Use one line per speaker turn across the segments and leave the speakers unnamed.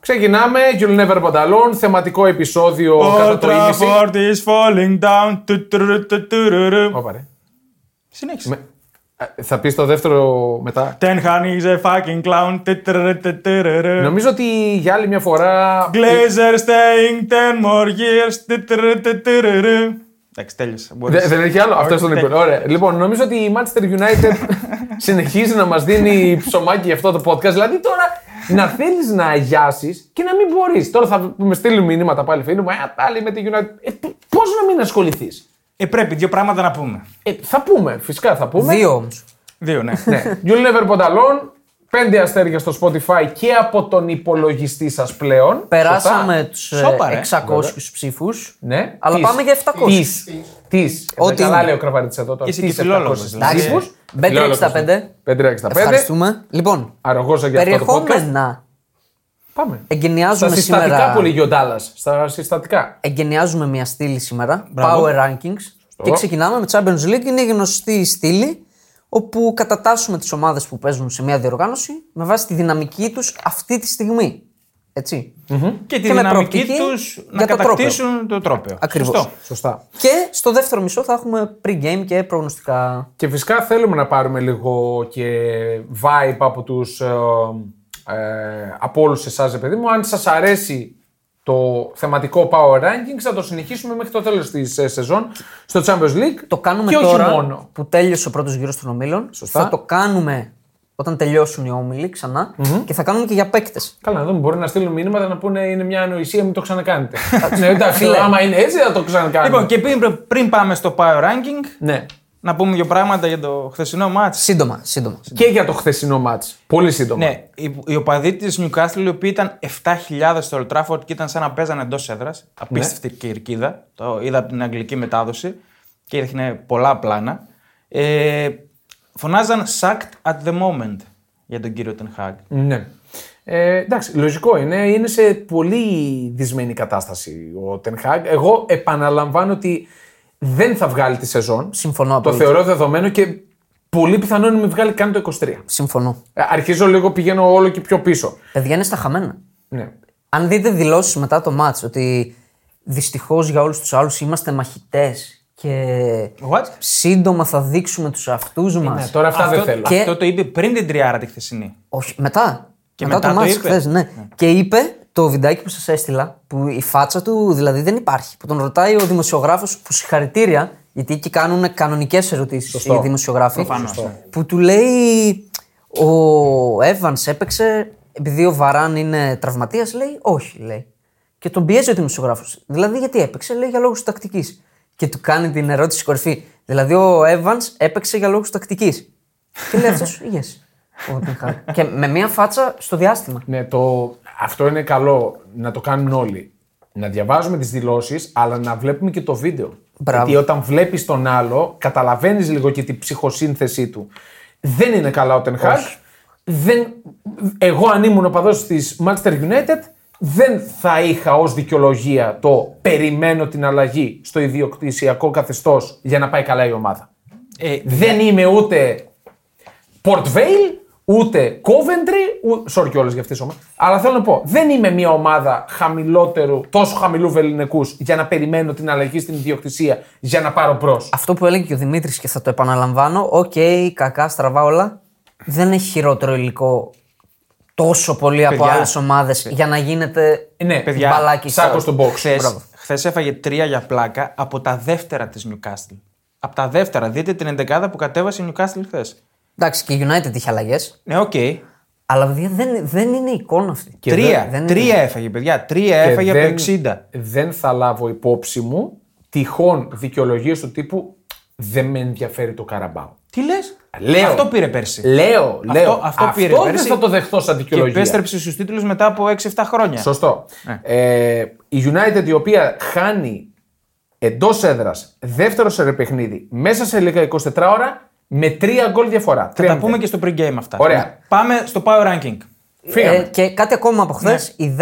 Ξεκινάμε, You'll Never Walk Alone, θεματικό επεισόδιο κατά
Old
το ίμιση.
Trafford is falling down. Του, του, του, του, του, του.
Όπα, ρε.
Συνέχισε.
Ε, Θα πεις το δεύτερο μετά.
Ten Han is a fucking clown. Του, του, του, του, του, του, του.
Νομίζω ότι για άλλη μια φορά.
Glazer staying ten more years. Του, του, του, του, Ε, του, του, του. Εντάξει, τέλειωσε.
Δε-
μπορείς.
Δεν έχει άλλο. Αυτό στον
τέλεια.
εικόνα. Ωραία. Λοιπόν, νομίζω ότι η Manchester United συνεχίζει να μας δίνει ψωμάκι για αυτό το podcast. Δηλαδή τώρα να θέλεις να αγιάσεις και να μην μπορείς. Τώρα θα με στείλουν μηνύματα πάλι φίλοι μου. Ε, πάλι με τη United. Ε, Πώς να μην ασχοληθείς.
Ε, πρέπει δύο πράγματα να πούμε.
Ε, θα πούμε, φυσικά θα πούμε.
Δύο όμως.
Δύο, ναι.
Ναι. You'll never put alone. Πέντε αστέρια στο Spotify και από τον υπολογιστή σας πλέον.
Περάσαμε ε, του
Σόπα, ρε.
600 ψήφους.
Ναι.
Αλλά
Τις.
πάμε για 700.
Τις. Τις.
Ό,τι
Ε, Καλά
είναι.
λέει ο κραβαρίτη εδώ τώρα.
Είσαι και
Τις
φιλόλογος,
700
δηλαδή.
ψήφους.
Εντάξει. Μπέτρι
Φιλόλογος.
65.
565.
Ευχαριστούμε. Λοιπόν,
Αρρωγόσα για αυτό το podcast.
περιεχόμενα.
Πάμε. Στα
Εγκαινιάζουμε
συστατικά
σήμερα.
που λέγει ο Ντάλλας. Στα συστατικά.
Εγκαινιάζουμε μια στήλη σήμερα.
Μπράβο.
Power Rankings. Και ξεκινάμε με Champions League. Είναι η γνωστή στήλη όπου κατατάσσουμε τις ομάδες που παίζουν σε μια διοργάνωση με βάση τη δυναμική τους αυτή τη στιγμή. Έτσι.
Και τη
Και με
δυναμική
προοπτική
τους να
για το
κατακτήσουν το τρόπαιο.
Ακριβώς.
Σωστό.
Σωστά.
Και στο δεύτερο μισό θα έχουμε pre-game και προγνωστικά.
Και φυσικά θέλουμε να πάρουμε λίγο και vibe από τους, ε, ε, από όλους εσάς, ρε παιδί μου. Αν σας αρέσει το θεματικό Power Rankings θα το συνεχίσουμε μέχρι το τέλος της ε, σεζόν στο Champions League.
Το κάνουμε
και όχι
τώρα
μόνο.
που τέλειωσε ο πρώτος γύρος των ομίλων.
Σωστά.
Θα το κάνουμε όταν τελειώσουν οι όμιλοι ξανά και θα κάνουμε και για παίκτες.
Καλά, να δούμε. Μπορεί να στείλουν μηνύματα να πούνε είναι μια ανοησία, μην το ξανακάνετε. ναι, εντάξει,
Φίλε.
άμα είναι έτσι θα το ξανακάνουμε.
Λοιπόν, και πριν, πριν πάμε στο power ranking,
ναι.
να πούμε δύο πράγματα για το χθεσινό μάτς.
Σύντομα, σύντομα.
και για το χθεσινό μάτς. Πολύ σύντομα.
Ναι, οι, οι οπαδοί της Newcastle οι οποίοι ήταν 7.000 στο Old Trafford και ήταν σαν να παίζανε εντός έδρας.
Ναι.
Απίστευτη κερκίδα. Το είδα από την αγγλική μετάδοση και έδειχνε πολλά πλάνα. Ε, φωνάζαν sucked at the moment για τον κύριο Ten Hag.
Ναι. Ε, εντάξει, λογικό είναι. Είναι σε πολύ δυσμένη κατάσταση ο Ten Hag. Εγώ επαναλαμβάνω ότι δεν θα βγάλει τη σεζόν.
Συμφωνώ
Το
απόλυτα.
θεωρώ δεδομένο και πολύ πιθανό είναι να μην βγάλει καν το 23.
Συμφωνώ.
Ε, Αρχίζω λίγο, πηγαίνω όλο και πιο πίσω.
Παιδιά είναι στα χαμένα.
Ναι.
Αν δείτε δηλώσεις μετά το μάτς ότι δυστυχώς για όλους τους άλλους είμαστε μαχητές και
What?
σύντομα θα δείξουμε τους αυτούς μα.
ναι, τώρα αυτά δεν θέλω.
και-
Αυτό το είπε πριν την τριάρα τη χθεσινή.
Όχι, μετά.
Και
μετά,
μετά
το
το
μάτς
είπε.
χθε, ναι. Και είπε το βιντεάκι που σας έστειλα, που η φάτσα του δηλαδή δεν υπάρχει. Που τον ρωτάει ο δημοσιογράφος που συγχαρητήρια, γιατί εκεί κάνουν κανονικές ερωτήσεις οι δημοσιογράφοι.
Σωστό. ναι.
Που του λέει ο Εύαν έπαιξε, επειδή ο Βαράν είναι τραυματίας, λέει όχι, λέει. Και τον πιέζει ο δημοσιογράφος. Δηλαδή γιατί έπαιξε, λέει για λόγους τακτικής. Και του κάνει την ερώτηση κορυφή. Δηλαδή ο Εύαν έπαιξε για λόγους τακτικής. Και λέει αυτός, yes. Ο Ten Hag. και με μία φάτσα στο διάστημα.
Ναι, το... Αυτό είναι καλό να το κάνουν όλοι. Να διαβάζουμε τις δηλώσεις, αλλά να βλέπουμε και το βίντεο.
Μπράβο.
Γιατί όταν βλέπεις τον άλλο, καταλαβαίνεις λίγο και την ψυχοσύνθεσή του. Δεν είναι καλά ο Τενχάκ. Δεν... Εγώ, αν ήμουν οπαδό της Manchester United, δεν θα είχα ως δικαιολογία το περιμένω την αλλαγή στο ιδιοκτησιακό καθεστώς για να πάει καλά η ομάδα.
Ε,
Δεν είμαι ούτε Port Vale, ούτε Coventry, ούτε. Sorry κιόλας για αυτή τη ομάδα. Αλλά θέλω να πω, δεν είμαι μια ομάδα χαμηλότερου, τόσο χαμηλού βεληνικούς για να περιμένω την αλλαγή στην ιδιοκτησία για να πάρω μπρος.
Αυτό που έλεγε και ο Δημήτρης και θα το επαναλαμβάνω, οκ, κακά, στραβά όλα. Δεν έχει χειρότερο υλικό τόσο πολύ από
Παιδιά.
άλλες ομάδες για να γίνεται
Ναι,
παιδιά,
μπαλάκι.
σάκο στον box. Μπράβο.
Χθες έφαγε τρία για πλάκα από τα δεύτερα της Newcastle. Από τα δεύτερα. Δείτε την εντεκάδα που κατέβασε η Newcastle χθες.
Εντάξει, και η United είχε αλλαγές.
Ναι, οκ.
Αλλά παιδιά, δεν, δεν είναι εικόνα αυτή.
Τρία.
δεν- δεν
τρία έφαγε, παιδιά. Τρία
Και
έφαγε
δεν-
από 60.
Δεν θα λάβω υπόψη μου τυχόν δικαιολογίες του τύπου δεν με ενδιαφέρει το Καραμπάο.
Τι λες.
Λέω. Ε,
Αυτό πήρε πέρσι.
Λέω, λέω.
Αυτό, αυτό, πήρε
δεν
πέρσι
θα το δεχτώ σαν
Και
δικαιολογία.
επέστρεψε στους τίτλους μετά από 6-7 χρόνια.
Σωστό.
Ναι.
Ε, η United η οποία χάνει εντός έδρας δεύτερο σερε παιχνίδι μέσα σε λίγα 24 ώρα με τρία γκολ διαφορά.
Θα
Τρία
τα πούμε και στο pre-game αυτά.
Ωραία.
Πάμε στο power ranking.
Φύγαμε. Ναι.
Ε, και κάτι ακόμα από χθες, η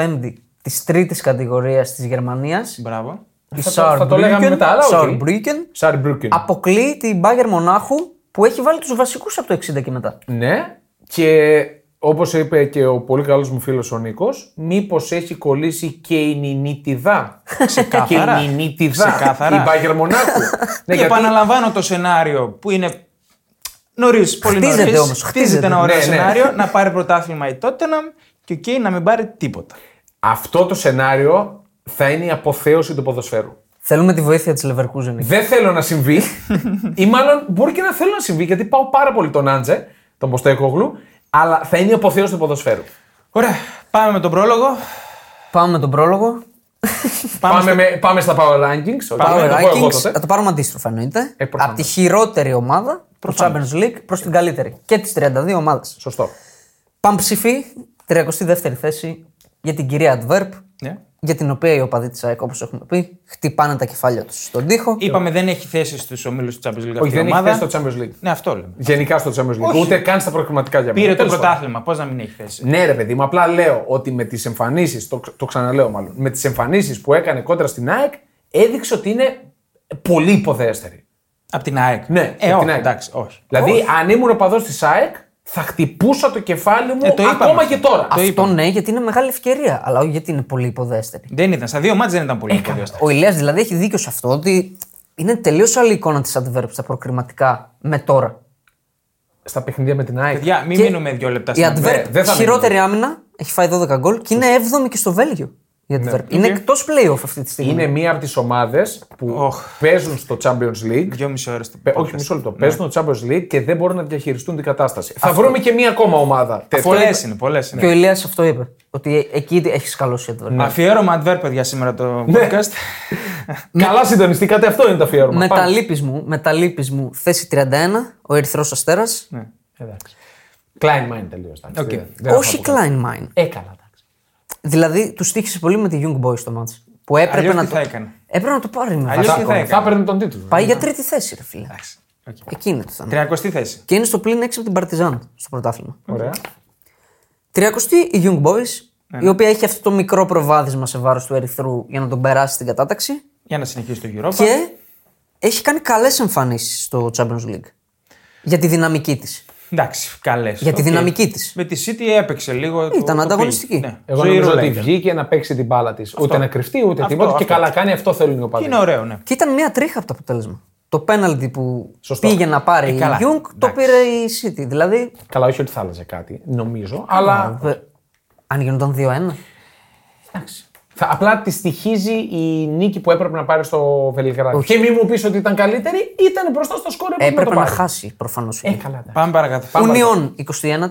15η της τρίτης κατηγορίας της Γερμανίας,
Ναι,
Μπράβο.
η
Θα το- θα το λέγαμε μετά, αλλά οκ.
Σαρμπρίκεν,
Σαρμπρούκεν.
αποκλείει την Bayern Μονάχου που έχει βάλει τους βασικούς από το 60 και μετά.
Ναι. Και Όπως είπε και ο πολύ καλός μου φίλος ο Νίκος, μήπως έχει κολλήσει και η Νινίτιδα.
Ξεκάθαρα.
Και η Νινίτιδα.
Ξεκάθαρα.
Η Μπάγκερ Μονάκου. ναι,
Και
γιατί-
επαναλαμβάνω το σενάριο που είναι νωρίς, πολύ νωρίς.
Χτίζεται όμως, χτίζεται.
ένα ωραίο
Ναι, ναι.
σενάριο να πάρει πρωτάθλημα η Tottenham και ο Kane να μην πάρει τίποτα.
Αυτό το σενάριο θα είναι η αποθέωση του ποδοσφαίρου.
Θέλουμε τη βοήθεια της Leverkusen.
Δεν θέλω να συμβεί. ή μάλλον μπορεί και να θέλω να συμβεί γιατί πάω πάρα πολύ τον Άντζε, τον Ποστέκογλου, αλλά θα είναι η αποθέωση του ποδοσφαίρου.
Ωραία, πάμε με τον πρόλογο.
Πάμε με τον πρόλογο.
Πάμε,
στο-
με- πάμε στα Power Rankings.
Power
Πάμε,
Power
το πω εγώ
Rankings.
τότε.
Θα το πάρουμε αντίστροφα εννοείται.
Ε, προφανώς.
από τη χειρότερη ομάδα του Champions League προς την καλύτερη. Και τις 32 ομάδες.
Σωστό.
Παμψηφί, 32η θέση για την κυρία Adverb,
Ναι.
για την οποία οι οπαδοί της ΑΕΚ, όπως έχουμε πει, χτυπάνε τα κεφάλια τους στον
Ε,
τοίχο.
Είπαμε δεν έχει θέση στους ομίλους του Champions
Όχι,
League. αυτή η
δεν έχει
ομάδα.
θέση στο Champions League.
Ναι, αυτό λέμε.
Γενικά στο Champions League.
Όχι.
Ούτε καν στα προκριματικά για μένα.
Πήρε το
Τέλος πάντων.
πρωτάθλημα. Πώς να μην έχει θέση.
Ναι, ρε παιδί μου, απλά λέω ότι με τις εμφανίσεις, το, το ξαναλέω μάλλον, με τις εμφανίσεις που έκανε κόντρα στην ΑΕΚ, έδειξε ότι είναι πολύ υποδέστερη.
Απ' την ΑΕΚ.
Ναι, απ'
ε,
την
όχι,
ΑΕΚ.
εντάξει, όχι.
Δηλαδή, αν ήμουν οπαδός της ΑΕΚ, θα χτυπούσα το κεφάλι μου
Ε, το είπαμε
ακόμα
αυτό.
και τώρα.
Το
Αυτό
είπαμε.
ναι, γιατί είναι μεγάλη ευκαιρία, αλλά όχι γιατί είναι πολύ υποδέστερη.
Δεν ήταν. Στα δύο μάτια δεν ήταν
Ε,
πολύ υποδιαστά.
Ο Ηλίας δηλαδή έχει δίκιο σε αυτό ότι είναι τελείως άλλη εικόνα της Adverb στα προκριματικά με τώρα.
Στα παιχνίδια με την ΑΕΚ.
Παιδιά, μην
Και-
μείνουμε δύο λεπτά
Η
στην
Adverb
ναι, δεν θα
χειρότερη άμυνα, έχει φάει 12 γκολ και είναι 7η και στο Βέλγιο. Η Adverb. Είναι εκτός playoff αυτή τη στιγμή.
Είναι μία από τις ομάδες που
Ωχ.
παίζουν στο Champions League.
Δυο μισή ώρες.
Ε,
Πε- Όχι, μισό λεπτό.
Ναι.
Παίζουν στο Champions League και δεν μπορούν να διαχειριστούν την κατάσταση. Θα βρούμε και μία ακόμα ομάδα. τέτοια.
Πολλές είναι, πολλές είναι.
ε, Και Ναι. ο Ηλίας αυτό είπε. Ότι εκεί έχει σκαλώσει η Adverb.
Ναι. Αφιέρωμα adverb, παιδιά, σήμερα
Ναι.
το podcast. Ναι.
Καλά συντονιστήκατε, αυτό είναι το αφιέρωμα.
Με
Πάμε.
τα λύπης μου, με τα λύπης μου, θέση 31, ο Ερυθρός Αστέρας.
ναι.
Εντάξει. Klein Mind τελείως.
Οκ.
όχι Klein Mine.
Έκανα. εντάξει.
Δηλαδή τους τύχησε πολύ με τη Young Boys το μάτς. Που έπρεπε
Αλλιώς
να
τι
το.
θα έκανε.
Έπρεπε να το πάρει με
Αλλιώς
βάση.
τι θα
ακόμα.
έκανε.
Θα έπαιρνε τον τίτλο.
Πάει για τρίτη θέση, ρε φίλε.
Εντάξει. Οκ.
Εκείνη το θέμα.
30η θέση.
Και είναι στο πλήν 6 από την Παρτιζάν στο πρωτάθλημα.
Ωραία.
30 η Young Boys,
Ναι,
η οποία έχει αυτό το μικρό προβάδισμα σε βάρος του Ερυθρού για να τον περάσει στην κατάταξη.
Για να συνεχίσει το γύρο.
Και έχει κάνει καλές εμφανίσεις στο Champions League. Για τη δυναμική της.
Εντάξει, καλές.
Για τη δυναμική της.
Με τη City έπαιξε λίγο. το-
Ήταν
το
ανταγωνιστική.
πήγε. Ναι.
Εγώ
Ζωή
νομίζω ότι
ρουλέτα.
βγήκε να παίξει την μπάλα της. Ούτε να κρυφτεί ούτε
Αυτό,
τίποτα. Και
αυτό.
καλά κάνει, αυτό θέλουν οι οπαδοί.
Είναι ωραίο, ναι.
Και ήταν μια τρίχα από το αποτέλεσμα. Το πέναλτι που
Σωστό.
πήγε να πάρει
Ε, καλά.
η Young το
Εντάξει.
πήρε η City. Δηλαδή.
Καλά, όχι ότι θα άλλαζε κάτι, νομίζω. Αλλά
ε, αν γινονταν 2-1.
θα, απλά τη στοιχίζει η νίκη που έπρεπε να πάρει στο Βελιγράδι. Και μη μου πεις ότι ήταν καλύτερη, ήταν μπροστά στο σκόρ
Ε,
έπρεπε,
Έπρεπε
να,
να
το πάρει.
χάσει προφανώς.
Ε, καλά, εντάξει.
Πάμε παρακάτω.
Ουνιόν 29η.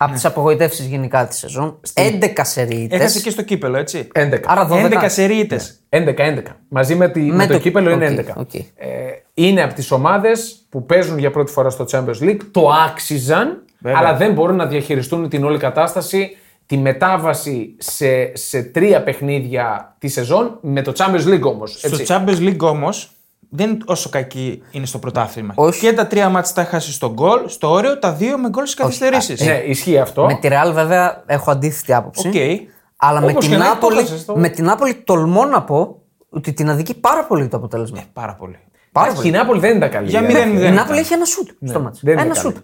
Από τις απογοητεύσεις γενικά της σεζόν. 11 σερίτε.
Ναι. Έχασε και στο κύπελο, έτσι.
11.
Άρα
11
12.
σερίτε.
11-11. Μαζί με, τη, με, το, κύπελο είναι
οκ,
11.
οκ.
Ε, είναι από τις ομάδες που παίζουν για πρώτη φορά στο Champions League, το άξιζαν,
Βέβαια.
αλλά δεν μπορούν να διαχειριστούν την όλη κατάσταση. Τη μετάβαση σε, σε τρία παιχνίδια τη σεζόν με το Champions League όμως.
Στο Champions League όμως δεν είναι τόσο κακή είναι στο πρωτάθλημα.
Όχι.
Και τα τρία μάτια τα χάσει στο γκολ, στο όριο, τα δύο με γκολ στις καθυστερήσεις.
Ναι, ισχύει αυτό.
Με τη Ρεάλ βέβαια έχω αντίθετη άποψη.
Οκ.
Αλλά με
Όπως
την,
και να έχει, το
Νάπολη,
έχασες, το-
με την Νάπολη τολμώ να πω ότι την αδικεί πάρα πολύ το αποτέλεσμα.
Πάρα πολύ.
πάρα
Η
πολύ.
Νάπολη δεν ήταν καλή.
Για
ε.
0-0.
Η
ήταν.
Νάπολη έχει ένα σουτ στο μάτς.
δεν είναι
Ένα
καλή.
σουτ.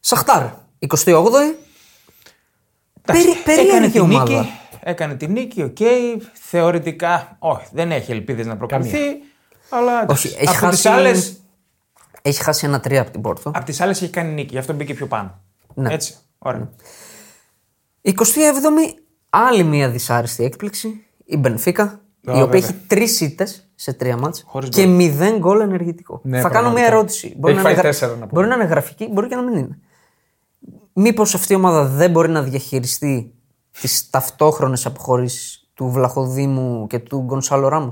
Σαχτάρ, 28η. Περι,
Έκανε
περίεργη
τη
ομάδα.
νίκη. Έκανε τη νίκη, οκ. Θεωρητικά, όχι, δεν έχει ελπίδες να προκριθεί. Αλλά
Όχι,
εντάξει.
έχει
από
χάσει-
τι άλλες
Έχει χάσει ένα τρία από την Πόρτο.
Απ' τις άλλες έχει κάνει νίκη, γι' αυτό μπήκε πιο πάνω.
Ναι.
Έτσι. Ωραία.
27η, άλλη μια δυσάρεστη έκπληξη. Η Μπενφίκα, η
Α,
οποία
βέβαια.
έχει τρεις ήττες σε τρία μάτς
Χωρίς
και
γκολ.
μηδέν γκολ ενεργητικό.
Ναι,
Θα κάνω μια
πραγματικά.
ερώτηση. Μπορεί
Έχει
να, είναι
φάει
γρα-
τέσσερα, να πούμε.
μπορεί να είναι γραφική, μπορεί και να μην είναι. Μήπως αυτή η ομάδα δεν μπορεί να διαχειριστεί τις ταυτόχρονες αποχωρήσεις του Βλαχοδήμου και του Γκονσάλο Ράμος.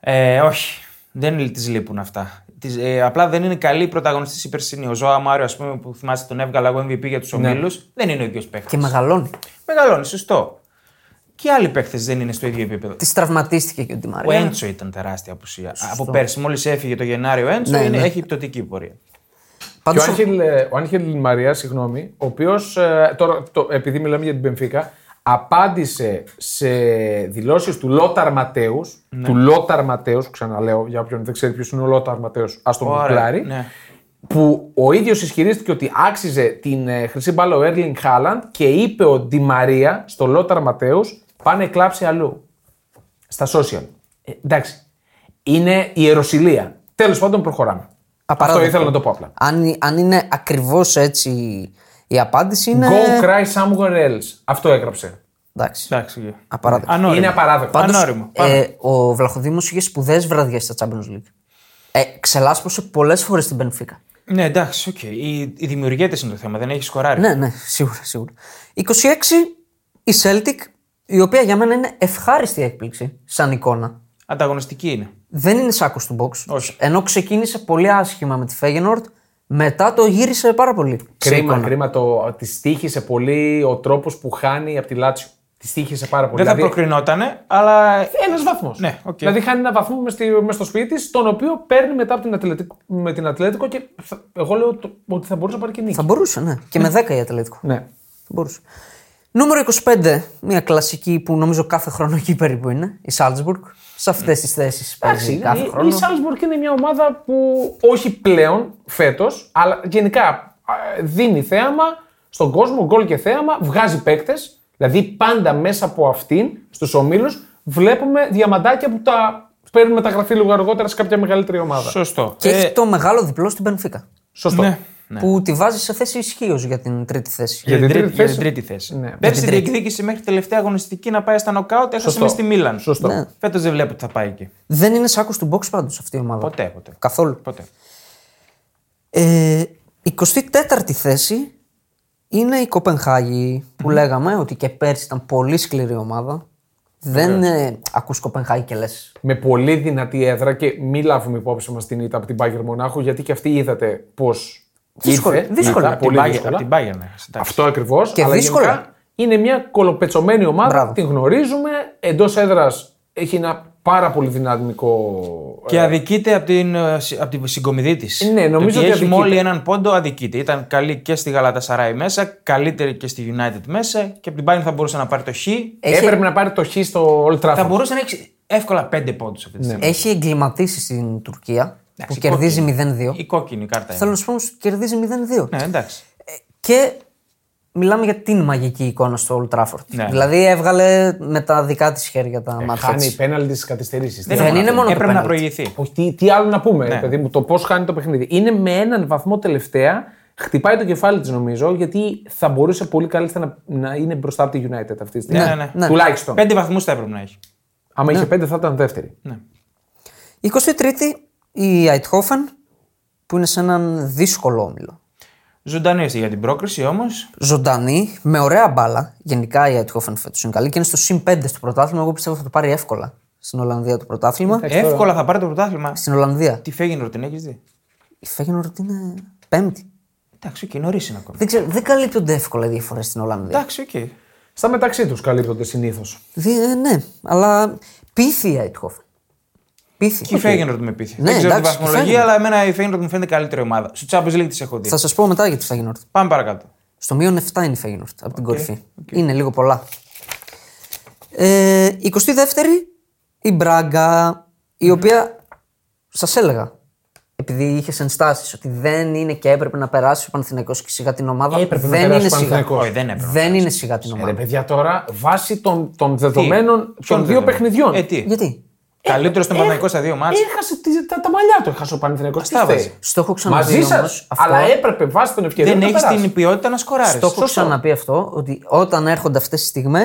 Ε, όχι. Δεν τη λείπουν αυτά. Τις, ε, απλά δεν είναι καλή πρωταγωνιστή η περσινή. Ο Ζωά Μάριο, ας πούμε, που θυμάστε τον έβγαλα εγώ MVP για τους ομίλους, δεν είναι ο ίδιος παίχτη.
Ναι. Και μεγαλώνει.
Μεγαλώνει, σωστό. Και άλλοι παίχτε δεν είναι στο ίδιο επίπεδο.
Τη τραυματίστηκε και ο
Ο
Ντιμαρία.
Έντσο ήταν τεράστια απουσία. Από πέρσι, μόλις έφυγε το Γενάριο, ο Έντσο
Ναι,
είναι,
ναι.
έχει πτωτική πορεία.
Και ο
Πάντω
Άγχελ, ε, ο Άγχελ Μαρία, συγγνώμη, ο οποίος. Τώρα, το, επειδή μιλάμε για την Πενφύκα, απάντησε σε δηλώσεις του Λόταρ Ματέους.
Ναι.
Του Λόταρ Ματέους, ξαναλέω για όποιον δεν ξέρει ποιος είναι ο Λόταρ Ματέους, ας τον
Ωραία,
κουκλάρει.
ναι.
που ο ίδιος ισχυρίστηκε ότι άξιζε την ε, χρυσή μπάλα ο Έρλινγκ Χάλαντ και είπε ο Ντι Μαρία στο Λόταρ Ματέους πάνε κλάψει αλλού. Στα social. Ε, εντάξει. Είναι ιεροσιλία. Τέλος πάντων, προχωράμε.
Απαράδεκτο.
Αυτό ήθελα να το πω απλά.
Αν, αν είναι ακριβώς έτσι η απάντηση είναι.
Go cry somewhere else. Αυτό έγραψε.
Εντάξει.
Εντάξει. γεια.
Απαράδεκτο.
Ανώριμο.
Είναι απαράδεκτο.
Πάντως- Ανώριμο. Πάμε.
Ε, ο Βλαχοδήμος είχε σπουδαίε βραδιές στα Champions League. Ε, ξελάσπωσε πολλές φορές την Benfica.
Ναι, εντάξει, οκ. Οι, οι δημιουργίε είναι το θέμα, δεν έχει σκοράρει.
Ναι, ναι, σίγουρα, σίγουρα. 26 η Celtic, η οποία για μένα είναι ευχάριστη έκπληξη σαν εικόνα.
Ανταγωνιστική είναι.
Δεν είναι σάκος του box.
Όχι.
Ενώ ξεκίνησε πολύ άσχημα με τη Feyenoord, μετά το γύρισε πάρα πολύ. σε
Κρίμα,
εικόνα.
κρίμα. Το, τη τύχησε πολύ ο τρόπος που χάνει από τη Λάτσιο. Τη τύχησε πάρα πολύ.
Δεν θα προκρινότανε, αλλά.
Ένας βαθμός.
Ναι, οκ.
Δηλαδή χάνει ένα βαθμό μες στη- μες στο σπίτι της, τον οποίο παίρνει μετά από την Ατλετικό, με την Ατλέτικο και θα- εγώ λέω το- ότι θα μπορούσε να πάρει και νίκη.
Θα μπορούσε, ναι. Και με 10 η Ατλέτικο.
Ναι.
Θα μπορούσε. Νούμερο 25, μια κλασική που νομίζω κάθε χρόνο εκεί περίπου είναι, η Σάλτσμπουργκ. Σε αυτές τις θέσεις παίζει
Η,
κάθε
η
χρόνο.
Σάλσμπουργκ είναι μια ομάδα που όχι πλέον φέτος, αλλά γενικά α, δίνει θέαμα στον κόσμο, γκολ και θέαμα, βγάζει παίκτες. Δηλαδή πάντα μέσα από αυτήν, στους ομίλους, βλέπουμε διαμαντάκια που τα παίρνουν μεταγραφή λίγο αργότερα σε κάποια μεγαλύτερη ομάδα.
Σωστό.
Και
Ε,
έχει το μεγάλο διπλό στην Πενφύκα.
Σωστό.
Ναι.
Που τη βάζει σε θέση ισχύως για την τρίτη θέση.
Για την τρίτη
για
θέση.
την τρίτη θέση.
Ναι. Για την
Πέρσι διεκδίκησε μέχρι τελευταία αγωνιστική να πάει στα νοκάουτ, έχασε
Σωστό.
μες στη Μίλαν.
Σωστό.
Ναι.
Φέτος δεν βλέπω ότι θα πάει εκεί.
Δεν είναι σάκο του box πάντως αυτή η ομάδα.
Ποτέ, ποτέ.
Καθόλου.
ποτέ.
Ε, 24η θέση είναι η Κοπενχάγη που λέγαμε ότι και πέρσι ήταν πολύ σκληρή ομάδα. Δεν ε, ακούς Κοπενχάγη και λες
με πολύ δυνατή έδρα και μην λάβουμε υπόψη μας την ήττα από την Bayern Μονάχου, γιατί και αυτή είδατε πώς.
Δύσκολα, δύσκολα.
Από την
πολύ
Bayern-
δύσκολα.
από την Bayern, ναι. Εντάξει.
Αυτό ακριβώς.
Και δύσκολα.
είναι μια κολοπετσωμένη ομάδα,
Μπράβο.
την γνωρίζουμε. Εντός έδρας έχει ένα πάρα πολύ δυναμικό.
Και αδικείται από την, ε, συ- από την συγκομιδή της.
Ναι, νομίζω ότι
έχει
αδικείται.
μόλι έναν πόντο, αδικείται. Ήταν καλή και στη Γαλατασαράη μέσα, καλύτερη και στη United μέσα και από την Bayern θα μπορούσε να πάρει το Χ.
Έχει-
Έπρεπε να πάρει το χ στο Old Trafford.
Θα μπορούσε να έχει εύκολα πέντε πόντους αυτή τη
Ναι.
στιγμή.
Έχει εγκληματίσει στην Τουρκία
Ε,
που
Εντάξει,
κερδίζει
κόκκινη.
0-2.
Η κόκκινη κάρτα.
Θέλω
είναι.
να σου πω όμως ότι κερδίζει 0-2.
Ναι, εντάξει.
Και μιλάμε για την μαγική εικόνα στο Old Trafford.
Ναι. Ε,
Δηλαδή έβγαλε με τα δικά της χέρια τα μάτια
Χάνει
της.
πέναλτι στις καθυστερήσεις.
Δεν είναι μόνο το
Έπρεπε να
penalty.
προηγηθεί.
Όχι, τι, τι άλλο να πούμε,
Ναι.
παιδί μου, το πώς χάνει το παιχνίδι. Είναι με έναν βαθμό τελευταία. Χτυπάει το κεφάλι της, νομίζω, γιατί θα μπορούσε πολύ καλύτερα να, να είναι μπροστά από τη United αυτή τη στιγμή.
Ναι, ναι,
ναι.
Τουλάχιστον.
Πέντε βαθμούς θα έπρεπε να έχει.
Άμα είχε πέντε, θα ήταν δεύτερη.
23η η Αιτχόφεν που είναι σε έναν δύσκολο όμιλο.
Ζωντανή είστε για την πρόκριση όμως.
ζωντανή, με ωραία μπάλα. Γενικά η Αιτχόφεν φέτος είναι καλή και είναι στο συν 5 στο πρωτάθλημα. Εγώ πιστεύω θα το πάρει εύκολα στην Ολλανδία το
Ε,
πρωτάθλημα.
Εύκολα θα πάρει το πρωτάθλημα.
Στην Ολλανδία.
Τι φέγγινο την έχεις δει.
Η Φέγενορντ είναι πέμπτη.
Εντάξει, και νωρίς είναι ακόμα.
Δεν, ξέρω, δεν καλύπτονται εύκολα οι διαφορέ στην Ολλανδία.
Εντάξει, οκ.
Στα μεταξύ τους καλύπτονται συνήθως.
Δι- ε, ναι, αλλά πείθει η Αιτχόφεν. Πείθει.
Και η Φέγγινορντ με πείθει.
Ναι,
Δεν ξέρω την
εντάξει, η
βαθμολογία,
Feyenoord.
αλλά εμένα η Φέγγινορντ μου φαίνεται καλύτερη ομάδα. Στο Champions League της έχω δει.
Θα σας πω μετά για τη Φέγενορντ.
Πάμε παρακάτω.
Στο μείον 7 είναι η Φέγενορτ από την κορυφή. Είναι λίγο πολλά. Ε, 22η η Μπράγκα, η οποία σας έλεγα, επειδή είχε ενστάσει ότι δεν είναι και έπρεπε να περάσει ο Παναθηναϊκός και σιγά την ομάδα.
Έπρεπε να
δεν
περάσει
είναι
ο
σιγά.
Παναθηναϊκός.
Όχι, Ε, δεν έπρεπε. Ε,
Δεν είναι σιγά την ομάδα.
Ε, Ρε παιδιά τώρα, βάσει των, των
Τι?
δεδομένων των δύο
Ποιον δεδομένο?
παιχνιδιών. Ε,
Ε, τι.
Γιατί.
Καλύτερο
ε,
στον Παναγικό στα δύο μάτς.
Έχασε τη- τα, τα μαλλιά του, έχασε ο Παναθηναϊκός. Τι
τα
φταίει.
βάζει.
Στο έχω
Μαζί
ξαναδεί
σα.
όμως αυτό.
Αλλά έπρεπε βάσει των ευκαιριών.
Δεν
να
έχεις
περάσει.
την ποιότητα να
Ε,
σκοράρει.
Το έχω ξαναπεί αυτό, ότι όταν έρχονται αυτές τις στιγμές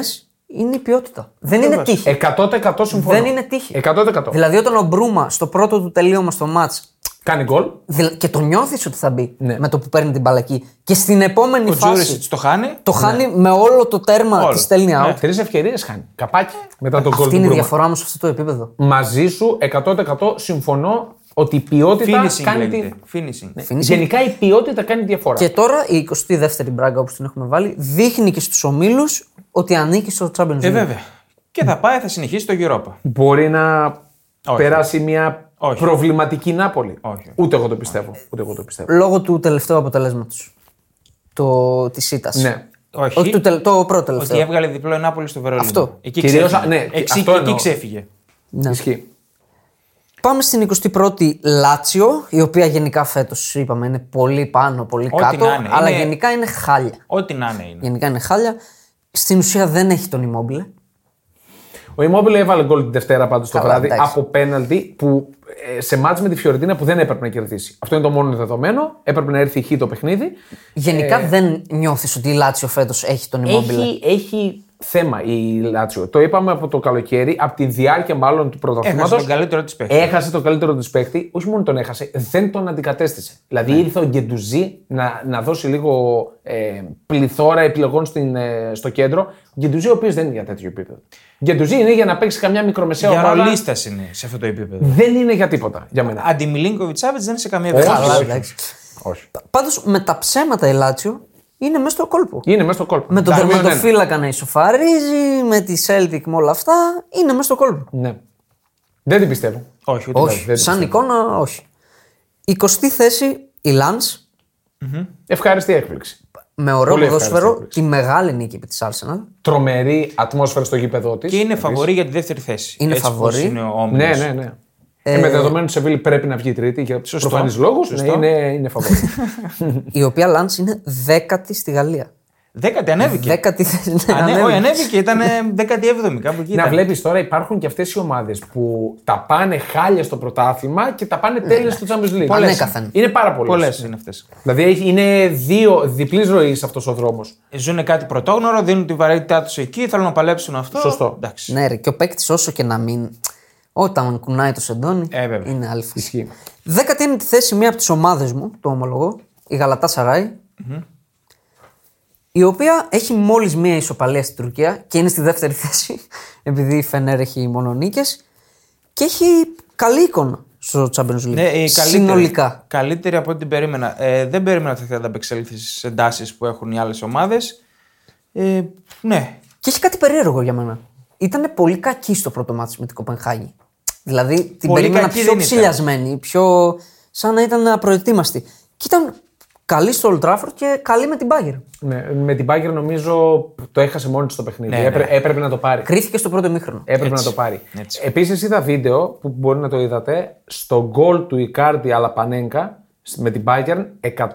είναι η ποιότητα. Δεν είναι τύχη.
100% συμφωνώ.
Δεν είναι τύχη.
100%.
Δηλαδή, όταν ο Μπρούμα στο πρώτο του τελείωμα στο μάτ
Κάνει γκολ.
Δηλα- Και το νιώθεις ότι θα μπει
Ναι.
με το που παίρνει την μπαλακή. Και στην επόμενη
Ο
φάση
Τζούρισιτ το χάνει.
το χάνει με όλο το τέρμα
Όλο.
της στέλνει out.
Τρεις ευκαιρίες χάνει. Καπάκι μετά Ναι. τον γκολ
Ναι. Ε, Αυτή
του
είναι η
Μπρούμα. Ναι.
διαφορά μου σε αυτό το επίπεδο.
Μαζί σου 100% συμφωνώ ότι η ποιότητα
Finishing
κάνει τη...
λέγεται. Finishing.
Finishing.
Γενικά η ποιότητα κάνει τη διαφορά.
Και τώρα η 22η μπράγκα όπως την έχουμε βάλει δείχνει και στους ομίλους ότι ανήκει στο Champions League.
Ε, βέβαια. Και θα πάει, θα συνεχίσει το Europa.
Μπορεί να
Όχι.
περάσει μια
Όχι.
προβληματική Νάπολη.
Όχι.
Ούτε εγώ το πιστεύω. Ούτε εγώ το πιστεύω.
Λόγω του τελευταίου αποτελέσματος. Το... της ήττας.
Ναι.
Όχι.
Όχι, του τελε- το πρώτο
Ότι
τελευταίο.
έβγαλε διπλό η Νάπολη στο Βερολίνο.
Αυτό.
Εκεί
Κυρίως,
ξέφυγε.
ναι,
Εξ-
αυτό
εκεί
εννοώ.
ξέφυγε.
Ναι.
Ισχύει.
Πάμε στην 21η Λάτσιο, η οποία γενικά φέτος είπαμε είναι πολύ πάνω, πολύ
Ό,τι
κάτω.
να είναι.
Αλλά
Είναι-
γενικά είναι χάλια.
Ό,τι να είναι είναι.
Γενικά είναι χάλια. Στην ουσία δεν έχει τον Immobile.
Ο Immobile έβαλε γκολ την Δευτέρα πάντως το
Καλά,
βράδυ
εντάξει.
από πέναλτι που ε, σε μάτς με τη Φιωρεντίνα που δεν έπρεπε να κερδίσει. Αυτό είναι το μόνο δεδομένο. Έπρεπε να έρθει η χ το παιχνίδι.
Γενικά δεν νιώθεις ότι η Λάτσιο φέτος έχει τον Immobile.
Έχει, έχει θέμα η Λάτσιο. Το είπαμε από το καλοκαίρι, από τη διάρκεια μάλλον του
Έχασε
πρωταθλήματο.
τον καλύτερο της παίχτη.
Έχασε το καλύτερο της παίχτη. Όχι μόνο τον έχασε, δεν τον αντικατέστησε.
Ναι.
Δηλαδή ήρθε ο Γκεντουζή να, να δώσει λίγο ε, πληθώρα επιλογών στην, ε, στο κέντρο. Ο Γκεντουζή, ο οποίος δεν είναι για τέτοιο επίπεδο. Γκεντουζή είναι για να παίξει καμιά μικρομεσαία
Για
ομάδα.
ρολίστας είναι σε αυτό το επίπεδο.
Δεν είναι για τίποτα για μένα.
Αντι Μιλίνκοβιτ Σάβιτ δεν είναι σε καμία
Όχι,
Καλά,
όχι.
περίπτωση.
εντάξει.
Όχι.
Πάντως με τα ψέματα η Λάτσιο είναι μέσα στο κόλπο.
Είναι μέσα στο κόλπο.
Με τον
Ταρμίον ένα.
τερματοφύλακα να ισοφαρίζει, με τη Celtic με όλα αυτά, είναι μέσα στο κόλπο.
Ναι. Δεν την πιστεύω.
Όχι, ούτε
Όχι,
δεν
σαν εικόνα όχι. 20η θέση η Lance,
Ευχάριστη έκπληξη.
με ωραίο
Πολύ ευχάριστη
ποδόσφαιρο,
έκπληξη.
τη μεγάλη νίκη επί της Arsenal.
Τρομερή ατμόσφαιρα στο γήπεδο της.
Και είναι φαβορή για τη δεύτερη θέση.
Είναι
Έτσι
φαβορή.
όπως Είναι ο όμιλος.
Ναι, ναι, ναι. Ε... με δεδομένο τη Σεβίλη πρέπει να βγει τρίτη για
Σωστό.
προφανείς λόγους. Ναι,
Σωστό.
είναι, είναι φαβορή.
Η οποία Lance είναι δέκατη στη Γαλλία.
Δέκατη ανέβηκε.
Δέκατη θέση. ναι,
Ανέ-
ανέβη.
Όχι, ανέβηκε. Ήταν 17η κάπου εκεί.
να
ήταν.
βλέπεις τώρα υπάρχουν και αυτές οι ομάδες που τα πάνε χάλια στο πρωτάθλημα και τα πάνε τέλεια
Ναι.
στο Champions League.
Πολλές. Ανέκαθεν.
Είναι πάρα πολλές.
Πολλές είναι αυτές.
Δηλαδή έχει- είναι δύο διπλής ροής αυτός ο δρόμος.
Ζουν κάτι πρωτόγνωρο, δίνουν τη βαρύτητά τους εκεί, θέλουν να παλέψουν αυτό.
Σωστό.
Εντάξει.
Ναι, ρε, και ο παίκτης όσο και να μην. Όταν κουνάει το σεντόνι,
Ε, βέβαια.
είναι αλφα.
Ισχύει.
Δέκατη είναι τη θέση μία από τις ομάδες μου, το ομολογώ, η Γαλατά Σαράι, η οποία έχει μόλις μία ισοπαλία στην Τουρκία και είναι στη δεύτερη θέση, επειδή η Φενέρ έχει μόνο νίκες και έχει καλή εικόνα στο Champions League.
Ναι, η καλύτερη,
Συνολικά.
Καλύτερη από ό,τι την περίμενα. Ε, δεν περίμενα ότι θα ανταπεξέλθει στις εντάσεις που έχουν οι άλλες ομάδες. Ε, ναι.
Και έχει κάτι περίεργο για μένα. Ήταν πολύ κακή στο πρώτο μάτι με την Κοπενχάγη. Δηλαδή την
Πολύ
περίμενα
κακή
πιο
δεν ήταν.
ψηλιασμένη, πιο. σαν να ήταν απροετοίμαστη. Και ήταν καλή στο Old Trafford και καλή με την Bayern.
Ναι, με την Πάγκερ νομίζω το έχασε μόνη της το παιχνίδι.
Ναι, ναι.
Έπρε- έπρεπε να το πάρει.
Κρίθηκε στο πρώτο μήχρονο.
Έπρεπε
Έτσι.
να το πάρει.
Έτσι.
Επίσης είδα βίντεο που μπορεί να το είδατε στο γκολ του Ικάρντι Αλαπανέγκα με την Bayern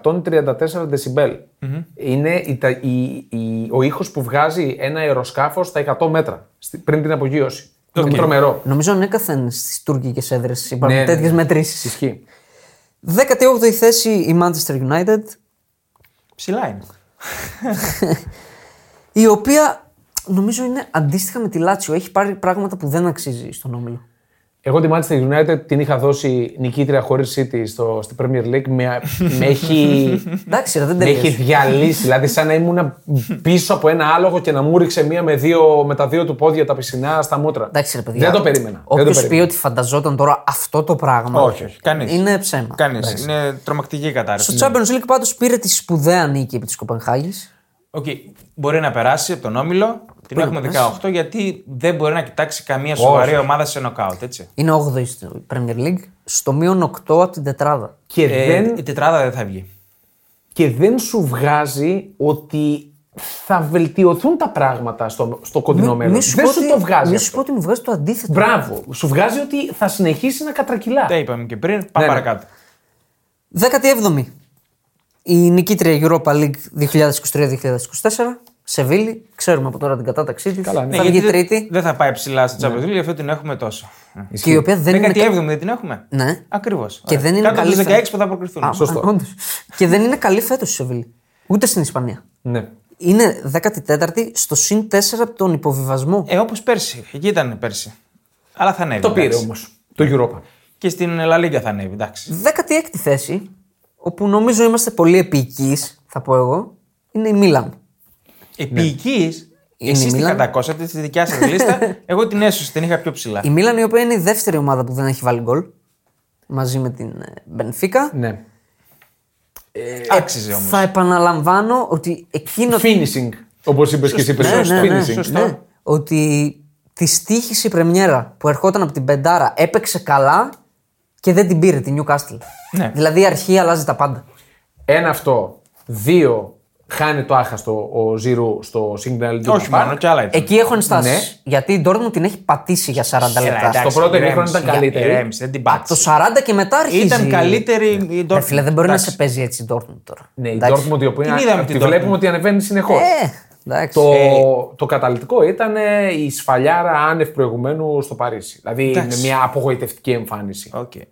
134 δεσιμπελ Είναι η, τα- η- η- ο ήχος που βγάζει ένα αεροσκάφος στα 100 μέτρα στη- πριν την απογείωση. Είναι τρομερό.
Νομίζω ανέκαθεν στις τουρκικές έδρες υπάρχουν
Ναι, ναι,
τέτοιες
ναι.
μετρήσεις.
Ισχύει.
18η θέση η Manchester United,
Ψηλά είναι.
η οποία νομίζω είναι αντίστοιχα με τη Λάτσιο. Έχει πάρει πράγματα που δεν αξίζει στον όμιλο.
Εγώ τη Manchester United την είχα δώσει νικήτρια χωρίς City στο, στη Premier League. Με, με έχει,
Εντάξει, ρε, δεν
με Ναι, έχει
τελείωσε.
διαλύσει. δηλαδή, σαν να ήμουν πίσω από ένα άλογο και να μου ρίξε μία με, δύο, με τα δύο του πόδια τα πισινά στα μούτρα.
Εντάξει, ρε, παιδιά.
Δεν το περίμενα. Δεν το
Όποιος πει
περίμενα.
ότι φανταζόταν τώρα αυτό το πράγμα.
Όχι, όχι.
Κανείς.
Είναι ψέμα.
Κανείς. Είναι τρομακτική η κατάρρευση.
Στο Champions League πάντως πήρε τη σπουδαία νίκη επί της Κοπενχάγη.
Οκ, μπορεί να περάσει από τον όμιλο. Την έχουμε 18 γιατί δεν μπορεί να κοιτάξει καμία σοβαρή ομάδα σε νοκάουτ. Έτσι.
Είναι 8η στην Premier League, στο μείον 8 από την τετράδα.
Και,
Ε,
δεν,
Η τετράδα δεν θα βγει.
και δεν σου βγάζει ότι θα βελτιωθούν τα πράγματα στο, στο κοντινό μέλλον.
μη σου
δεν
πω
σου
ότι-
το βγάζει.
Μη
αυτό.
σου πω ότι μου βγάζει το αντίθετο.
Μπράβο. Σου βγάζει ότι θα συνεχίσει να κατρακυλά.
Τα είπαμε και πριν. Πάμε
Ναι, ναι.
παρακάτω.
17η. Η νικήτρια Europa League 2023-2024. Σεβίλη, ξέρουμε από τώρα την κατάταξή της.
Καλά,
Θα
ναι.
Ναι,
βγει
γιατί
τρίτη.
Δεν θα πάει ψηλά στο Champions League, γι' αυτό την έχουμε τόσο.
Και η οποία δεν είναι.
17η δεν την έχουμε.
Ναι.
Ακριβώς.
Και δεν είναι
Κάτω από
καλή
τους 16
φέτος.
που θα προκριθούν.
Α,
Σωστό.
α, όντως. και δεν είναι καλή φέτος η Σεβίλη. Ούτε στην Ισπανία.
Ναι.
Είναι 14η στο συν 4 από τον υποβιβασμό.
Ε, όπως πέρσι. Εκεί ήταν πέρσι. Αλλά θα ανέβει.
Το πήρε
εντάξει.
όμως. Το Europa.
Και στην La Liga θα ανέβει, εντάξει.
16η θέση, όπου νομίζω είμαστε πολύ επίκης, θα πω εγώ, είναι η Μίλαν.
Επίοικη,
Ναι. Είναι η
εσείς την
Μίλαν.
κατακόσατε στη δικιά σας λίστα. Εγώ την έσωσα, την είχα πιο ψηλά.
Η Μίλαν η οποία είναι η δεύτερη ομάδα που δεν έχει βάλει γκολ, μαζί με την ε, Μπενφίκα.
Ναι.
Άξιζε όμως.
Θα επαναλαμβάνω ότι εκείνο...
Finishing. Όπως είπες και εσύ περισσότερο.
ναι, ναι,
Finishing.
σωστό.
ναι. Ότι τη στήχησε η πρεμιέρα που ερχόταν από την Πεντάρα, έπαιξε καλά και δεν την πήρε την Newcastle.
Ναι.
Δηλαδή η αρχή αλλάζει τα πάντα.
Ένα αυτό. Δύο. χάνει το άχαστο ο Ζήρου στο Signal Iduna
Όχι
Park.
μόνο, και άλλα ήταν.
Εκεί έχω ενστάσει.
Ναι.
Γιατί η Dortmund την έχει πατήσει για 40 λεπτά.
εντάξει. πρώτο ημίχρονο ήταν καλύτερη.
Ρέμισε, δεν την
Το
πάτησε.
40 και μετά αρχίζει.
Ήταν καλύτερη η
Ρε
Dortmund.
φίλε, δεν μπορεί να
Εντάξει.
σε παίζει έτσι η Dortmund τώρα.
Ναι, η
Εντάξει.
Dortmund η οποία
Την είδαμε
τη
την Dortmund.
βλέπουμε ότι ανεβαίνει συνεχώς.
Ε, εντάξει.
Το,
Ε.
το καταλητικό ήταν ε, η σφαλιάρα άνευ προηγουμένου στο Παρίσι. Δηλαδή
Εντάξει.
είναι μια απογοητευτική εμφάνιση.
Οκ. Ε,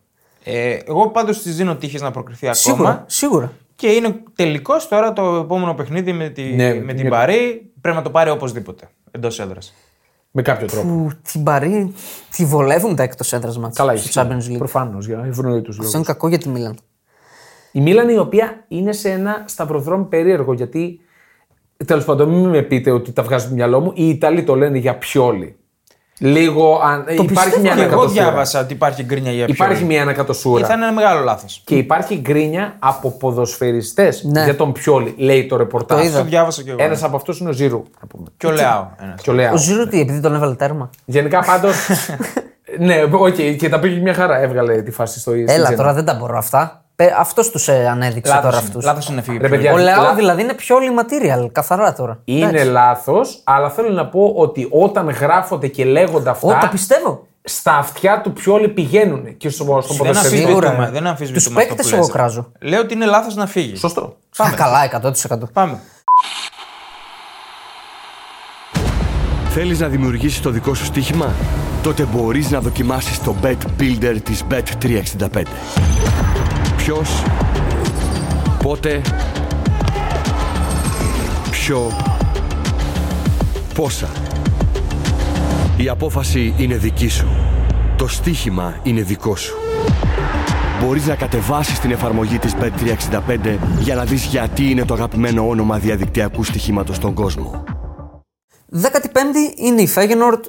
εγώ πάντως της δίνω τύχες να προκριθεί ακόμα.
Σίγουρα, σίγουρα.
Και είναι τελικός τώρα το επόμενο παιχνίδι με, τη,
Ναι,
με την
ναι.
Παρή. Πρέπει να το πάρει οπωσδήποτε εντός έδρας.
Με κάποιο τρόπο.
Που την παρή τη βολεύουν τα εκτός έδρας μας.
Καλά,
στο Champions League.
Προφανώς για ευνοϊκού λόγου.
Αυτό είναι κακό για τη Μίλαν.
Η Μίλαν η οποία είναι σε ένα σταυροδρόμι περίεργο γιατί. Τέλος πάντων, μην με πείτε ότι τα βγάζω από το μυαλό μου. Οι Ιταλοί το λένε για πιόλι. Λίγο. Αν... υπάρχει μια
πιστεύω
Και εγώ
ανακατοσούρα.
διάβασα ότι υπάρχει γκρίνια για ποιον.
Υπάρχει μια ανακατοσούρα.
Και θα είναι ένα μεγάλο λάθος.
Και υπάρχει γκρίνια από ποδοσφαιριστές
Ναι.
για τον πιόλι, λέει το ρεπορτάζ.
Το
Το
είδα.
διάβασα κι εγώ.
Ένας από αυτούς είναι ο Ζήρου. να πούμε.
Και ο Λεάο. ένας.
Και ο Λεάο.
Ο Ζήρου τι, επειδή τον έβαλε τέρμα.
Γενικά πάντως. ναι, οκ, και τα πήγε μια χαρά. Έβγαλε τη φάση στο στην
Έλα
Τζένα.
τώρα δεν τα μπορώ αυτά. Αυτός τους ε, ανέδειξε τώρα αυτούς.
Λάθος είναι να φύγει.
Ρε,
πριν.
παιδιά,
Ο Λεάο
Λα-
δηλαδή είναι πιο όλοι material, καθαρά τώρα.
Είναι
Εντάξει.
λάθος, αλλά θέλω να πω ότι όταν γράφονται και λέγονται
Ω,
αυτά,
το πιστεύω.
στα αυτιά του πιο όλοι πηγαίνουν και στο, στο
Δεν
ποδοσφαιρικό.
αφήνω.
αμφισβητούμε.
Σίγουρα. ναι.
Δεν αμφισβητούμε
Τους
αυτό που
παίκτες
λες.
εγώ κράζω.
Λέω ότι είναι λάθος να φύγεις.
Σωστό.
Α, καλά, 100%.
Πάμε.
Θέλεις να δημιουργήσεις το δικό σου στοίχημα? Τότε μπορείς να δοκιμάσεις το Bet Builder της Bet365. Ποιος, πότε, ποιο, πόσα. Η απόφαση είναι δική σου. Το στοίχημα είναι δικό σου. Μπορείς να κατεβάσεις την εφαρμογή της Bet365 για να δεις γιατί είναι το αγαπημένο όνομα διαδικτυακού στοιχήματος στον κόσμο.
15η είναι η Feyenoord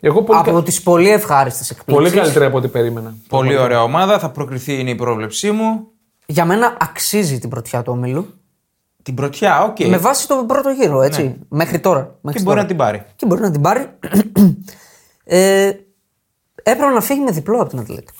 Εγώ πολύ, κα-
από τις πολύ ευχάριστες
πολύ
εκπλήξεις.
καλύτερα από ό,τι περίμενα.
ναι.
Πολύ ωραία ομάδα. Θα προκριθεί είναι η πρόβλεψή μου.
Για μένα αξίζει την πρωτιά του ομίλου.
Την πρωτιά, οκ.
Με βάση τον πρώτο γύρο, έτσι. Μέχρι τώρα. Μέχρι
Και μπορεί
τώρα.
να την πάρει.
Και μπορεί να την πάρει. ε, έπρεπε να φύγει με διπλό από την Ατλέτικο.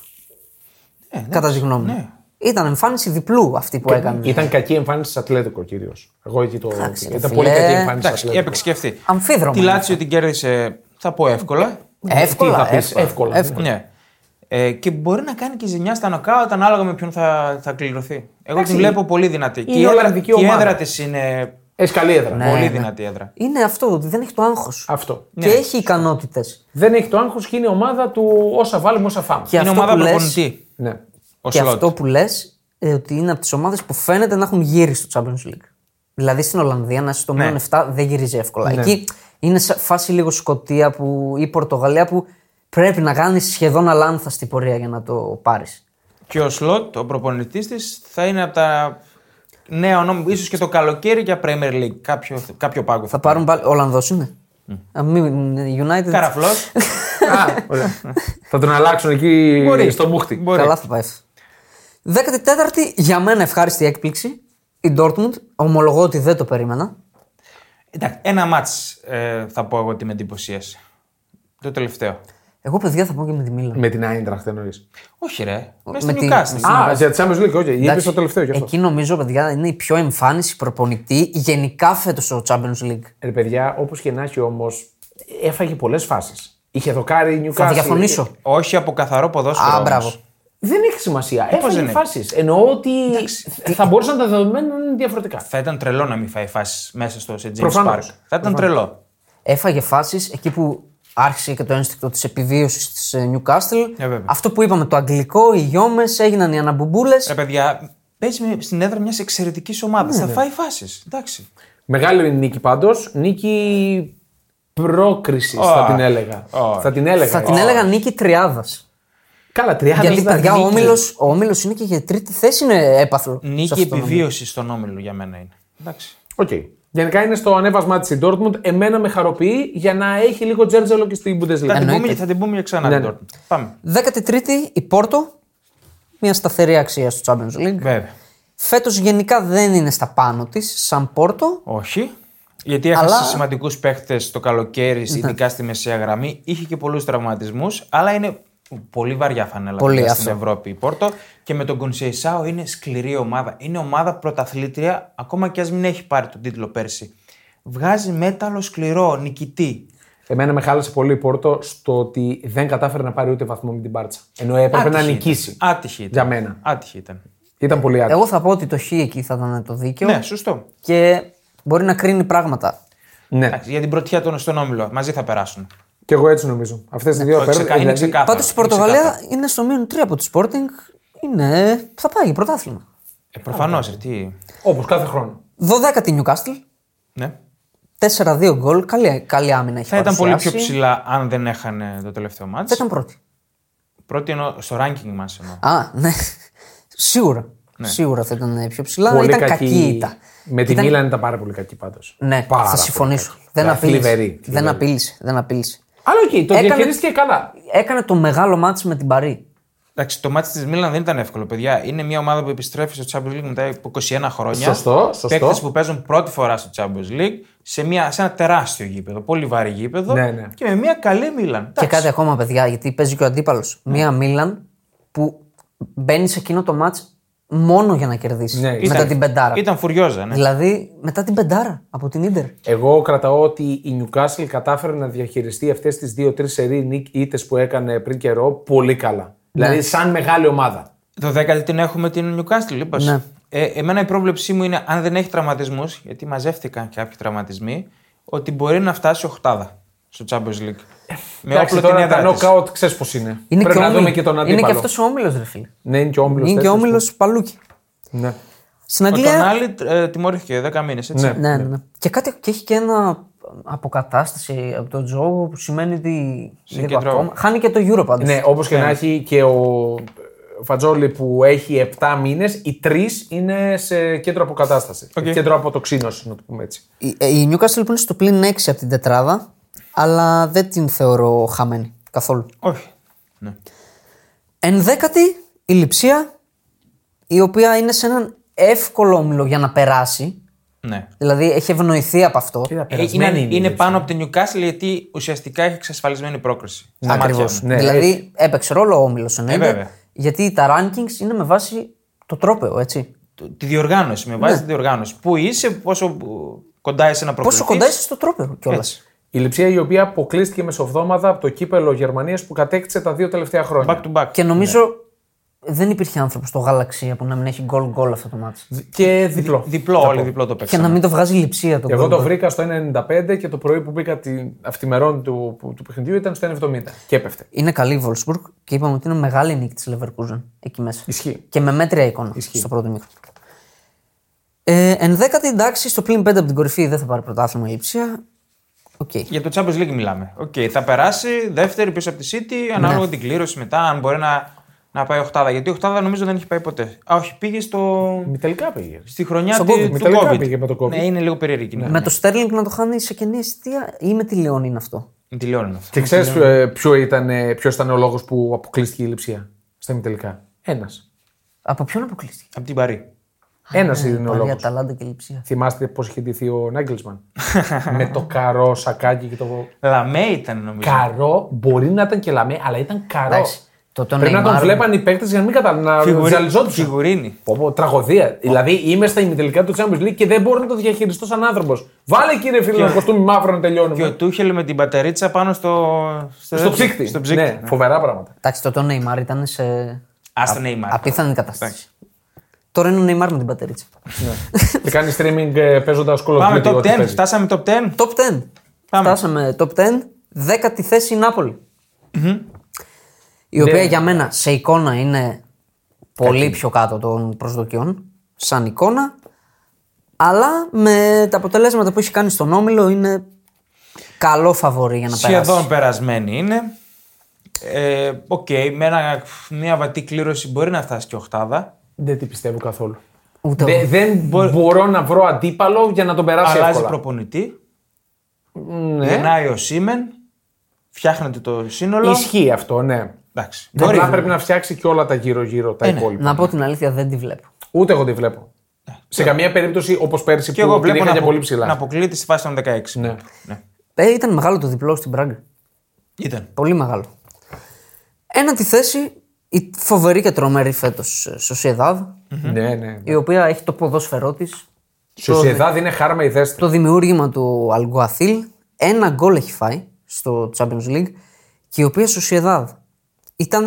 Ε, ναι.
κατά τη γνώμη μου. Ήταν εμφάνιση διπλού αυτή που έκανε.
Ήταν κακή εμφάνιση της Ατλέτικο κυρίως. Εγώ εκεί το.
Εντάξει, ρε
ήταν πολύ
φίλε.
κακή εμφάνιση
Εντάξει,
τη Ατλέτικο.
έπαιξε και αυτή.
Αμφίδρομο ναι.
Τη
είναι
Λάτσιο την κέρδισε, θα πω εύκολα.
Εύκολα.
θα πεις,
εύκολα.
εύκολα.
Ναι. Ε, και μπορεί να κάνει και ζημιά στα νοκάουτ ανάλογα με ποιον θα, θα κληρωθεί. Εγώ την βλέπω πολύ δυνατή. Και η έδρα,
Ολλανδική
και η
ομάδα.
έδρα της είναι
Έχει καλή έδρα.
Ναι,
πολύ
ναι.
δυνατή έδρα.
Είναι αυτό ότι δεν έχει το άγχος.
Αυτό.
Και έχει ικανότητες.
Δεν έχει το άγχος και είναι η ομάδα του όσα βάλουμε, όσα φάμε.
Και
είναι
αυτό
ομάδα
που λες-
προπονητή.
Ναι.
Ο
Και
Σλότ.
αυτό που λες, ε, ότι είναι από τις ομάδες που φαίνεται να έχουν γύρει στο Champions League. Δηλαδή στην Ολλανδία να είσαι
Ναι.
στο μείον 7 δεν γυρίζει εύκολα. Εκεί είναι σε φάση λίγο Σκοτία που, ή Πορτογαλία που πρέπει να κάνεις σχεδόν αλάνθαστη πορεία για να το πάρεις.
Και ο Σλότ, ο προπονητής της, θα είναι από τα νέα ονόματα, ίσως και το καλοκαίρι για Premier League. Κάποιο, κάποιο πάγκο.
Θα πάρουν πάλι. Ολλανδός είναι. Α, μην- United.
Καραφλός.
Α, ωραία. θα τον αλλάξουν εκεί
Μπορεί.
στο μούχτι.
Μπορεί.
Καλά θα πάει. 14η για μένα ευχάριστη έκπληξη. Η Dortmund. Ομολογώ ότι δεν το περίμενα.
Εντάξει, ένα μάτ ε, θα πω εγώ ότι με εντυπωσίασε. Το τελευταίο.
Εγώ παιδιά θα πω και με τη Μίλαν.
Με την Άιντραχτ εννοείς.
Όχι, ρε. Μέσα
Με
στην
την-
Newcastle.
Α, για τη Champions League, όχι. Είπε
Εντάξει,
το τελευταίο γι' αυτό.
Εκεί νομίζω, παιδιά, είναι η πιο εμφάνιση προπονητή γενικά φέτος στο Champions League.
Ρε παιδιά, όπως και να έχει όμως, έφαγε πολλές φάσεις. Είχε δοκάρει η Newcastle.
Θα διαφωνήσω.
Όχι από καθαρό ποδόσφαιρο.
Α,
όμως.
μπράβο.
Δεν έχει σημασία.
δεν
Έφαγε
έχει.
φάσεις. Εννοώ ότι θα μπορούσαν τα δεδομένα να είναι διαφορετικά.
Θα ήταν τρελό να μην φάει φάσεις μέσα στο σε James
Προφανώς.
Park. Θα ήταν τρελό.
Έφαγε φάσεις εκεί που άρχισε και το ένστικτο της επιβίωσης της Newcastle.
Ε, βέβαια.
Αυτό που είπαμε, το αγγλικό, οι γιόμες, έγιναν οι αναμπουμπούλε.
Ρε παιδιά, παίζει με- στην έδρα μιας εξαιρετικής ομάδας.
Ναι,
θα φάει φάσεις. Εντάξει.
Μεγάλη νίκη πάντως. Νίκη πρόκρισης
Ω,
θα την έλεγα.
ω.
Θα την έλεγα.
Θα την
Ω.
έλεγα νίκη τριάδας.
Καλά, 30
Γιατί,
ε, ήταν
παιδιά, ο
νίκη.
όμιλος, ο όμιλος είναι και για τρίτη θέση είναι έπαθλο. σε
Νίκη
αυτό το όμιλο.
επιβίωση στον όμιλο για μένα είναι. Εντάξει.
Οκ. Γενικά είναι στο ανέβασμά της η Dortmund. Εμένα με χαροποιεί για να έχει λίγο τζέρτζελο και στην
Θα
Bundesliga.
την,
Εννοείται.
πούμε, θα την πούμε για ξανά
Ναι,
την
ναι.
Dortmund. Πάμε.
13η η Πόρτο. Μια σταθερή αξία στο Champions League.
Βέβαια.
Φέτος γενικά δεν είναι στα πάνω της, σαν Πόρτο.
Όχι. Γιατί έχασε
Αλλά-
Αλλά...
Ναι.
σημαντικού παίχτε το καλοκαίρι, ειδικά στη μεσαία γραμμή. Είχε και πολλούς τραυματισμούς, αλλά είναι πολύ βαριά φανέλα
Πολύ
παιδιά
αυτό.
στην Ευρώπη η Πόρτο. Και με τον Κονσεϊσάο είναι σκληρή ομάδα. Είναι ομάδα πρωταθλήτρια, ακόμα και ας μην έχει πάρει τον τίτλο πέρσι. Βγάζει μέταλλο σκληρό, νικητή.
Εμένα με χάλασε πολύ η Πόρτο στο ότι δεν κατάφερε να πάρει ούτε βαθμό με την Μπάρτσα. Ενώ έπρεπε να
Άτυχη ήταν.
νικήσει.
Άτυχη ήταν.
Για μένα.
Άτυχη ήταν.
Ήταν πολύ άτυχη.
Εγώ θα πω ότι το χ εκεί θα ήταν το δίκαιο
Ναι, σωστό.
και μπορεί να κρίνει πράγματα.
Ναι.
Εντάξει, για την πρωτιά των στον όμιλο. Μαζί θα περάσουν.
Και εγώ έτσι νομίζω. Αυτές
Ναι.
οι δύο δηλαδή,
Όχι, ξεκα-
πέραν.
είναι ξεκάθαρο.
Πάντως η Πορτογαλία είναι στο μείον 3 από τη Sporting. Είναι... Θα πάει πρωτάθλημα.
Ε, Προφανώς. Τι...
Όπως κάθε χρόνο.
12η Newcastle.
Ναι.
4-2 γκολ. Καλή, καλή άμυνα έχει
Θα ήταν πολύ πιο
παρουσιάσει.
ψηλά αν δεν έχανε το τελευταίο μάτς.
Θα ήταν πρώτη.
Πρώτη εννοώ, στο ranking μας εννοώ.
Α, ναι. Σίγουρα. Σίγουρα θα ήταν ε, πιο ψηλά.
Ναι. πολύ
ήταν
κακή.
κακή η ήττα.
Με τη
Ήταν-
Μίλαν ήταν πάρα πολύ κακή πάντως.
Ναι,
πάρα
θα
πολύ
συμφωνήσω.
κακή.
Δεν
Δηλαδή,
απείλησε.
θλιβερή,
Δεν
θλιβερή.
απείλησε. Δεν απείλησε.
Αλλά οκ, το
Έκανε-
διαχειρίστηκε καλά.
Έκανε το μεγάλο μάτς με την Παρή.
Εντάξει, το μάτι της Μίλαν δεν ήταν εύκολο, παιδιά. Είναι μια ομάδα που επιστρέφει στο Champions League μετά από 21 χρόνια.
Σωστό, σωστό.
Παίκτες που παίζουν πρώτη φορά στο Champions League σε, μια, σε ένα τεράστιο γήπεδο. Πολύ βαρύ γήπεδο.
Ναι, ναι.
Και με μια καλή Μίλαν.
Και
Εντάξει.
κάτι ακόμα, παιδιά, γιατί παίζει και ο αντίπαλος.
Ναι.
Μία Μίλαν που μπαίνει σε εκείνο το μάτς μόνο για να κερδίσει.
Ναι,
μετά
ήταν-
την πεντάρα.
Ήταν φουριόζα, ναι.
Δηλαδή, μετά την πεντάρα από την ντερ.
Εγώ κρατάω ότι η Newcastle κατάφερε να διαχειριστεί αυτές τις δύο-τρει σερή νικ ήττε που έκανε πριν καιρό πολύ καλά. Δηλαδή, σαν μεγάλη ομάδα.
Το 10 την έχουμε την Newcastle, είπα.
Ναι.
Ε, εμένα η πρόβλεψή μου είναι αν δεν έχει τραυματισμούς, γιατί μαζεύτηκαν κάποιοι τραυματισμοί, ότι μπορεί να φτάσει οχτάδα στο Champions League. Με
Εντάξει,
όπλο την
τώρα
έδρα
τα
της.
knockout ξέρεις πώς είναι.
Είναι
Πρέπει
και
να
όμιλ-
δούμε και τον
Είναι
αντίπαλο.
και αυτός ο όμιλος, ρε φίλε.
Ναι, είναι και ο όμιλος.
Είναι και ο όμιλος Παλούκι.
Ναι.
Στην
Ο
Αγγλία.
Τονάλι ε, τιμωρήθηκε 10 μήνες, έτσι.
Ναι.
Ναι, ναι, ναι. Και, κάτι, και έχει και ένα αποκατάσταση από τον Τζόγο που σημαίνει ότι. Λίγο
κεντρό.
ακόμα. Χάνει και το Euro πάντως.
Ναι, όπως και να έχει και ο ε, Φατζόλη που έχει 7 μήνες, οι 3 είναι σε κέντρο αποκατάσταση. Κέντρο αποτοξίνωσης, να το πούμε έτσι.
Η, ε, η Newcastle που είναι στο πλήν 6 από την τετράδα, αλλά δεν την θεωρώ χαμένη καθόλου.
Όχι.
Ενδέκατη η Λιψία, η οποία είναι σε έναν εύκολο όμιλο για να περάσει.
Ναι.
Δηλαδή έχει ευνοηθεί από αυτό.
Ε, Είναι, είναι, πάνω από την Newcastle γιατί ουσιαστικά έχει εξασφαλισμένη πρόκριση. Στα μάτια
Ακριβώς.
ναι,
δηλαδή
έτσι.
έπαιξε ρόλο ο όμιλος
Ε,
εννοείται.
βέβαια.
γιατί τα rankings είναι με βάση το τρόπεο, έτσι.
μου. Τη διοργάνωση, με βάση τη διοργάνωση. Πού είσαι, πόσο ε, κοντά είσαι να προκριθεί.
Πόσο κοντά είσαι στο τρόπεο κιόλα.
Η Λιψία η οποία αποκλείστηκε μεσοβδόμαδα από το κύπελο Γερμανίας που κατέκτησε τα δύο τελευταία χρόνια.
Back to back.
Και νομίζω
Ναι.
δεν υπήρχε άνθρωπος στο γαλαξία που να μην έχει γκολ γκολ αυτό το μάτι.
Και διπλό.
Διπλό, όλοι διπλό το
Και
παίξαμε.
να μην το βγάζει η λειψία το
Εγώ
γκολ
το
γκολ.
βρήκα στο 1,95 και το πρωί που μπήκα την αυτημερών του, που- του παιχνιδιού ήταν στο 1,70 και έπεφτε.
Είναι καλή η Wolfsburg και είπαμε ότι είναι μεγάλη νίκη της Leverkusen εκεί μέσα.
Ισχύει.
Και με μέτρια εικόνα στο πρώτο μήκο. Ε, ενδέκατη εντάξει, στο πλήν 5 από την κορυφή δεν θα πάρει πρωτάθλημα η Λιψία. Οκ.
Ναι.
Για το Champions League μιλάμε. Οκ, θα περάσει δεύτερη πίσω από τη City, ανάλογα την κλήρωση μετά, αν μπορεί να, να πάει οχτάδα. Γιατί οχτάδα νομίζω δεν έχει πάει ποτέ. Α, όχι, πήγε στο...
Μη τελικά πήγε.
στη χρονιά
Στον
του
COVID.
του
Τελικά
COVID.
πήγε με το COVID.
Ναι, είναι λίγο περίεργη. η
Με
κοινωνία.
το Sterling να το χάνει σε κενή αιστεία ή με τη Λεόν είναι αυτό.
Τηλεόραση αυτό.
Και ξέρεις ποιο ήταν, ε, ποιος ήταν ο λόγος που αποκλείστηκε η Λιψία στα ημιτελικά. Ένας.
Από ποιον αποκλείστηκε.
Από την Παρή.
Ένα είναι ο
ναι, Πάλι
λόγος.
Αταλάντα και Λιψία.
Θυμάστε πώς είχε ντυθεί ο Νάγκελσμαν. με το καρό σακάκι και το.
Λαμέ ήταν νομίζω.
Καρό μπορεί να ήταν και λαμέ, αλλά ήταν καρό.
Εντάξει. Το τον
Πρέπει να τον
Neymar-
βλέπαν οι παίκτες για να μην
Φιγουρί-
καταλαβαίνουν.
Φιγουρίνη.
Πω, πω, τραγωδία. Δηλαδή είμαι στα ημιτελικά του Champions League και δεν μπορώ να το διαχειριστώ σαν άνθρωπος. Βάλε κύριε φίλε ένα κοστούμι μαύρο να
Και
τελειώνουμε.
ο Τούχελ με την πατερίτσα πάνω στο.
Ναι. Στο ψύκτη.
Στο ψύκτη.
Ναι, φοβερά πράγματα.
Εντάξει, το τον Neymar ήταν σε
Ναι.
Ας τον Neymar.
απίθανη κατάσταση. Τώρα είναι ο Neymar με την πατερίτσα.
Και κάνει streaming ε, παίζοντας Call of
Πάμε
Duty.
top
ό,τι
10.
παίζει.
Φτάσαμε top 10.
Top 10.
Πάμε.
Φτάσαμε top 10. Δέκατη θέση η Νάπολη. Η οποία για μένα σε εικόνα είναι πολύ πιο κάτω των προσδοκιών. Σαν εικόνα. Αλλά με τα αποτελέσματα που έχει κάνει στον Όμιλο είναι καλό φαβορή για να
Σχεδόν
περάσει.
περασμένη είναι. Ε, Οκ, με ένα, μια βατή κλήρωση μπορεί να φτάσει και οχτάδα.
Δεν την πιστεύω καθόλου.
Ούτε
Δε-
εγώ.
δεν μπορώ να βρω αντίπαλο για να τον περάσει
Αλλάζει
εύκολα. Ναι.
προπονητή. Γεννάει ο Σίμεν. Φτιάχνεται το σύνολο.
Ισχύει αυτό, ναι.
Εντάξει.
Μπορεί.
Μπορεί.
Απλά πρέπει να φτιάξει και όλα τα γύρω-γύρω τα
ναι.
υπόλοιπα.
Να πω την αλήθεια, δεν τη βλέπω.
Ούτε εγώ τη βλέπω. Σε καμία περίπτωση όπως πέρσι
Ναι. Και
που
εγώ
την
βλέπω
είχα
να,
για
απο-
πολύ ψηλά.
να αποκλείεται στη φάση των 16.
Ναι.
ναι.
Ε, ήταν μεγάλο το διπλό στην Πράγκα.
Ήταν.
Πολύ μεγάλο. Ένατη θέση η φοβερή και τρομερή φέτος Σοσιαδάδ,
Ναι, ναι.
η οποία έχει το ποδόσφαιρό της,
Σοσιαδάδ είναι χάρμα η δέστη.
το δημιούργημα του Αλγουαθίλ. Ένα γκολ έχει φάει στο Champions League και η οποία Σοσιαδάδ ήταν,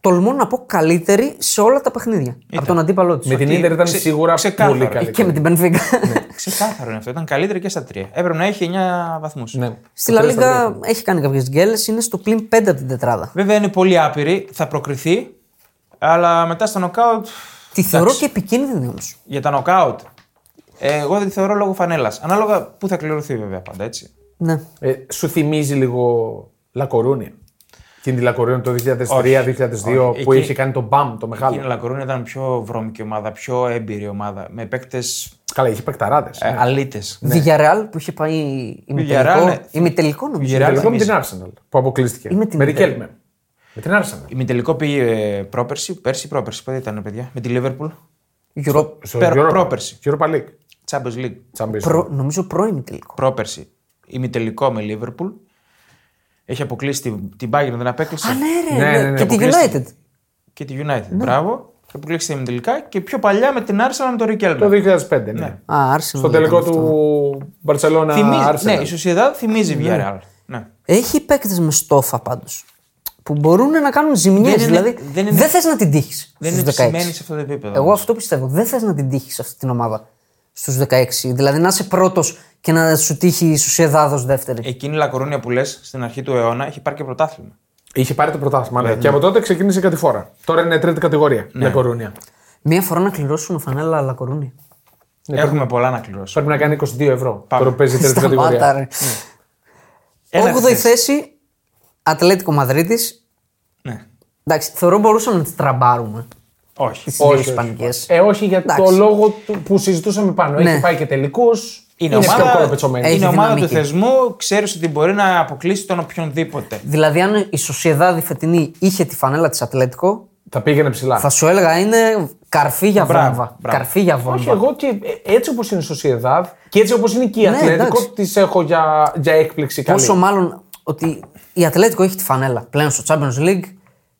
τολμώ να πω, καλύτερη σε όλα τα παιχνίδια από τον αντίπαλό της.
Με την Ναι. Ίντερ ήταν
ξε-
σίγουρα
ξεκάθαρο.
πολύ
Και
καλύτερη.
με την Πενφύγκα.
Ξεκάθαρο είναι αυτό. Ήταν καλύτερη και στα τρία. Έπρεπε να έχει 9 βαθμούς.
Ναι.
Στη Λα Λίγκα έχει κάνει κάποιες γκέλες, είναι στο πλήν 5 από την τετράδα.
Βέβαια είναι πολύ άπειρη, θα προκριθεί. Αλλά μετά στο νοκάουτ.
Τη θεωρώ και επικίνδυνη όμως.
Για τα νοκάουτ. ε, εγώ δεν τη θεωρώ λόγω φανέλας. Ανάλογα που θα κληρωθεί βέβαια πάντα έτσι.
Ναι.
Ε, σου θυμίζει λίγο Λακορούνια. Εκείνη τη Λακορούνια το 2003-2002
όχι.
που
Εκεί-
είχε κάνει τον μπαμ το μεγάλο.
Η Λακορούν ήταν πιο βρώμικη ομάδα, πιο έμπειρη ομάδα. Με παίκτες
Καλά, είχε παικταράδες.
ε, αλήτες.
Ναι. Villarreal που είχε πάει ημιτελικό.
Villarreal, ναι.
Ημιτελικό νομίζω.
Villarreal.
Τελικό με την
θυμίζει.
Arsenal που αποκλείστηκε.
με την
Με
Inter.
Ρικέλμε. Με την Arsenal.
Η Μητελικό πήγε ε, πρόπερση, πέρσι πρόπερση. Πότε ήταν, παιδιά, με τη Liverpool.
Euro-
ναι. Στο
Πέρα-
Europa.
πρόπερση.
Europa League.
Champions League.
Champions
προ- νομίζω πρώιμη τελικό.
Πρόπερση. Ημιτελικό με Liverpool. Έχει αποκλείσει την, την Bayern, δεν απέκλεισε.
Α, ναι, ρε,
Ναι, ναι, ναι,
και τη
αποκλείστηκε.
United.
Και τη United. Μπράβο. Και αποκλείσει την τελικά και πιο παλιά με την Arsenal με τον Ρικέλμε.
Το 2005, ναι.
Α, Arsenal.
Στο τελικό
ήταν ναι, αυτό.
του Μπαρσελόνα Arsenal.
Θυμίζει, ναι, η Sociedad θυμίζει Villarreal. Ναι.
Έχει παίκτες με στόφα πάντως. Που μπορούν να κάνουν ζημιές.
Δεν είναι-
Δηλαδή
δεν
δεν,
είναι-
θες να την τύχεις.
Δεν είναι επισημένη σε αυτό το επίπεδο.
Εγώ αυτό πιστεύω. Δεν θες να την τύχεις αυτή την ομάδα στους 16. Δηλαδή να είσαι πρώτος και να σου τύχει η Σουσιαδάδο δεύτερη.
Εκείνη η Λακορούνια που λες στην αρχή του αιώνα έχει πάρει και πρωτάθλημα.
Είχε πάρει το πρωτάθλημα. Ναι. Και από τότε ξεκίνησε η κατηφόρα. Τώρα είναι τρίτη κατηγορία. Ναι. Λεκορούνια.
Μία φορά να κληρώσουν φανέλα Λακορούνι.
Έχουμε πολλά να κληρώσουμε.
Πρέπει να κάνει 22 ευρώ.
Πάμε.
Τώρα που παίζει η τρίτη
Σταμάτα,
Ναι.
κατηγορία.
ρε.
Ένατη
Όγδοη θέση, Ατλέτικο Μαδρίτης.
Ναι.
Εντάξει, θεωρώ μπορούσαμε να τι τραμπάρουμε.
Όχι.
Τι δύο
όχι,
Ισπανικές.
Ε, όχι για το
Εντάξει.
λόγο του- που συζητούσαμε πάνω.
Ναι.
Έχει πάει και τελικούς.
Είναι,
πιο
ομάδα,
κοροπετσωμένη.
Έχει
είναι ομάδα του
δυναμική.
θεσμού, ξέρεις ότι μπορεί να αποκλείσει τον οποιονδήποτε.
Δηλαδή, αν η Σοσιαδάδη φετινή είχε τη φανέλα της Ατλέτικο,
Θα πήγαινε ψηλά.
θα σου έλεγα είναι καρφί για
Μπράβο,
βόμβα.
μπράβο.
Καρφί για
Όχι,
βόμβα.
εγώ και ε, έτσι όπως είναι η Σοσιεδάδ και έτσι όπως είναι και η
Ναι,
Ατλέτικο,
εντάξει.
τις έχω για, για έκπληξη καλή.
Πόσο μάλλον ότι η Ατλέτικο έχει τη φανέλα πλέον στο Champions League.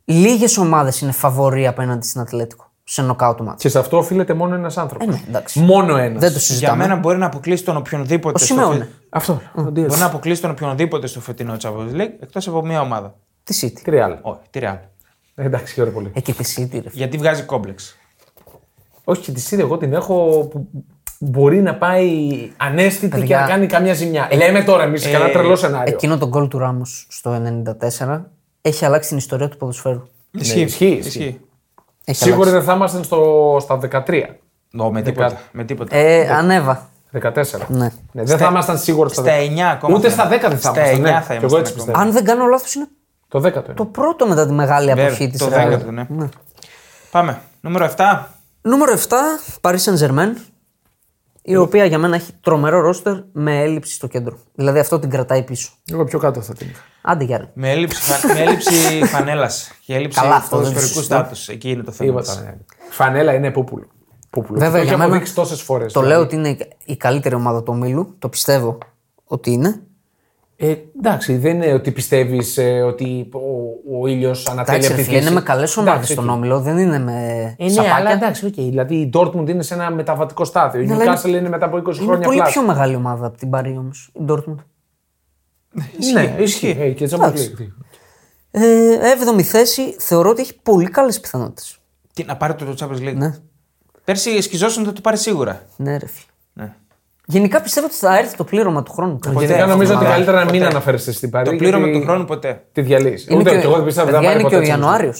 Λίγες ομάδες είναι φαβορή απέναντι στην Ατλέτικο σε νοκάουτ μάτς.
Και σε αυτό οφείλεται μόνο ένας άνθρωπος.
ναι, εντάξει.
μόνο ένας.
Δεν το
Για
συζητάμε.
μένα μπορεί να αποκλείσει τον οποιονδήποτε.
Ο
στο
Σιμεώνε.
φε-
Αυτό.
Ε,
Μπορεί να αποκλείσει τον οποιονδήποτε στο φετινό Champions League εκτός από μία ομάδα.
Τη City.
Τι ρεάλ.
Όχι, τη Real.
Εντάξει, χαίρομαι πολύ.
Ε, και τη City, ρε.
Γιατί βγάζει κόμπλεξ.
Όχι, και τη Σίδη, εγώ την έχω που μπορεί να πάει ανέστητη
Παιδιά. Ε,
και να κάνει καμιά ζημιά. Λέμε τώρα εμείς σε κανένα τρελό σενάριο.
Εκείνο το γκολ του Ράμο στο 94 έχει αλλάξει την ιστορία του ποδοσφαίρου.
ισχύει, Ναι,
ε,
ισχύει.
Έχει
Σίγουρα
αλλάξει.
δεν θα ήμασταν στο, στα 13.
Νο, με τίποτα. Με τίποτα.
Ε, ανέβα.
14.
Ναι.
Ναι, δεν θα ήμασταν σίγουρα στα 10.
στα εννιά ακόμα
Ούτε
θα
στα 10 δεν θα
ήμασταν. Στα
ήμασταν.
εννιά
Ναι.
θα
Και εγώ
ήμασταν
έτσι
ακόμα.
πιστεύω.
Αν δεν κάνω λάθος, είναι
Το 10 το είναι.
το πρώτο μετά τη μεγάλη
Βέβαια,
αποχή τη
το δέκατο, ναι. Πάμε. Νούμερο 7.
Νούμερο 7, Paris Saint Germain, η οποία για μένα έχει τρομερό ρόστερ με έλλειψη στο κέντρο. Δηλαδή αυτό την κρατάει πίσω.
Εγώ πιο κάτω θα την είχα.
Άντε Γιάννη.
Με έλλειψη, φα... με έλλειψη φανέλας και έλλειψη
Καλά, αυτό δεν το
ποδοσφαιρικού
συζητώ.
στάτους. Εκεί είναι το θέμα.
Τίποτα.
της.
ναι. Φανέλα είναι πούπουλο. πούπουλο.
Βέβαια,
το
για
έχει
μένα-
αποδείξει τόσες φορές.
Το λέω ότι είναι η καλύτερη ομάδα του ομίλου. Το πιστεύω ότι είναι.
Ε, εντάξει, δεν είναι ότι πιστεύεις ότι ο, ο ήλιος ανατέλει
Εντάξει,
από
ρε
τη φύση.
φίλε, είναι με καλές ομάδε
Εντάξει,
στον
οκ.
όμιλο, δεν είναι με
Ε, ναι,
σαπάκια.
αλλά εντάξει, οκ. Δηλαδή η Dortmund είναι σε ένα μεταβατικό στάδιο. Η
αλλά είναι-
Newcastle είναι μετά από 20
Είναι
χρόνια
πολύ
πλάσ.
πιο μεγάλη ομάδα από την Παρή όμως, η Dortmund.
Ναι, ισχύει. Ε, και Champions
Εντάξει.
League.
Ε, έβδομη θέση θεωρώ ότι έχει πολύ καλές πιθανότητες.
Τι, να πάρει το Champions League.
Ναι.
Πέρσι σκιζόσουν να το πάρει σίγουρα.
Ναι, ρε φίλε.
Ναι.
Γενικά πιστεύω ότι θα έρθει το πλήρωμα του χρόνου.
Γενικά νομίζω ότι
Ποτέ.
καλύτερα να μην
Ποτέ.
αναφέρεσαι στην Παρή.
Το πλήρωμα
γιατί
του χρόνου ποτέ.
Τη διαλύεις.
Είναι
Ούτε
και,
και εγώ δεν πιστεύω ότι θα
παιδιά,
πάρει
είναι και ο
ποτέ Champions League.
Ιανουάριο.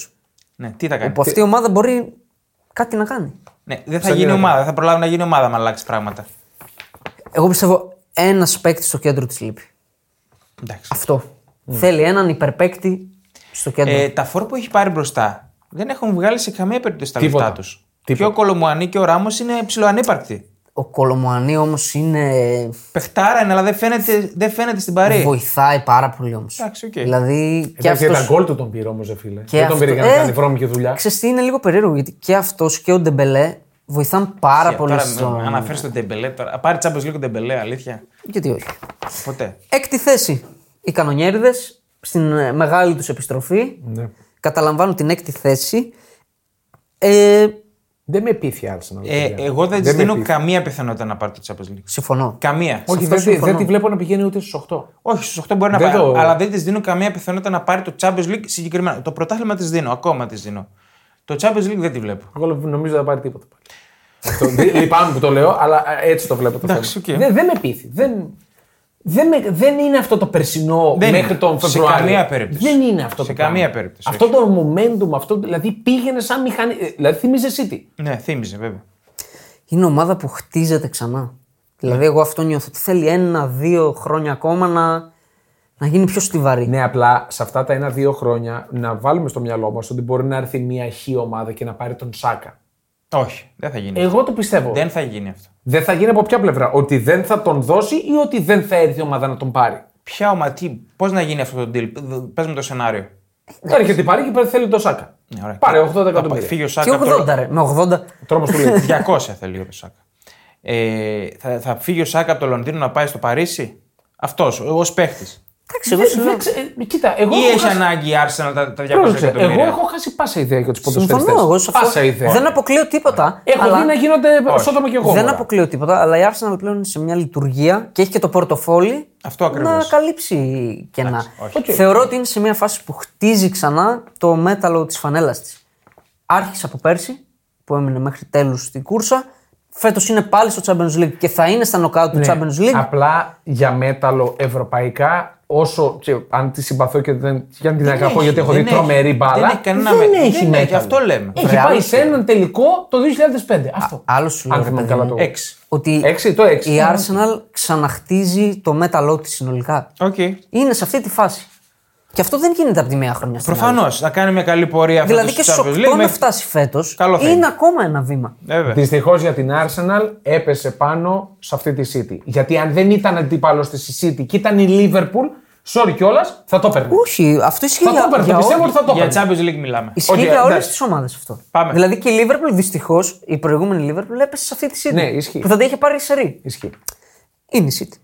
Ναι, τι θα κάνει.
Που αυτή η ομάδα μπορεί κάτι να κάνει.
Ναι, δεν θα
Ψάχνει
γίνει
να
ομάδα. Θα προλάβει να γίνει ομάδα αν αλλάξει πράγματα.
Εγώ πιστεύω ένας παίκτης στο κέντρο της λείπει.
Εντάξει.
Αυτό. Θέλει έναν υπερπαίκτη στο κέντρο.
Ε, τα φόρ που έχει πάρει μπροστά δεν έχουν βγάλει σε καμία περίπτωση τα
Τίποτα.
λεφτά του. Και
Τίποτα.
ο Κολομουανί και ο Ράμος είναι ψηλοανύπαρκτοι.
Ο Κολομουανί όμως είναι.
Πεχτάρα είναι, αλλά δεν φαίνεται, δεν φαίνεται στην
Ε.
παρή.
Βοηθάει πάρα πολύ όμως.
Εντάξει, οκ.
Δηλαδή και
Εντάξει,
αυτός.
τα γκολ του τον πήρε όμως, φίλε. Δεν τον
αυτό-
πήρε για να
ε,
κάνει βρώμικη δουλειά.
Ξέρετε, είναι λίγο περίεργο γιατί και αυτός και ο Ντεμπελέ βοηθάνε πάρα πολύ
Τώρα
στο.
αναφέρεις τον Ντεμπελέ τώρα. Α, Πάρει Champions League τον Ντεμπελέ, αλήθεια.
Γιατί όχι.
Ποτέ.
Έκτη θέση. Οι κανονιέριδες στην ε, μεγάλη τους επιστροφή.
Ναι.
Καταλαμβάνουν την έκτη θέση. Ε,
Δεν με πείθει η Arsenal.
Ε,
παιδιά.
εγώ δεν,
με
τη δίνω
πείθει.
καμία πιθανότητα να πάρει το Champions League.
συμφωνώ.
Καμία.
Όχι,
αυτό
δεν, τη-
συμφωνώ.
δεν τη βλέπω να πηγαίνει ούτε στους 8.
Όχι, στους 8 μπορεί να
Δεν
πάρει.
το-
Αλλά δεν της δίνω καμία πιθανότητα να πάρει το Champions League συγκεκριμένα. Το πρωτάθλημα της δίνω, ακόμα της δίνω. Το Champions League δεν τη βλέπω.
Εγώ νομίζω δεν θα πάρει τίποτα πάλι. Το- δι- Λυπάμαι που το λέω, αλλά ε, έτσι το βλέπω το θέμα.
Εντάξει, οκ.
Δεν, δεν με πείθει. Δεν, δεν, με- δεν είναι αυτό το περσινό
Δεν
μέχρι
είναι.
τον
Σε
Φεβρουάριο.
καμία περίπτωση.
Δεν είναι αυτό
Σε
το πράγμα.
καμία περίπτωση,
Αυτό το momentum, αυτό, δηλαδή πήγαινε σαν μηχανή. ε, Δηλαδή θυμίζεσαι City.
Ναι, θύμιζε βέβαια.
Είναι ομάδα που χτίζεται ξανά. Δηλαδή, εγώ αυτό νιώθω. Ότι θέλει ένα-δύο χρόνια ακόμα να, να γίνει πιο στιβαρή.
Ναι, απλά σε αυτά τα ένα-δύο χρόνια να βάλουμε στο μυαλό μας ότι μπορεί να έρθει μια χ ομάδα και να πάρει τον Σάκα.
Όχι, δεν θα γίνει.
Εγώ το πιστεύω.
Δεν θα γίνει αυτό.
Δεν θα γίνει από ποια πλευρά. Ότι δεν θα τον δώσει ή ότι δεν θα έρθει η ομάδα να τον πάρει.
Ποια ομα, τι, πώς να γίνει αυτό το deal, πε με το σενάριο.
Έρχεται η πάρει και θέλει τον Σάκα.
Ναι, ωραία.
Πάρε 80
Θα πα-
εκατομμύρια.
Φύγει ο
Και
Σάκα.
80,
από το-
ρε. Με 80.
Τρόμος του λέει.
200 θέλει ο Σάκα. Ε, θα, θα φύγει ο Σάκα από το Λονδίνο να πάει στο Παρίσι. Αυτός, ω παίχτη.
Εντάξει, εγώ
Ε,
σου λέω.
Κοίτα, εγώ.
Ή
έχω
έχει
χάσει-
ανάγκη η Arsenal τα, τα 200
Πρόσεξε,
εκατομμύρια.
εγώ έχω χάσει πάσα ιδέα για τους ποδοσφαιριστές.
Συμφωνώ. Εγώ σε αυτό
Πάσα ιδέα.
Δεν αποκλείω τίποτα.
Έχω
αλλά
δει να γίνονται
Όχι.
σόδομα και εγώ.
δεν αποκλείω τίποτα, αλλά η Arsenal πλέον είναι σε μια λειτουργία και έχει και το πορτοφόλι
Αυτό
να
ακριβώς.
καλύψει κενά.
όχι.
Οκ.
Θεωρώ ότι είναι σε μια φάση που χτίζει ξανά το μέταλλο της φανέλας της. Άρχισε από πέρσι, που έμεινε μέχρι τέλους στην κούρσα. Φέτος είναι πάλι στο Champions League και θα είναι στα νοκάου του
Ναι.
Champions League.
Ε, Απλά για μέταλλο ευρωπαϊκά, όσο. και αν τη συμπαθώ και δεν. Για να την αγαπώ,
έχει,
γιατί έχω δει
δεν έχει.
τρομερή μπάλα.
Δεν έχει κανένα
δεν
με-
έχει
δεν έχει,
μέταλλο.
αυτό λέμε.
Έχει
Ρε,
πάει
άλλο
σε έναν τελικό το 2005. Αυτό.
Άλλο σου λέω,
Αν
ρε
θυμάμαι
παιδί
καλά
μου,
το.
Έξι.
ότι
Έξι, το έξι.
η
Ναι,
Arsenal ξαναχτίζει το μέταλλό της συνολικά.
Οκ.
Είναι σε αυτή τη φάση. Και αυτό δεν γίνεται από τη μία χρονιά στην άλλη.
Προφανώ. Θα κάνει μια καλή πορεία αυτό
Δηλαδή και στου 8 να φτάσει φέτος
Καλό θα
είναι
είναι.
ακόμα ένα βήμα.
Ναι.
Βέβαια.
Δυστυχώς για την Arsenal έπεσε πάνω σε αυτή τη City. Γιατί αν δεν ήταν αντίπαλος της η City και ήταν η Liverpool, sorry κιόλας, θα το παίρνει.
Όχι, αυτό ισχύει
Θα το
για,
παίρνει.
για
Το πιστεύω
όλη-
ότι θα το
Για
παίρνει.
Champions League μιλάμε.
Ισχύει
Οκ,
για όλες
εντάξει.
τις ομάδες αυτό.
Πάμε.
Δηλαδή και η Liverpool δυστυχώς, η προηγούμενη Liverpool έπεσε σε αυτή τη City.
Ναι, ισχύει.
Που θα τα είχε πάρει η Σερή.
Ισχύει.
Είναι η City.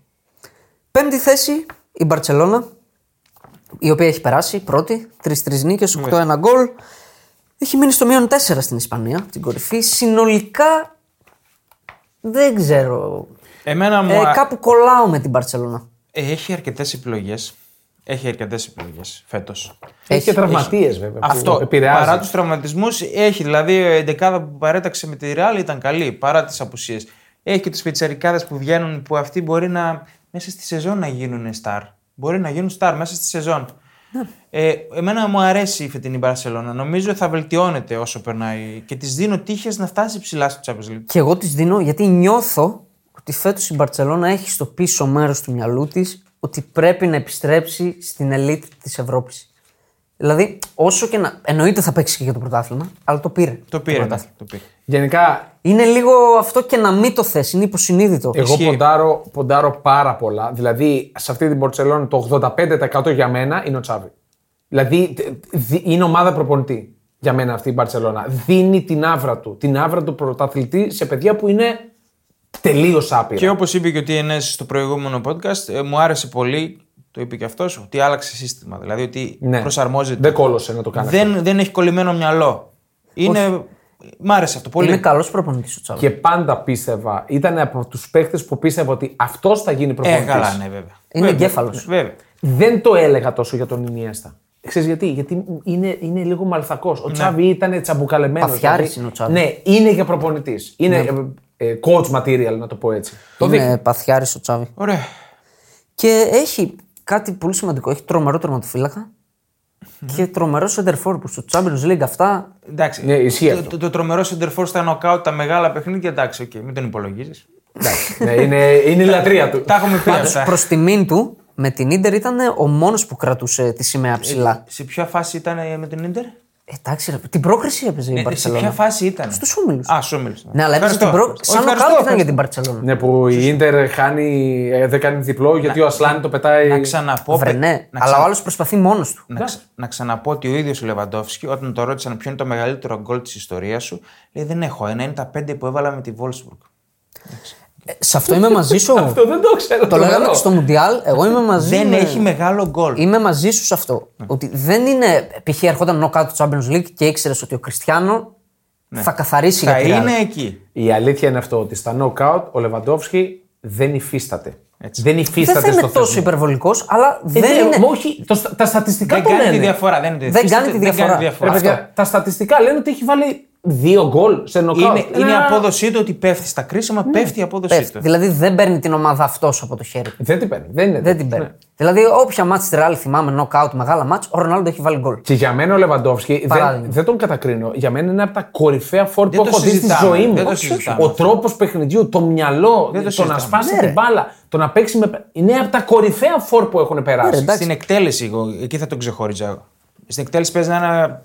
Πέμπτη θέση η Barcelona, η οποία έχει περάσει πρώτη, 3-3 νίκε,
Ναι.
8-1 γκολ. Έχει μείνει στο μείον 4 στην Ισπανία, την κορυφή. Συνολικά δεν ξέρω.
Εμένα μου.
Ε,
α-
κάπου κολλάω με την Barcelona.
Ε, Έχει αρκετές επιλογές. Έχει αρκετές επιλογές φέτος.
Έχει και τραυματίες βέβαια. που
Αυτό.
Ε, επηρεάζει.
Παρά τους τραυματισμούς έχει. Δηλαδή, η εντεκάδα που παρέταξε με τη Ρεάλ ήταν καλή παρά τις απουσίες. Έχει και τις πιτσερικάδε που βγαίνουν που αυτοί μπορεί να μέσα στη σεζόν να γίνουν star. Μπορεί να γίνουν star μέσα στη σεζόν. Ε, εμένα μου αρέσει η φετινή Μπαρσελόνα. Νομίζω θα βελτιώνεται όσο περνάει και της δίνω τύχες να φτάσει ψηλά στο Champions League.
Και εγώ της δίνω γιατί νιώθω ότι φέτος η Μπαρσελόνα έχει στο πίσω μέρος του μυαλού της ότι πρέπει να επιστρέψει στην ελίτ της Ευρώπης. Δηλαδή, όσο και να. Εννοείται θα παίξει και για το πρωτάθλημα, αλλά το πήρε.
Το πήρε. ναι,
πρωτάθλημα.
Το πήρε.
Γενικά,
Είναι λίγο αυτό και να μην το θες, είναι υποσυνείδητο.
εγώ
Ισχύει.
ποντάρω, ποντάρω πάρα πολλά. Δηλαδή, σε αυτή την Πορτσελόνη το 85% για μένα είναι ο Τσάβη. Δηλαδή, τε- δι- είναι ομάδα προπονητή για μένα αυτή η Μπαρσελόνα. Δίνει την άβρα του, την άβρα του πρωταθλητή σε παιδιά που είναι τελείως άπειρα.
Και όπως είπε και ο TNS στο προηγούμενο podcast, ε, μου άρεσε πολύ, το είπε και αυτός, ότι άλλαξε σύστημα. Δηλαδή ότι
Ναι.
προσαρμόζεται.
Δεν κόλωσε να το κάνει. αυτό.
δεν, δεν έχει κολλημένο μυαλό. Είναι... Μ' άρεσε αυτό πολύ.
Είναι καλός προπονητής ο Τσάβη.
Και πάντα πίστευα, ήταν από τους παίχτε που πίστευα ότι αυτός θα γίνει
Ε,
προπονητής.
καλά, ναι, βέβαια.
Είναι
Βέβαια,
εγκέφαλος.
Βέβαια.
Δεν το έλεγα τόσο για τον Ινιέστα. Ξέρεις γιατί, γιατί είναι, είναι λίγο μαλθακός.
Ναι.
Ο Τσάβη ήταν τσαμπουκαλεμένος.
Παθιάρης είναι ο Τσάβης.
Ναι, είναι για προπονητής. Είναι
Ναι.
ε, ε, coach material, να το πω έτσι. Το δείχνει.
Είναι παθιάρης ο Τσάβη.
Ωραία.
Και έχει κάτι πολύ σημαντικό. Έχει τρομερό τερματοφύλακα και τρομερό σεντερφόρ που στο Champions League αυτά
Εντάξει.
Ναι, ισχύει
το,
αυτό.
το, το, τρομερό σεντερφόρ στα νοκάουτ, τα μεγάλα παιχνίδια, εντάξει, οκ, μην τον υπολογίζεις.
Εντάξει, ναι, είναι, είναι η λατρεία του.
Τα έχουμε πει αυτά.
Προς τιμήν του, με την ντερ ήταν ο μόνος που κρατούσε τη σημαία ψηλά.
Σε ποια φάση ήταν ε, με τον ντερ,
Εντάξει, ρε, την πρόκριση έπαιζε η
ε, σε ποια
Μπαρσελόνα.
φάση ήταν.
Στους όμιλους.
Α, στους όμιλους.
Ναι, αλλά έπαιζε την πρόκριση. Σαν να ήταν για την Μπαρσελόνα.
Ναι, που η Ιντερ χάνει, ε, δεν κάνει διπλό γιατί ο Ασλάνη το πετάει.
Να ξαναπώ.
Βρε,
παι-
ναι,
να
αλλά ο άλλος προσπαθεί μόνος του.
Να, ξα- να ξαναπώ ότι ο ίδιος ο Λεβαντόφσκι, όταν το ρώτησαν ποιο είναι το μεγαλύτερο γκολ της ιστορίας σου, λέει: Δεν έχω ένα. Είναι τα πέντε που έβαλα με τη Βόλσμπουργκ.
Σε αυτό είμαι μαζί σου.
Αυτό δεν το ξέρω.
Το λέγαμε και στο Μουντιάλ. Εγώ είμαι μαζί
Δεν
με-
έχει Ναι. μεγάλο γκολ.
Είμαι μαζί σου σε αυτό. Ότι δεν είναι. Π.χ. ερχόταν ο κάτω του Champions League και ήξερες ότι ο Κριστιανό θα καθαρίσει
Ναι. Θα
για τη Real.
είναι εκεί.
Η αλήθεια είναι αυτό ότι στα νοκάουτ ο Λεβαντόφσκι δεν υφίσταται.
Έτσι.
Δεν
Δεν
υφίσταται
θα
στο
είμαι τόσο
θέσμα.
υπερβολικός, αλλά
Ε,
ναι,
δεν είναι.
μα όχι, το στα- τα στατιστικά
Δεν
το
κάνει τη
λένε.
διαφορά. Δεν, είναι
Δεν
το-
κάνει τη διαφορά.
κάνει τη
Ρε παιδιά, τα στατιστικά λένε ότι έχει βάλει δύο γκολ σε νοκάουτ.
Είναι, είναι η απόδοσή του ότι πέφτει στα κρίσιμα, πέφτει η απόδοσή
Ναι. Πέφτει.
του.
Δηλαδή δεν παίρνει την ομάδα αυτός από το χέρι. του.
Δεν την παίρνει. Δεν, είναι Ναι.
Δεν
τέτοιο.
την παίρνει. Δηλαδή, όποια μάτς της Real θυμάμαι, knockout, μεγάλα μάτς, ο Ρονάλντο έχει βάλει γκολ.
Και για μένα ο Λεβαντόφσκι δεν,
Παράδειγμα.
δεν τον κατακρίνω. Για μένα είναι από τα κορυφαία φόρ
Δεν
που
το
έχω δει στη
συζητάμε,
ζωή μου.
δεν το
Όχι, όχι.
συζητάμε
ο
αυτό.
τρόπος παιχνιδιού, το μυαλό,
Δεν το
το, να
συζητάμε.
σπάσει
Ναι, ρε.
την μπάλα, το να παίξει με. Είναι από τα κορυφαία φόρ που έχουν περάσει.
Ναι, εντάξει.
Στην εκτέλεση, εγώ εκεί θα τον ξεχώριζα. Στην εκτέλεση παίζει να είναι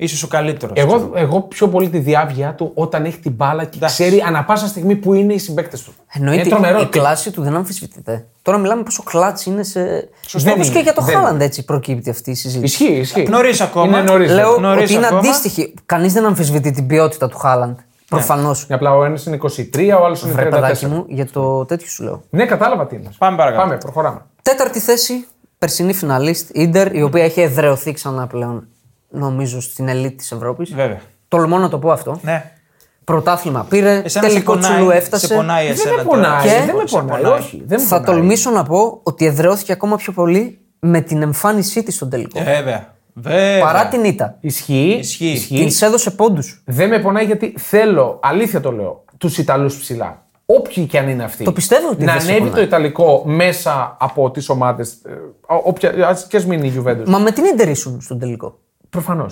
ίσως ο καλύτερος.
εγώ, εγώ πιο πολύ τη διάβια του όταν έχει την μπάλα και
Εντάξει.
ξέρει ανα πάσα στιγμή που είναι οι συμπαίκτες του.
Εννοείται
είναι Ε, τρομερό.
η κλάση του δεν αμφισβητείται. Τώρα μιλάμε πόσο κλάτ είναι σε.
Σωστό.
Όπω και
είναι,
για το
δεν
Χάλαντ έτσι προκύπτει αυτή η συζήτηση.
Ισχύει, ισχύει.
Νωρίς ακόμα.
Είναι νωρίς. ναι.
Λέω
ακόμα. Ναι.
νωρίς
ότι είναι
ακόμα.
αντίστοιχη. Κανείς δεν αμφισβητεί την ποιότητα του Χάλαντ. Προφανώ.
Είναι Απλά ο ένας είναι 23, ο άλλος
Βρε
είναι 34.
παιδάκι μου, για το τέτοιο σου λέω.
Ναι, κατάλαβα τι είναι.
Πάμε παρακάτω.
Πάμε, προχωράμε.
Τέταρτη θέση, περσινή φιναλίστ, Ιντερ, η οποία έχει εδρεωθεί ξανά πλέον, νομίζω, στην ελίτ της Ευρώπης.
Βέβαια.
Τολμώ να το πω αυτό.
Ναι.
Πρωτάθλημα πήρε,
Εσένα σε
τελικό τσουλού
πονάει,
έφτασε.
σε πονάει
Δεν
εσένα.
με
τώρα.
πονάει.
Και-
Δεν με πονάει. Όχι, δεν με
Θα
πονάει.
τολμήσω να πω ότι εδρεώθηκε ακόμα πιο πολύ με την εμφάνισή της στον τελικό.
Ε, Βέβαια. Βέβαια.
Παρά την ήττα.
Ισχύει.
Ισχύει.
Της έδωσε πόντους.
Δεν με πονάει γιατί θέλω, αλήθεια το λέω, τους Ιταλούς ψηλά. Όποιοι και αν είναι αυτοί.
Το πιστεύω ότι
Να
δεν σε
ανέβει
πονάει.
το Ιταλικό μέσα από τις ομάδες. Ας και ας μην είναι η Juventus.
Μα με την Ιντερ ήσουν στον τελικό.
Προφανώς.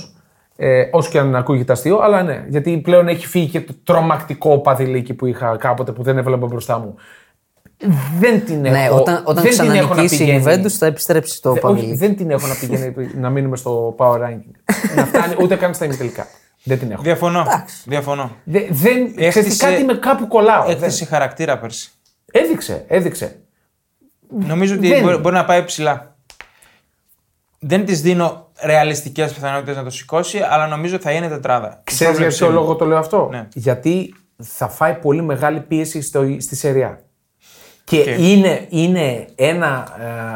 Ε, όσο και αν ακούγεται αστείο, αλλά ναι. Γιατί πλέον έχει φύγει και το τρομακτικό παδιλίκι που είχα κάποτε που δεν έβλεπα μπροστά μου. Δεν την
Ε,
έχω.
Ναι, όταν, όταν
δεν την έχω να
ξανανικήσει η
πηγαίνει.
Juventus θα επιστρέψει το
Δε- Ε, Όχι,
παδιλίκι.
δεν την έχω να πηγαίνει να μείνουμε στο power ranking. να φτάνει ούτε καν στα ημιτελικά. Δεν την έχω.
Διαφωνώ. Διαφωνώ.
Δε- δεν,
Έχτισε-
ξέρεις τι, κάτι με κάπου κολλάω. Δεν-
Έκθεση χαρακτήρα πέρσι.
Έδειξε, έδειξε.
Νομίζω ότι
Δεν-
μπορεί, μπορεί να πάει ψηλά. Δεν της δίνω ρεαλιστικές πιθανότητες να το σηκώσει, αλλά νομίζω θα είναι τετράδα.
Ξέρεις για
Πρόβλεψή
ποιο
μου.
λόγο το λέω αυτό.
Ναι.
Γιατί θα φάει πολύ μεγάλη πίεση στο, στη σεριά. Και
Οκ.
είναι, είναι ένα.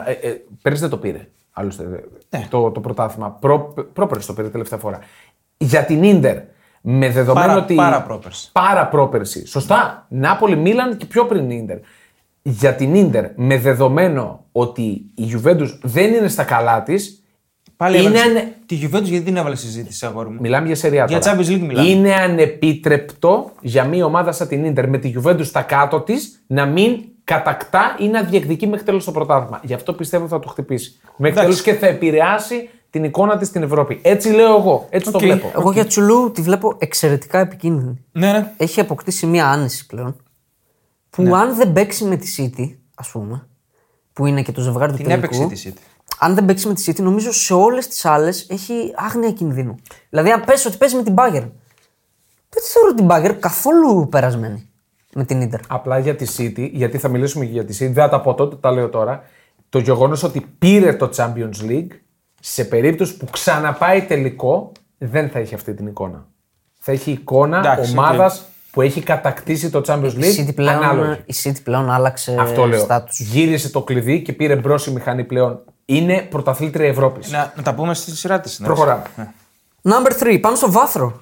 Ε, ε, ε, πέρυσι δεν το πήρε. Άλλωστε ε,
Ναι.
το, το πρωτάθλημα. Προ, πρόπερσι το πήρε τελευταία φορά. Για την ντερ. Με δεδομένο
Πάρα-
ότι.
πάρα πρόπερσι.
Πάρα πρόπερσι. Σωστά. Νάπολη, Μίλαν και πιο πριν η ντερ. Για την ντερ. Με δεδομένο ότι η Juventus δεν είναι στα καλά της.
Πάλι
Είναι
είναι...
ανε-
Τη Juventus γιατί την έβαλες συζήτηση, αγόρι μου.
Μιλάμε για Serie A.
Για
τώρα.
Champions League μιλάμε.
Είναι ανεπίτρεπτο για μια ομάδα σαν την ντερ με τη Juventus στα κάτω της να μην κατακτά ή να διεκδικεί μέχρι τέλος το πρωτάθλημα. Γι' αυτό πιστεύω θα το χτυπήσει. Μέχρι τέλο
Εντάξει.
και θα επηρεάσει την εικόνα της στην Ευρώπη. Έτσι λέω εγώ. Έτσι το
Οκ.
βλέπω.
Εγώ για Τσουλού τη βλέπω εξαιρετικά επικίνδυνη.
Ναι, ναι.
Έχει αποκτήσει μία άνεση πλέον. Που αν δεν παίξει με τη City, ας πούμε, που είναι και το ζευγάρι του
Την
τελικού.
έπαιξε τη City.
Αν δεν παίξει με τη City, νομίζω σε όλες τις άλλες έχει άγνοια κινδύνου. Δηλαδή, αν πέσει ότι παίζει με την Bayern. Δεν τη θεωρώ την Bayern καθόλου περασμένη με την Ιντερ.
Απλά για τη City, γιατί θα μιλήσουμε και για τη City, δεν θα τα πω τότε, τα λέω τώρα. Το γεγονός ότι πήρε το Champions League σε περίπτωση που ξαναπάει τελικό, δεν θα έχει αυτή την εικόνα. Θα έχει εικόνα
Εντάξει,
ομάδας που έχει κατακτήσει το Champions
Ναι,
Η City
League.
πλέον, ε,
ανάλογη.
η City πλέον άλλαξε
Αυτό λέω.
στάτους.
Γύρισε το κλειδί και πήρε μπρος η μηχανή πλέον. Είναι πρωταθλήτρια Ευρώπης.
Να, να τα πούμε στη σειρά ναι. τη.
Προχωράμε.
Number 3, πάμε στο βάθρο.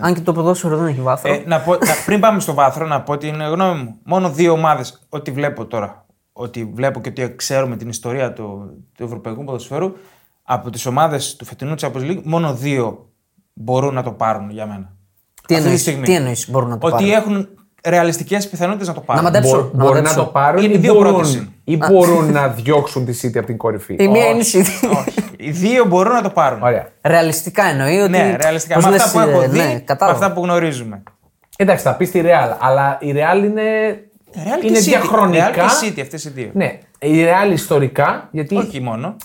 Αν και το ποδόσφαιρο δεν έχει βάθρο.
Ναι. Ε, να πω, να, πριν πάμε στο βάθρο, να πω την γνώμη μου. Μόνο δύο ομάδες, ό,τι βλέπω τώρα, ό,τι βλέπω και ότι ξέρουμε την ιστορία του, του Ευρωπαϊκού Ποδοσφαίρου, από τις ομάδες του φετινού Champions League, μόνο δύο μπορούν να το πάρουν για μένα. αυτή
τι εννοείς,
τη στιγμή.
τι εννοείς μπορούν να το
ότι
πάρουν.
έχουν ρεαλιστικές πιθανότητες να το πάρουν.
Να μαντέψουν.
Μπο-
να
μπορεί να
μαντέψω.
το πάρουν
Είναι
ή
δύο
μπορούν,
πρώτες είναι.
ή μπορούν να διώξουν τη City από την κορυφή.
Η μία είναι η
Όχι,
City.
όχι. Οι δύο μπορούν να το πάρουν.
Ωραία.
Ρεαλιστικά εννοεί ότι.
Ναι, ρεαλιστικά.
Πώς
Με
λες,
αυτά που
ε,
έχω δει,
ναι,
με
κατάλαβα.
αυτά που γνωρίζουμε.
Εντάξει, θα πεις στη Real, αλλά η Real είναι,
Ε, Real και
είναι
City.
διαχρονικά.
Real και City, αυτές οι δύο.
Ναι, η Real ιστορικά,
Ναι.
γιατί Ε,
Όχι μόνο.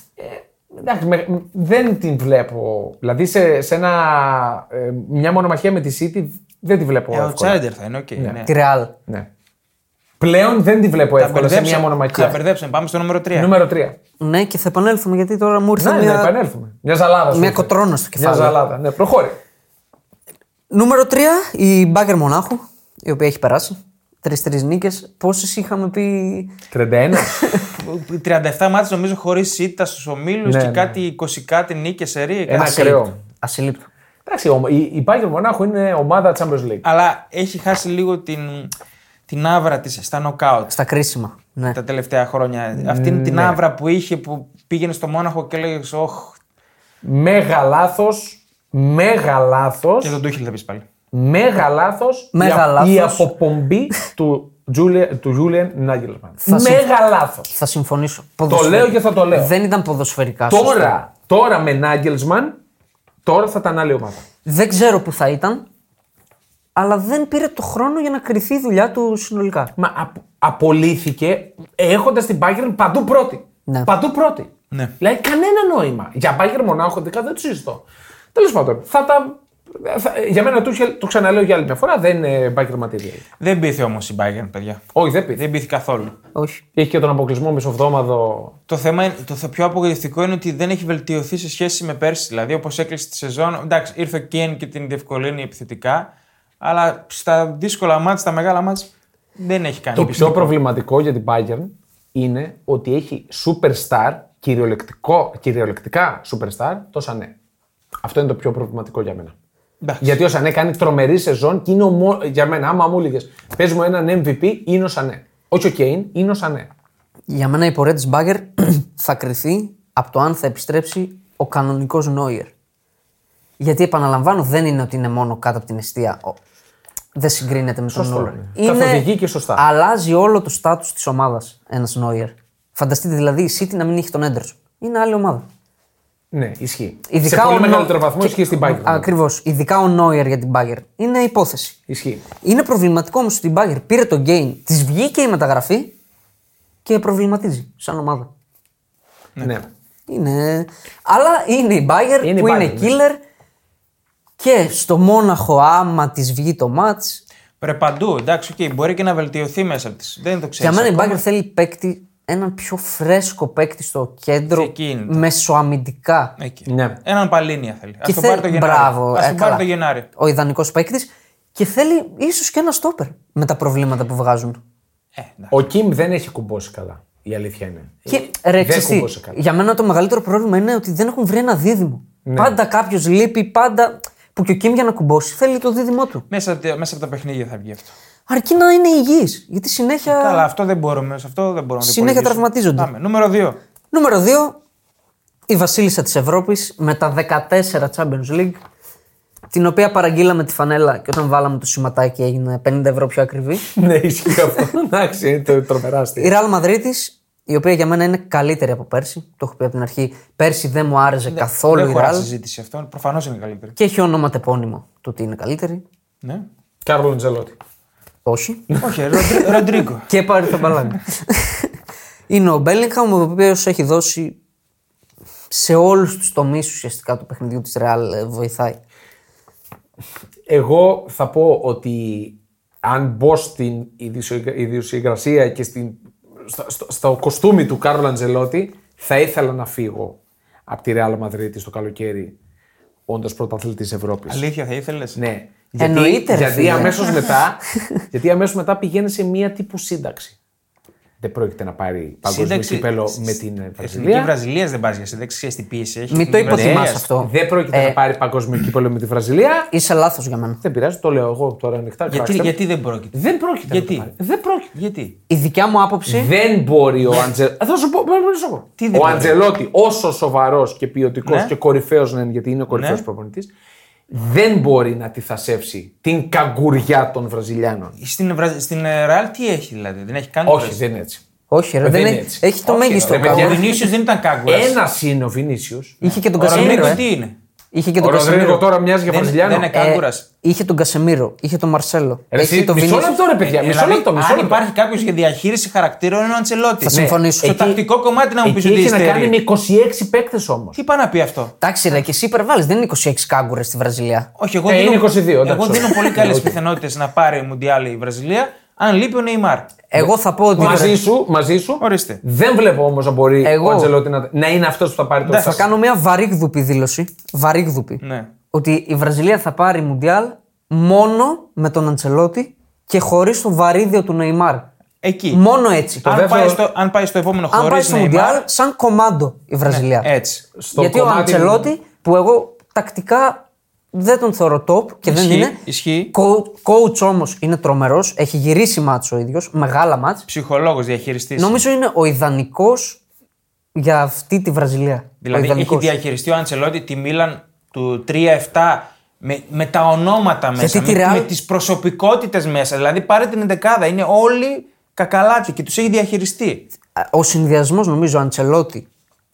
εντάξει, με- δεν την βλέπω. Δηλαδή σε, σε ένα, ε, μια μονομαχία με τη City δεν τη βλέπω
Ε, ο
εύκολα.
Τσάιντερ θα είναι, οκ. ναι.
Τη Real.
Ναι. Πλέον δεν τη βλέπω
Τα
εύκολα σε μια
μπερδέψαμε-
μονομαχία.
τα μπερδέψαμε. Πάμε στο νούμερο 3.
Νούμερο 3.
Ναι, και θα επανέλθουμε γιατί τώρα μου ήρθε
Ναι, ναι,
μια...
επανέλθουμε. Μια ζαλάδα. σου
μια
ήρθε.
κοτρόνα στο
Μια
κεφάλι.
ζαλάδα. Ναι, προχώρη.
Νούμερο 3, η Μπάγκερ Μονάχου, η οποία έχει περάσει. Τρει-τρει νίκες. Πόσες είχαμε πει.
31.
37 μάτσε νομίζω χωρίς ήττα στους ομίλους
Ναι,
και
ναι. Ε,
κάτι 20 κάτι νίκες σε ρί.
Ένα ακραίο.
Ασύλληπτο.
Εντάξει, ο- η, η Bayern Μονάχου είναι ομάδα Champions League.
Αλλά έχει χάσει λίγο την, την άβρα της στα knockout
Στα κρίσιμα. Ναι.
τα τελευταία
Ε,
χρόνια. Αυτή είναι
ναι.
την άβρα που είχε που πήγαινε στο Μόναχο και λέγες Ωχ,
Μέγα λάθος. Μέγα λάθος.
και τον Τούχιλ θα πεις πάλι.
Μέγα λάθος.
Μέγα
Η
λάθος.
αποπομπή του Julian, του Julian Nagelsmann.
συμ-
Μέγα λάθος.
Θα συμφωνήσω.
Το
Ποδοσφαιρικά.
λέω και θα το λέω.
Δεν ήταν ποδοσφαιρικά. σωστά.
Τώρα, τώρα με Nagelsmann, τώρα θα ήταν άλλη ομάδα.
Δεν ξέρω που θα ήταν, αλλά δεν πήρε το χρόνο για να κρυθεί η δουλειά του συνολικά.
Μα απο- απολύθηκε έχοντας την Bayern παντού πρώτη.
Ναι.
Παντού πρώτη.
Ναι.
Δηλαδή κανένα νόημα. Για Bayern Μονάχο ειδικά δεν το συζητώ. Τέλος πάντων, θα τα. θα- για μένα το, το ξαναλέω για άλλη μια φορά, δεν είναι Bayern material.
Δεν πείθε όμως η Bayern, παιδιά.
Όχι, δεν πει.
Δεν πείθει καθόλου.
Όχι.
Έχει και τον αποκλεισμό μισοβδόμαδο.
Το θέμα, είναι- το πιο απογοητευτικό είναι ότι δεν έχει βελτιωθεί σε σχέση με πέρσι. Δηλαδή, όπως έκλεισε τη σεζόν. Εντάξει, ήρθε ο Κέν και την διευκολύνει επιθετικά. Αλλά στα δύσκολα μάτια, στα μεγάλα μάτια, δεν έχει κάνει.
Το
πιστικό.
πιο προβληματικό για την Bayern είναι ότι έχει superstar, κυριολεκτικό, κυριολεκτικά superstar, το Σανέ. Αυτό είναι το πιο προβληματικό για μένα.
Εντάξει.
Γιατί ο Σανέ κάνει τρομερή σεζόν και είναι ο μο... για μένα. Άμα μου έλεγες, πες μου έναν MVP, είναι ο Σανέ. Όχι ο Κέιν, είναι ο Σανέ.
Για μένα η πορεία της Μπάγκερ θα κρυθεί από το αν θα επιστρέψει ο κανονικός Νόιερ. Γιατί επαναλαμβάνω, δεν είναι ότι είναι μόνο κάτω από την αιστεία. Ο- Δεν συγκρίνεται με τον Νόιερ.
είναι. Καθοδηγεί και σωστά.
Αλλάζει όλο το στάτου της ομάδας ένας Νόιερ. Φανταστείτε δηλαδή η City να μην έχει τον Έντερσον. Είναι άλλη ομάδα.
Ναι, ισχύει.
Ειδικά
Σε πολύ
ο Νο-
μεγαλύτερο βαθμό ισχύει στην Bayern. δηλαδή.
Ακριβώς. Ειδικά ο Νόιερ για την Μπάγκερ. Είναι υπόθεση.
Ισχύει.
Είναι προβληματικό όμως ότι η Μπάγκερ πήρε τον Γκέιν, της βγήκε η μεταγραφή και προβληματίζει σαν ομάδα.
Ναι.
Είναι. Αλλά είναι η Μπάγκερ
Είναι η
που
Bayern,
είναι
ναι.
killer. Και στο Μόναχο, άμα της βγει το μάτ.
Ρε παντού, εντάξει, okay, μπορεί και να βελτιωθεί μέσα της. Δεν το ξέρει.
Για μένα η Μπάγκερ θέλει παίκτη, έναν πιο φρέσκο παίκτη στο κέντρο.
Εκεί είναι το-
Μεσοαμυντικά.
Ναι.
Έναν παλίνια θέλει. Α
Και
τον
θέλ-
πάρει το Γενάρη.
Μπράβο,
Ας
ε,
τον
καλά.
πάρει το Γενάρη.
Ο ιδανικός παίκτης. Και θέλει ίσως και ένα στόπερ με τα προβλήματα που βγάζουν.
Ε, εντάξει.
Ο Κιμ δεν έχει κουμπώσει καλά. Η αλήθεια είναι.
Και
Ε,
ρε,
δεν
ξέρεις τι,
κουμπώσε καλά. Ναι.
για μένα το μεγαλύτερο πρόβλημα είναι ότι δεν έχουν βρει ένα δίδυμο. Πάντα κάποιος λείπει, πάντα. που και ο Κιμ για να κουμπώσει θέλει το δίδυμό του.
μέσα, μέσα από τα παιχνίδια θα βγει αυτό.
Αρκεί να είναι υγιής. Γιατί συνέχεια.
Ε,
Καλά, αυτό δεν μπορούμε. Σε αυτό δεν μπορούμε να το
Ε. Συνέχεια
υπολογίσουμε.
τραυματίζονται.
Πάμε. Νούμερο 2.
Νούμερο 2. Η Βασίλισσα της Ευρώπης με τα 14 Champions League. Την οποία παραγγείλαμε τη φανέλα και όταν βάλαμε το σηματάκι έγινε 50 ευρώ πιο ακριβή.
ναι, ισχύει αυτό. Εντάξει, είναι το- τρομερά αστείο.
Η Real Μαδρίτη, η οποία για μένα είναι καλύτερη από πέρσι. Το έχω πει από την αρχή. Πέρσι Ναι, δεν μου άρεσε καθόλου
δεν
η
χωράει
Real.
συζήτηση αυτό. Προφανώς είναι καλύτερη.
Και έχει όνομα τεπώνυμο του ότι είναι καλύτερη.
Ναι.
Κάρλο Τζελότη.
Όχι.
Όχι, Ροντρι- Ροντρίγκο.
και πάρει τον μπαλάκι. είναι ο Μπέλιγχαμ, ο οποίος έχει δώσει σε όλους τους τομείς ουσιαστικά του παιχνιδιού της Ρεάλ ε, βοηθάει.
Εγώ θα πω ότι αν μπω στην ιδιοσυγκρα- ιδιοσυγκρασία και στην, στο, στο, στο κοστούμι του Κάρλο Αντζελότη, θα ήθελα να φύγω από τη Ρεάλ Μαδρίτη στο καλοκαίρι, όντας πρωταθλητής Ευρώπης.
Αλήθεια, θα ήθελες.
Ναι.
Εννοείται, ρε
γιατί
φίλε.
αμέσως μετά, γιατί αμέσως μετά πηγαίνει σε μία τύπου σύνταξη. Δεν πρόκειται να πάρει παγκόσμιο
Σύνταξη
κύπελο
σ-
με την
Εθνική
Βραζιλία.
Βραζιλίας δεν πας για σύνταξη, ξέρεις τι πίεση έχει. Ναι.
Μην το
Η Βραζιλίας.
υποτιμάς αυτό.
Δεν πρόκειται
Ε,
να πάρει παγκόσμιο κύπελο με τη Βραζιλία.
Είσαι λάθος για μένα.
Δεν πειράζει, το λέω εγώ τώρα ανοιχτά.
Γιατί,
κράξτε με.
γιατί δεν πρόκειται.
Δεν πρόκειται
Γιατί?
να το πάρει. Δεν πρόκειται.
Γιατί.
Η δικιά μου άποψη.
Δεν μπορεί ο Αντζελότη. Θα σου πω, μπορεί να σου πω.
Τι δεν
ο
μπορεί?
Αντζελότη, όσο σοβαρός και ποιοτικός
Ναι.
και κορυφαίος να είναι, γιατί είναι ο κορυφαίος
Ναι.
προπονητής, δεν μπορεί να τη θασέψει την καγκουριά των Βραζιλιάνων.
Στην, Βρα- στην ε, Ρεάλ τι έχει δηλαδή, δεν έχει κάνει.
Όχι, δεν είναι έτσι.
Όχι, ρε,
Δεν
δεν
είναι
έχει,
έτσι.
έχει το
Όχι,
μέγιστο
ρε, παιδιά.
Ο
κάπου.
δεν-
Βινίσιος δεν ήταν κάγκουρα.
Ένα είναι ο Βινίσιος.
Είχε και τον
Ο
Κασεμίρο.
Ροντρίγκο
ε.
τι είναι.
Είχε και
Ο
τον
Ροδρίγκο
Κασεμίρο. Ε,
τώρα μοιάζει για
Δεν-
Βραζιλιάνο.
δεν είναι κάγκουρας.
είχε τον Κασεμίρο, είχε τον Μαρσέλο.
Ρε, εσύ,
έχει τον
μισό
Βινίσιους.
λεπτό ρε παιδιά, μισό
Δηλαδή,
λεπτό. Μισό
αν
λεπτό.
υπάρχει κάποιος για διαχείριση χαρακτήρων, είναι ο Αντσελότη.
Θα συμφωνήσω.
Στο
Εκεί-
τακτικό κομμάτι να μου πει
Εκεί
ότι
έχει να
υστερεί.
κάνει με 26 παίκτες όμως.
Τι πάει να πει αυτό.
Εντάξει, ρε, και εσύ υπερβάλλεις. Δεν είναι 26 κάγκουρες στη Βραζιλία.
Όχι, εγώ
Ε,
δίνω,
είναι 22,
εγώ
εντάξει, Ναι,
δίνω
όχι.
πολύ καλές
Όχι.
πιθανότητες να πάρει Μουντιάλ η Βραζιλία αν λείπει ο Νεϊμάρ.
Εγώ θα πω ότι.
Μαζί
ρε,
σου, μαζί σου.
Ορίστε.
Δεν βλέπω όμως να μπορεί
Εγώ.
ο Αντζελότη να, να είναι αυτός που θα πάρει το
Θα
Oscar.
κάνω μια βαρύγδουπη δήλωση. Βαρύγδουπη.
Ναι.
ότι η Βραζιλία θα πάρει Μουντιάλ μόνο με τον Αντσελότη και χωρίς το βαρύδιο του Νεϊμάρ.
Εκεί.
Μόνο έτσι.
αν,
δεύτερο-
πάει στο, αν πάει στο επόμενο
Αν πάει
χωρίς
στο Μουντιάλ, σαν κομμάτι η Βραζιλία.
Ναι. Ε,
Έτσι.
Στο
Γιατί ο
κομμάτι-
Αντσελότη, που εγώ τακτικά δεν τον θεωρώ top και δεν
Ισχύει,
είναι.
ισχύει.
Κο- Coach όμως είναι τρομερός, έχει γυρίσει μάτσο ο ίδιος, μεγάλα μάτς.
Ψυχολόγος, διαχειριστής.
Νομίζω είναι ο ιδανικός για αυτή τη Βραζιλία.
Δηλαδή
ο ιδανικός.
έχει διαχειριστεί ο Αντσελότη τη Μίλαν του 3-7 με, με τα ονόματα μέσα,
Γιατί τη
με,
Real-
με τις προσωπικότητες μέσα. Δηλαδή πάρε την 11 είναι όλοι κακαλάτι και τους έχει διαχειριστεί.
ο συνδυασμός νομίζω Αντσελότη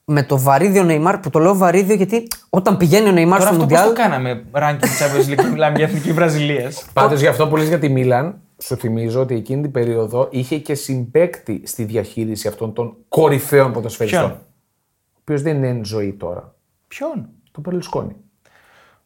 με το βαρύδιο Νεϊμάρ, που το λέω βαρύδιο γιατί όταν πηγαίνει ο Νεϊμάρ
Τώρα
στο
αυτό πώς
Μουντιάλ.
το κάναμε, ranking Champions League, μιλάμε για εθνική Βραζιλίας.
Πάντως γι' αυτό που λες για τη Μίλαν, σου θυμίζω ότι εκείνη την περίοδο είχε και συμπέκτη στη διαχείριση αυτών των κορυφαίων ποδοσφαιριστών.
Ποιον?
Ο οποίος δεν είναι εν ζωή τώρα.
Ποιον.
Το Μπερλουσκόνη.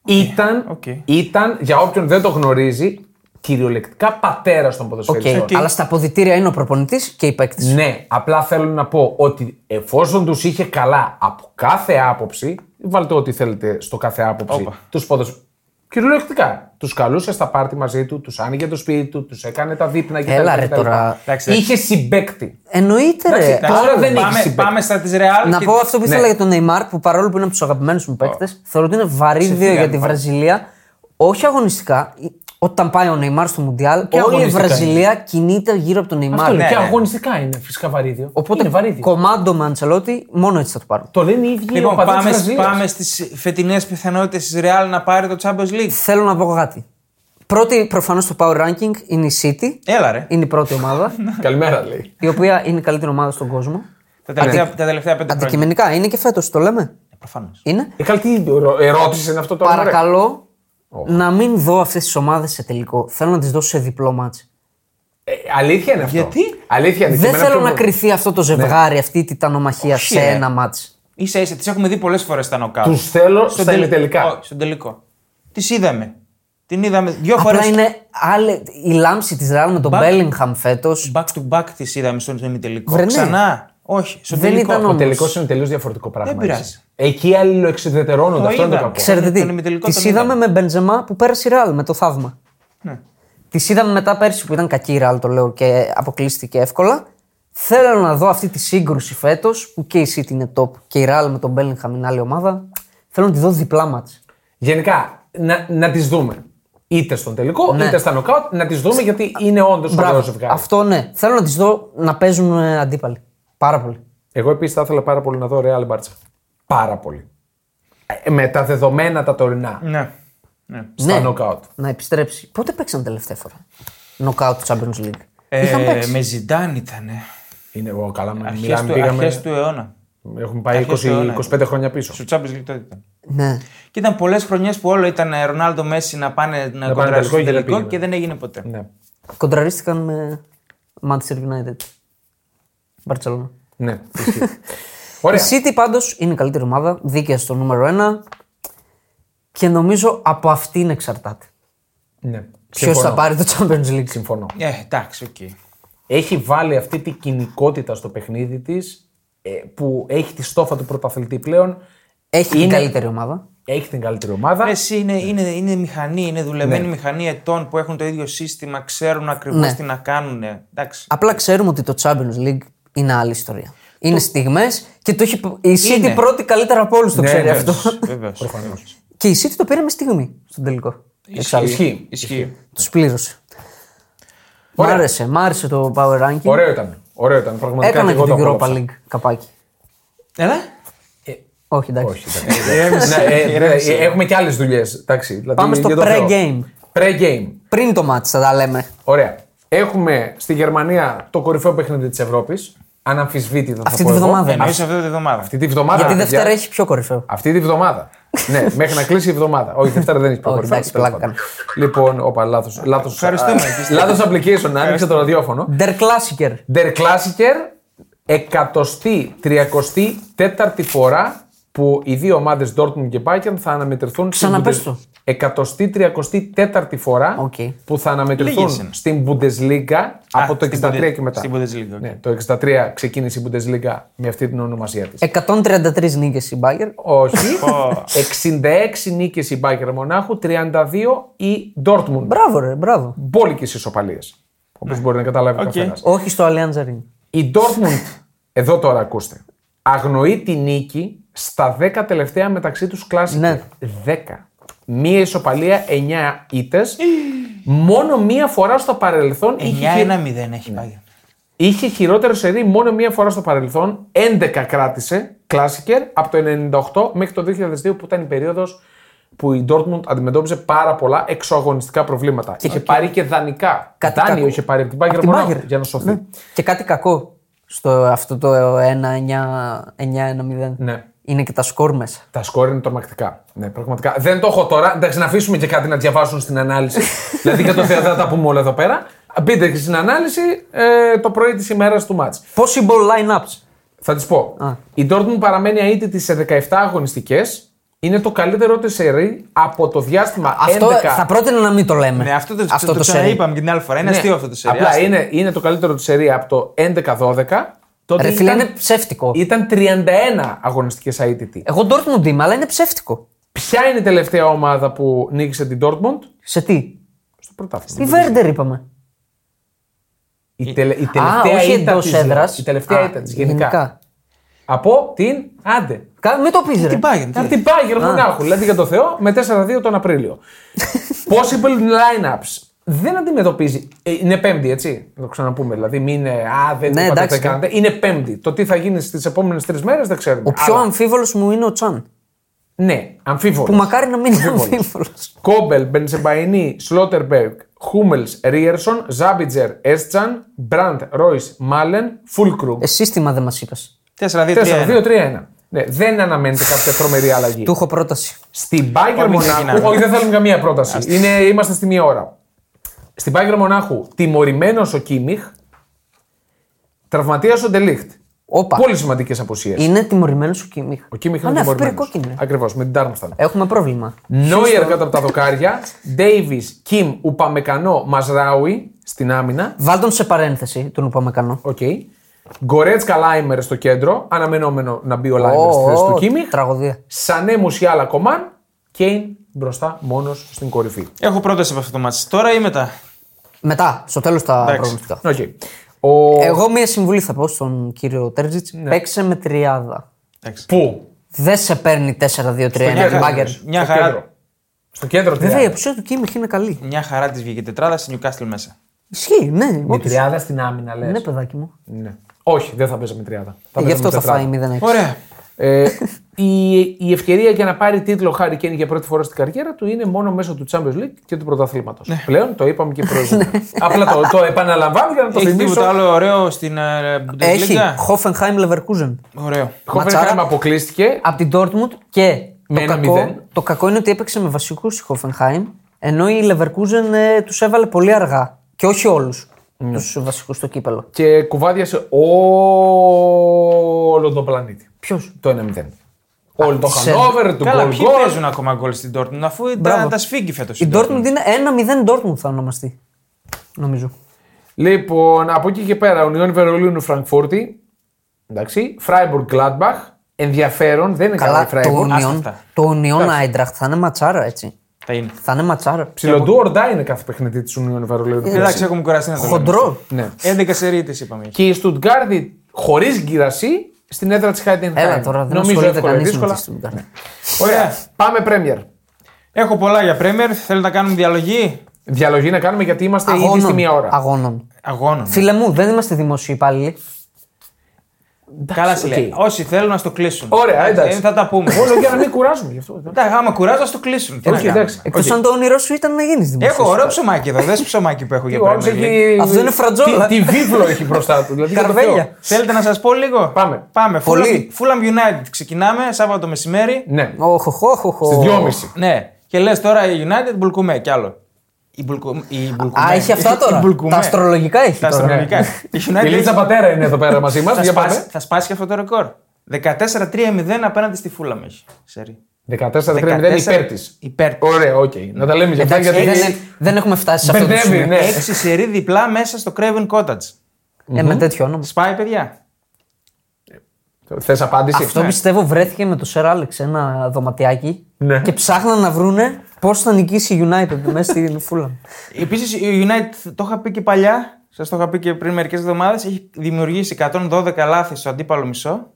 Ήταν,
οκ.
ήταν, για όποιον δεν το γνωρίζει, κυριολεκτικά πατέρα των
Οκ,
ποδοσφαιριστών.
Αλλά στα ποδητήρια είναι ο προπονητής και η παίκτης.
Ναι, απλά θέλω να πω ότι εφόσον τους είχε καλά από κάθε άποψη, βάλτε ό,τι θέλετε στο κάθε άποψη,
Όπα.
τους ποδοσφαιριστέ. Κυριολεκτικά. Τους καλούσε στα πάρτι μαζί του, τους άνοιγε το σπίτι του, τους έκανε τα δείπνα και
Έλα, ρε, τώρα.
Εντάξει,
Είχε συμπέκτη.
Εννοείται ρε.
εντάξει. Τώρα δεν έχει
πάμε,
συμπαίκτες.
πάμε στα της Ρεάλ.
Να
και-
πω αυτό που ήθελα
Ναι.
για τον Νεϊμάρ, που παρόλο που είναι από τους αγαπημένους μου παίκτες, θεωρώ ότι είναι βαρύδιο
Ξεφύγανε
για τη
ναι.
πάλι.
Βραζιλία. Όχι αγωνιστικά. Όταν πάει ο Νεϊμάρ στο Μουντιάλ, όλη η
αγωνιστικά
Βραζιλία κινείται γύρω από τον Νεϊμάρ.
Αυτό είναι.
ναι,
και
ναι.
αγωνιστικά είναι φυσικά βαρύδιο.
Οπότε
είναι βαρύδιο.
κομμάντο με Αντσελότη, μόνο έτσι θα το πάρουν.
Το λένε οι ίδιοι
Λοιπόν,
οι οπαδοί της
πάμε,
Βραζιλίας.
πάμε στις φετινές πιθανότητες της Real να πάρει το Champions League.
Θέλω να πω κάτι. Πρώτη προφανώς στο power ranking είναι η City.
Έλα ρε.
Είναι η πρώτη ομάδα,
Καλημέρα, λέει.
η οποία είναι η καλύτερη ομάδα στον κόσμο.
Τα τελευταία, τα τελευταία πέντε χρόνια.
Αντικειμενικά είναι και φέτος, το λέμε.
Προφανώς.
Είναι.
Ε, καλή τι ερω- ερώτηση είναι αυτό τώρα. μωρέ.
Παρακαλώ να μην δω αυτές τις ομάδες σε τελικό. Θέλω να τις δώσω σε διπλό μάτς.
Ε, αλήθεια είναι αυτό.
Γιατί?
Αλήθεια είναι. και
Δεν
εμένα
θέλω
αυτό
να
μου-
κρυθεί αυτό το ζευγάρι, αυτή η τιτανομαχία
Όχι,
σε
ρε.
ένα μάτς.
σα ίσα τις έχουμε δει πολλές φορές στα νοκάου.
Τους θέλω στα ημιτελικά.
Όχι, στον τελικό. Τις είδαμε. Την είδαμε δύο φορέ.
Απλά είναι άλλη, η λάμψη της Ρεάλ με τον
Back-
Bellingham φέτος.
Back to back τις είδαμε στον ημιτελικό.
Βρε, ναι.
Ξανά. Όχι, στον
Δεν
τελικό.
ήταν
Ο
όμως.
τελικός είναι τελείως διαφορετικό πράγμα.
Δεν
έτσι.
πειράζει.
Εκεί αλληλοεξουδετερώνονται.
Το
Αυτό είναι το
είδα.
κακό.
Ξε-
Ξέρετε
Τον
τι,
ημιτελικό
τις
τον
είδαμε με Μπεντζεμά που πέρασε η Ρεάλ με το θαύμα.
Ναι.
Τις είδαμε μετά πέρσι που ήταν κακή η Ρεάλ, το λέω και αποκλείστηκε εύκολα. Θέλω να δω αυτή τη σύγκρουση φέτος που και η City είναι top και η Ρεάλ με τον Bellingham είναι άλλη ομάδα. Θέλω να τη δω διπλά μάτς.
Γενικά, να, να τις δούμε. Είτε στον τελικό,
Ναι.
είτε στα νοκάουτ, να τις δούμε γιατί είναι όντως ωραίο ζευγάρι.
Αυτό ναι. Θέλω να τις δω να παίζουν ε, αντίπαλοι. Πάρα πολύ.
Εγώ επίσης θα ήθελα πάρα πολύ να δω Real Barça. Πάρα πολύ. Ε, Με τα δεδομένα τα τωρινά.
ναι. ναι.
Στα
ναι.
νοκάουτ.
Να επιστρέψει. Πότε παίξαν τελευταία φορά. Νοκάουτ του Champions League. Είχαν
Ε,
παίξει.
με Ζιντάν ήταν.
Είναι εγώ καλά. Μιλάμε,
Αρχέ του,
πήγαμε-
αρχές του αιώνα.
Έχουμε πάει
αρχές του αιώνα.
20-25 χρόνια πίσω.
Στο Champions League τότε ήταν.
Ναι.
Και ήταν πολλές χρονιές που όλο ήταν ε, Ρονάλντο Μέση να πάνε να, να
τελικό
τελικό,
και δεν πήγαινε.
και δεν έγινε ποτέ.
Ναι.
Κοντραρίστηκαν με Manchester United. Barcelona.
ναι. ισχύει. Ωραία.
Η City πάντως είναι η καλύτερη ομάδα, δίκαια στο νούμερο 1. Και νομίζω από αυτήν εξαρτάται.
Ναι.
Ποιος
Συμφωνώ.
θα πάρει το Champions League.
Συμφωνώ.
Ε, εντάξει, οκ.
έχει βάλει αυτή τη κοινικότητα στο παιχνίδι της που έχει τη στόφα του πρωταθλητή πλέον.
Έχει την
Είναι-
καλύτερη ομάδα.
Έχει την καλύτερη ομάδα.
Εσύ είναι, είναι, είναι μηχανή, είναι δουλεμένη
Ναι.
μηχανή ετών που έχουν το ίδιο σύστημα, ξέρουν ακριβώς
Ναι.
τι να κάνουν. Εντάξει.
Απλά ξέρουμε ότι το Champions League είναι άλλη ιστορία. Είναι στιγμές στιγμέ και το έχει... η City
Είναι.
πρώτη καλύτερα από όλους το
Ναι,
ξέρει
ναι.
αυτό.
Βεβαίως.
και η City το πήρε με στιγμή στον τελικό.
Ισχύει.
Ισχύει.
Τους πλήρωσε. Μ'
Ωραία.
άρεσε, μ' άρεσε το power ranking.
Ωραίο ήταν. Ωραίο ήταν. Πραγματικά
Έκανα και
εγώ
την
το
Europa
απόλαυσα.
League καπάκι. Ε,
Έλα.
Όχι, εντάξει.
Όχι, εντάξει. Ναι, ε, ναι, ε, Έχουμε και άλλες δουλειές. δηλαδή
Πάμε στο pre-game.
Pre-game.
Πριν το μάτς θα τα λέμε.
Ωραία. Έχουμε στη Γερμανία το κορυφαίο παιχνίδι της Ευρώπης. Αναμφισβήτητα. θα
Αυτή
πω
τη
εγώ.
βδομάδα.
Εννοεί αυτή τη βδομάδα.
Αυτή τη βδομάδα.
Γιατί
παιδιά.
Δευτέρα έχει πιο κορυφαίο.
Αυτή τη βδομάδα. ναι, μέχρι να κλείσει η βδομάδα. Όχι, Δευτέρα δεν έχει πιο
Όχι,
κορυφαίο.
εντάξει,
τέλος
πλάκα
πάντων. Λοιπόν, όπα, λάθος. Λάθος,
Ευχαριστούμε.
α, λάθος application, άνοιξε το ραδιόφωνο.
Der Klassiker.
Der Klassiker, 134η φορά που οι δύο ομάδες Dortmund και Bayern θα αναμετρηθούν
Ξαναπες το.
134η φορά
Οκ.
που θα αναμετρηθούν
Λίγες είναι.
στην Bundesliga από το
στην
63
Bundes-
και μετά.
στην Bundesliga, οκ.
Ναι, το 63 ξεκίνησε η Bundesliga με αυτή την ονομασία της.
133 νίκες η Bayern.
Όχι. 66 νίκες η Bayern Μονάχου, 32 η Dortmund.
Μπράβο ρε, μπράβο.
Μπόλικες ισοπαλίες. Όπως μπορεί να καταλάβει ο
Οκ.
καθένας.
Όχι στο Allianz Arena.
Η Dortmund, εδώ τώρα ακούστε, αγνοεί τη νίκη στα 10 τελευταία μεταξύ τους κλάσικ.
Ναι.
10. Μία ισοπαλία, 9 ήτες. Μόνο μία φορά στο παρελθόν είχε, Ναι. χει-
9-1-0 έχει πάει.
είχε χειρότερο σερί, μόνο μία φορά στο παρελθόν. 11 κράτησε κλάσικερ από το 98 μέχρι το 2002 που ήταν η περίοδος που η Dortmund αντιμετώπιζε πάρα πολλά εξωαγωνιστικά προβλήματα. είχε πάρει και δανεικά.
Κάτι
Δάνειο
κακό.
είχε πάρει από την
Απ'
Bayern
την
Μονάχου
Bayern.
για να σωθεί.
Ναι. Και κάτι κακό στο αυτό το 1-9-1-0.
Ναι.
Είναι και τα σκορ μέσα.
Τα σκόρ είναι τρομακτικά. Ναι, πραγματικά. Δεν το έχω τώρα. Εντάξει, να αφήσουμε και κάτι να διαβάσουν στην ανάλυση. δηλαδή για το Θεό δεν θα τα πούμε όλα εδώ πέρα. Μπείτε και στην ανάλυση ε, το πρωί της ημέρας του μάτς.
Possible line-ups.
Θα τη πω.
Α.
Η Dortmund παραμένει αίτητη σε 17 αγωνιστικές. Είναι το καλύτερο της σερί από το διάστημα 11.
Αυτό θα πρότεινα να μην το λέμε.
Ναι, αυτό το,
αυτό
το, το
σερί.
ξαναείπαμε και την άλλη φορά. Είναι
Ναι.
αστείο αυτό το σερί.
Απλά
Άστα.
είναι, είναι το καλύτερο της σερί από το 11-12. Τότε
Ρε φίλε,
ήταν,
είναι ψεύτικο.
ήταν 31 αγωνιστικέ αίτητοι.
Εγώ Dortmund είμαι, αλλά είναι ψεύτικο.
Ποια είναι η τελευταία ομάδα που νίκησε την Dortmund
Σε τι.
στο πρωτάθλημα.
Τη Βέρντερ είπαμε.
Η, τελε, η
Α,
τελευταία
όχι
ήττα
εντός
της,
έδρας.
Η τελευταία ήττα της γενικά. Από την Άντε.
Κα- Μην το πεις.
Την Bayern, τι
Από την Bayern Μονάχου. Δηλαδή για το Θεό με 4-2 τον Απρίλιο. Possible lineups. Δεν αντιμετωπίζει. Ε, Είναι πέμπτη, έτσι. Να το ξαναπούμε. Δηλαδή, μην είναι. Α, δεν
Ναι,
είπατε,
εντάξει,
δεν κάνατε. Είναι πέμπτη. Το τι θα γίνει στις επόμενες τρεις μέρες δεν ξέρουμε.
Ο πιο
Αλλά-
αμφίβολος μου είναι ο Τσάν.
Ναι, αμφίβολος.
Που μακάρι να μην είναι αμφίβολος.
Κόμπελ, Μπενσεμπαϊνί, Σλότερμπεργκ, Χούμελ, Ρίερσον, Ζάμπιτζερ, Έστσαν, Μπραντ, Ρόις, Μάλεν, Φούλκρουγκ.
Ε, σύστημα δεν μας είπες.
4-2-3.
4-2-3-1. Ναι, δεν αναμένεται κάποια τρομερή αλλαγή.
Του έχω πρόταση.
Στην Bayern
Πάμε να
Μονάχου.
ξεκινάμε.
Όχι, δεν θέλουμε καμία πρόταση. Είναι, είμαστε στη μία ώρα. Στην Bayern Μονάχου, τιμωρημένος ο Κίμιχ, τραυματίας ο Ντελίχτ.
Όπα.
Πολύ σημαντικές αποσίε.
Είναι τιμωρημένος ο Κίμιχ.
Ο Κίμιχ
Α,
είναι
ναι, αφού πήρε
τιμωρημένο.
κόκκινη.
Ακριβώς, με την Τάρμσταν.
Έχουμε πρόβλημα.
Νόιερ κάτω από τα δοκάρια, Ντέιβις, Κιμ, Ουπαμεκανό, Μαζράουι στην άμυνα.
Βάλ τον σε παρένθεση, τον Ουπαμεκανό.
Οκ. Γκορέτσκα Λάιμερ στο κέντρο, αναμενόμενο να μπει ο Λάιμερ στη
Ω,
θέση
ω,
του Κίμιχ.
Τραγωδία.
Σανέ Μουσιάλα Κομάν, Κέιν μπροστά μόνος στην κορυφή.
Έχω πρόταση από αυτό το μάτι. Τώρα ή μετά.
Μετά, στο τέλος τα
Εντάξει.
προγνωστικά.
Οκ. Ο...
Εγώ μία συμβουλή θα πω στον κύριο Τέρτζιτ.
Ναι.
Παίξε με τριάδα.
Εντάξει. Ε,
Πού?
Δεν σε παίρνει 4-2-3
Μια χαρά-
μπάγκερ.
Μια
στο
χαρά,
Κέντρο. Στο κέντρο
Βέβαια, η
τριάδα.
απουσία του Κίμιχ είναι καλή.
μια χαρά της βγήκε η τετράδα στην Newcastle μέσα.
Ισχύει, ναι.
Με
όντως.
τριάδα στην άμυνα λες.
Ναι, παιδάκι μου.
Ναι. Όχι, δεν θα παίζαμε τριάδα. Θα
Γι'
παίζαμε
αυτό θα
τετράδα.
φάει 0-6.
Ωραία.
Ε, η, η ευκαιρία για να πάρει τίτλο ο Χάρη Κέιν για πρώτη φορά στην καριέρα του είναι μόνο μέσω του Champions League και του πρωταθλήματος.
Ναι.
Πλέον το είπαμε και προηγούμενα.
Ναι.
Απλά το, το επαναλαμβάνω για να το
Έχει τίποτα
θυμίσω.
άλλο ωραίο στην ε,
Έχει
Bundesliga.
Hoffenheim Leverkusen.
Ωραίο.
Χόφενχάιμ
Ματσάρα.
αποκλείστηκε.
Από την Dortmund και
Με
το
ένα
κακό,
μηδέν.
το κακό είναι ότι έπαιξε με βασικούς η Hoffenheim ενώ η Leverkusen ε, τους έβαλε πολύ αργά. Και όχι όλους
Ναι.
τους βασικούς στο κύπελο.
και κουβάδιασε όλο τον πλανήτη.
Ποιος.
Το 1-0. Όλο το
σε-
Χανόβερ, του
Καλά,
Γκολ
ποιοι παίζουν ακόμα γκολ στην Dortmund αφού τα,
Μπράβο.
τα σφίγγει φέτος.
Η Dortmund είναι 1-0 Dortmund θα ονομαστεί. Νομίζω.
Λοιπόν, από εκεί και πέρα, Ουνιόν Βερολίνου Φραγκφούρτη. Εντάξει. Φράιμπουργκ Gladbach. Ενδιαφέρον, δεν είναι καλά η
Καλά, το
Φράιμπουργκ.
άστα
Union,
αυτά.
το Union Eintracht θα είναι ματσάρα έτσι.
Θα είναι.
Θα είναι ματσάρα.
Ψιλοντού ορντά είναι κάθε παιχνίδι της Ουνιόν Βερολίνου.
Ε,
Εντάξει, έχουμε κουραστεί να το λέμε.
Χοντρό.
Ναι.
11 σερίτε είπαμε.
Και η Στουτγκάρδη χωρί γκυρασί στην έδρα της Χάιντενχάιμ.
Έλα τώρα, δεν
Νομίζω
ασχολείται
εύκολα ή
κανείς με
δύσκολα.
τη Stuttgart.
Ωραία. Πάμε Πρέμιερ.
Έχω πολλά για Πρέμερ. Θέλετε να κάνουμε διαλογή
Διαλογή να κάνουμε γιατί είμαστε ήδη στη
Αγώνων.
μία ώρα. Ναι.
Αγώνων.
αγώνων.
Φίλε μου, δεν είμαστε δημόσιοι υπάλληλοι.
Καλά σε λέει.
οκ.
Όσοι θέλουν να στο κλείσουν.
Ωραία, εντάξει.
Ε, Θα τα πούμε.
Μόνο για να μην κουράζουμε γι' αυτό.
Εντάξει, άμα κουράζω, ας το κλείσουν. Τι να
Όχι,
κάνουμε.
εντάξει.
Εκτός αν το όνειρό σου ήταν να γίνεις δημόσιο.
Έχω ωραίο ψωμάκι εδώ. Δες ψωμάκι που έχω για
Ο άλλος
Premier League.
έχει.
Αυτό είναι φρατζόλα.
Τη, τη βίβλο έχει μπροστά του. Δηλαδή για το
Καρβέλια.
Θεό.
Ε, Θέλετε να σας πω λίγο.
Πάμε.
Πάμε.
Πολύ.
Fulham United. Ξεκινάμε Σάββατο μεσημέρι.
Ναι.
Οχοχοχοχο.
Στις δυόμιση.
Ναι. Και λες τώρα η United μπουλκουμέ κι άλλο. Η μπουλκουμέ.
Ναι.
Α, έχει αυτά τώρα. Τα αστρολογικά έχει
Τα
τώρα.
αστρολογικά. Η
Η Λίτσα
United
Πατέρα είναι εδώ πέρα μαζί μας.
θα
Για
σπάσει,
πάμε.
θα σπάσει και αυτό το ρεκόρ. 14-3-0 απέναντι στη Fulham έχει. Σερί.
14-3-0 υπέρ της.
Υπέρ της.
Ωραία, οκ. Να τα λέμε για αυτά
Εντάξει,
γιατί.
δεν, δεν έχουμε φτάσει σε αυτό το
Μπερδεύει,
σημείο.
ναι.
Έξι σερί διπλά μέσα στο Craven Cottage.
Ε, με τέτοιο όνομα.
Σπάει, παιδιά.
Θες απάντηση.
Αυτό
Ναι.
πιστεύω βρέθηκε με το Σερ Άλεξ ένα δωματιάκι
Ναι.
και ψάχναν να βρούνε πώς θα νικήσει η United μέσα στη Φούλα.
Επίσης η United, το είχα πει και παλιά, Σας το είχα πει και πριν μερικές εβδομάδες. Έχει δημιουργήσει 112 λάθη στο αντίπαλο μισό.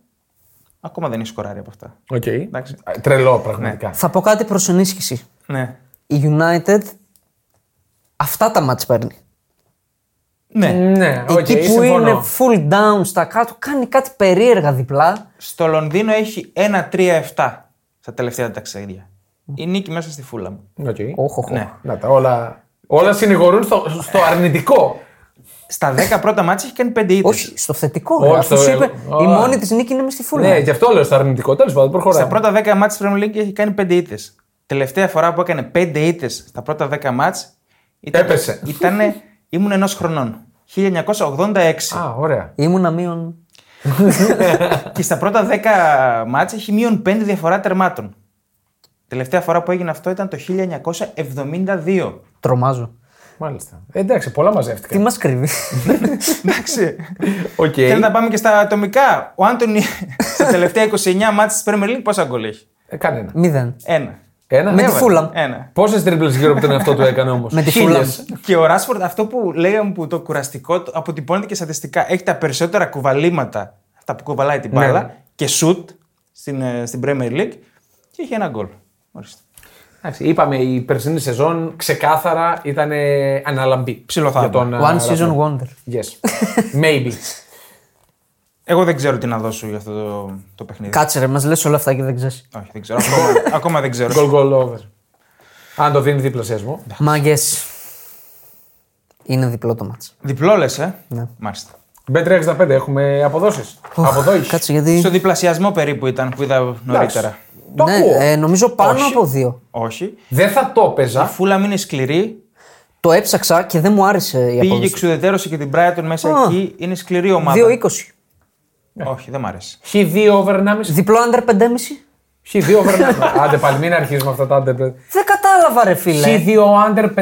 Ακόμα δεν έχει σκοράρει από αυτά.
Οκ.
Εντάξει.
Τρελό πραγματικά.
Θα πω κάτι προς ενίσχυση.
Ναι.
Η United αυτά τα μάτς παίρνει.
Ναι.
Ναι, οκ,
Εκεί που
συμφωνώ.
είναι full down στα κάτω, κάνει κάτι περίεργα διπλά.
Στο Λονδίνο έχει 1-3-7 στα τελευταία ταξίδια. Η νίκη μέσα στη φούλα μου.
Οκ.
Όχο, όχο.
Ναι.
Να τα όλα. Όλα συνηγορούν στο, στο αρνητικό.
Στα 10 πρώτα μάτια έχει κάνει 5 ήττες.
Όχι, στο θετικό.
Όχι,
ρε. Αυτό
στο-
σου είπε,
Ω.
η μόνη της νίκη είναι μες στη φούλα.
ναι, γι' αυτό λέω στο αρνητικό. Τέλος πάντων,
Στα
προχωράμε.
πρώτα 10 μάτς της Premier League έχει κάνει 5 ήττες. Τελευταία φορά που έκανε 5 ήττες στα πρώτα 10 μάτς ήταν,
Έπεσε.
Ήτανε, ήμουν ενός χρονών. 1986.
Α, ωραία.
Ήμουνα μείον.
Και στα πρώτα 10 μάτς έχει μείον 5 διαφορά τερμάτων. Τελευταία φορά που έγινε αυτό ήταν το 1972.
Τρομάζω.
Μάλιστα. Ε, εντάξει, πολλά μαζεύτηκαν.
Τι μας κρύβει.
Εντάξει.
Οκ.
Θέλω να πάμε και στα ατομικά. Ο Άντωνη στα τελευταία 29 μάτς της Premier League πόσα γκολ έχει.
Ε, Κανένα.
Μηδέν.
Ένα.
Ένα.
Με τη
έβαλε.
Fulham.
Ένα.
Πόσες τρίπλε γύρω από τον εαυτό του έκανε όμως.
Με τη Fulham.
Και ο Ράσφορντ, αυτό που λέγαμε που το κουραστικό του αποτυπώνεται και στατιστικά. Έχει τα περισσότερα κουβαλήματα, αυτά που κουβαλάει την μπάλα,
Ναι.
και σουτ στην, ε, στην Premier League και έχει ένα γκολ. Ορίστε.
Εντάξει, είπαμε η περσινή σεζόν ξεκάθαρα ήταν αναλαμπή.
Ψιλοθαύμα.
Για τον, ε,
One
Ράπτορ.
season wonder.
Yes. Maybe.
Εγώ δεν ξέρω τι να δώσω για αυτό το, το παιχνίδι.
Κάτσε ρε, μας λες όλα αυτά και δεν ξέρεις.
Όχι, δεν ξέρω. Ακόμα, ακόμα δεν ξέρω.
Goal goal over. Αν το δίνει διπλασιασμό.
Μάγκε. Είναι διπλό το μάτς.
Διπλό λες, ε.
Ναι.
Μάλιστα.
B365 έχουμε αποδόσεις. Από εδώ έχεις.
Κάτσε γιατί.
Στο διπλασιασμό περίπου ήταν που είδα νωρίτερα.
Το
ναι,
ακούω.
ε, νομίζω πάνω από δύο.
Όχι.
Δεν θα το
Η
έπαιζα.
Φούλαμ είναι σκληρή.
Το έψαξα και δεν μου άρεσε η
Πήγε και
απόδοση.
εξουδετερώσε και την Brighton μέσα
Α.
εκεί. Είναι σκληρή ομάδα.
2-20.
Όχι, δεν μ' αρέσει.
Χ2 over 1,5.
Διπλό under 5,5.
Χ2 over 1,5. Άντε πάλι, μην αρχίσουμε αυτά τα under.
Δεν κατάλαβα, ρε φίλε.
Χ2 under 17,5.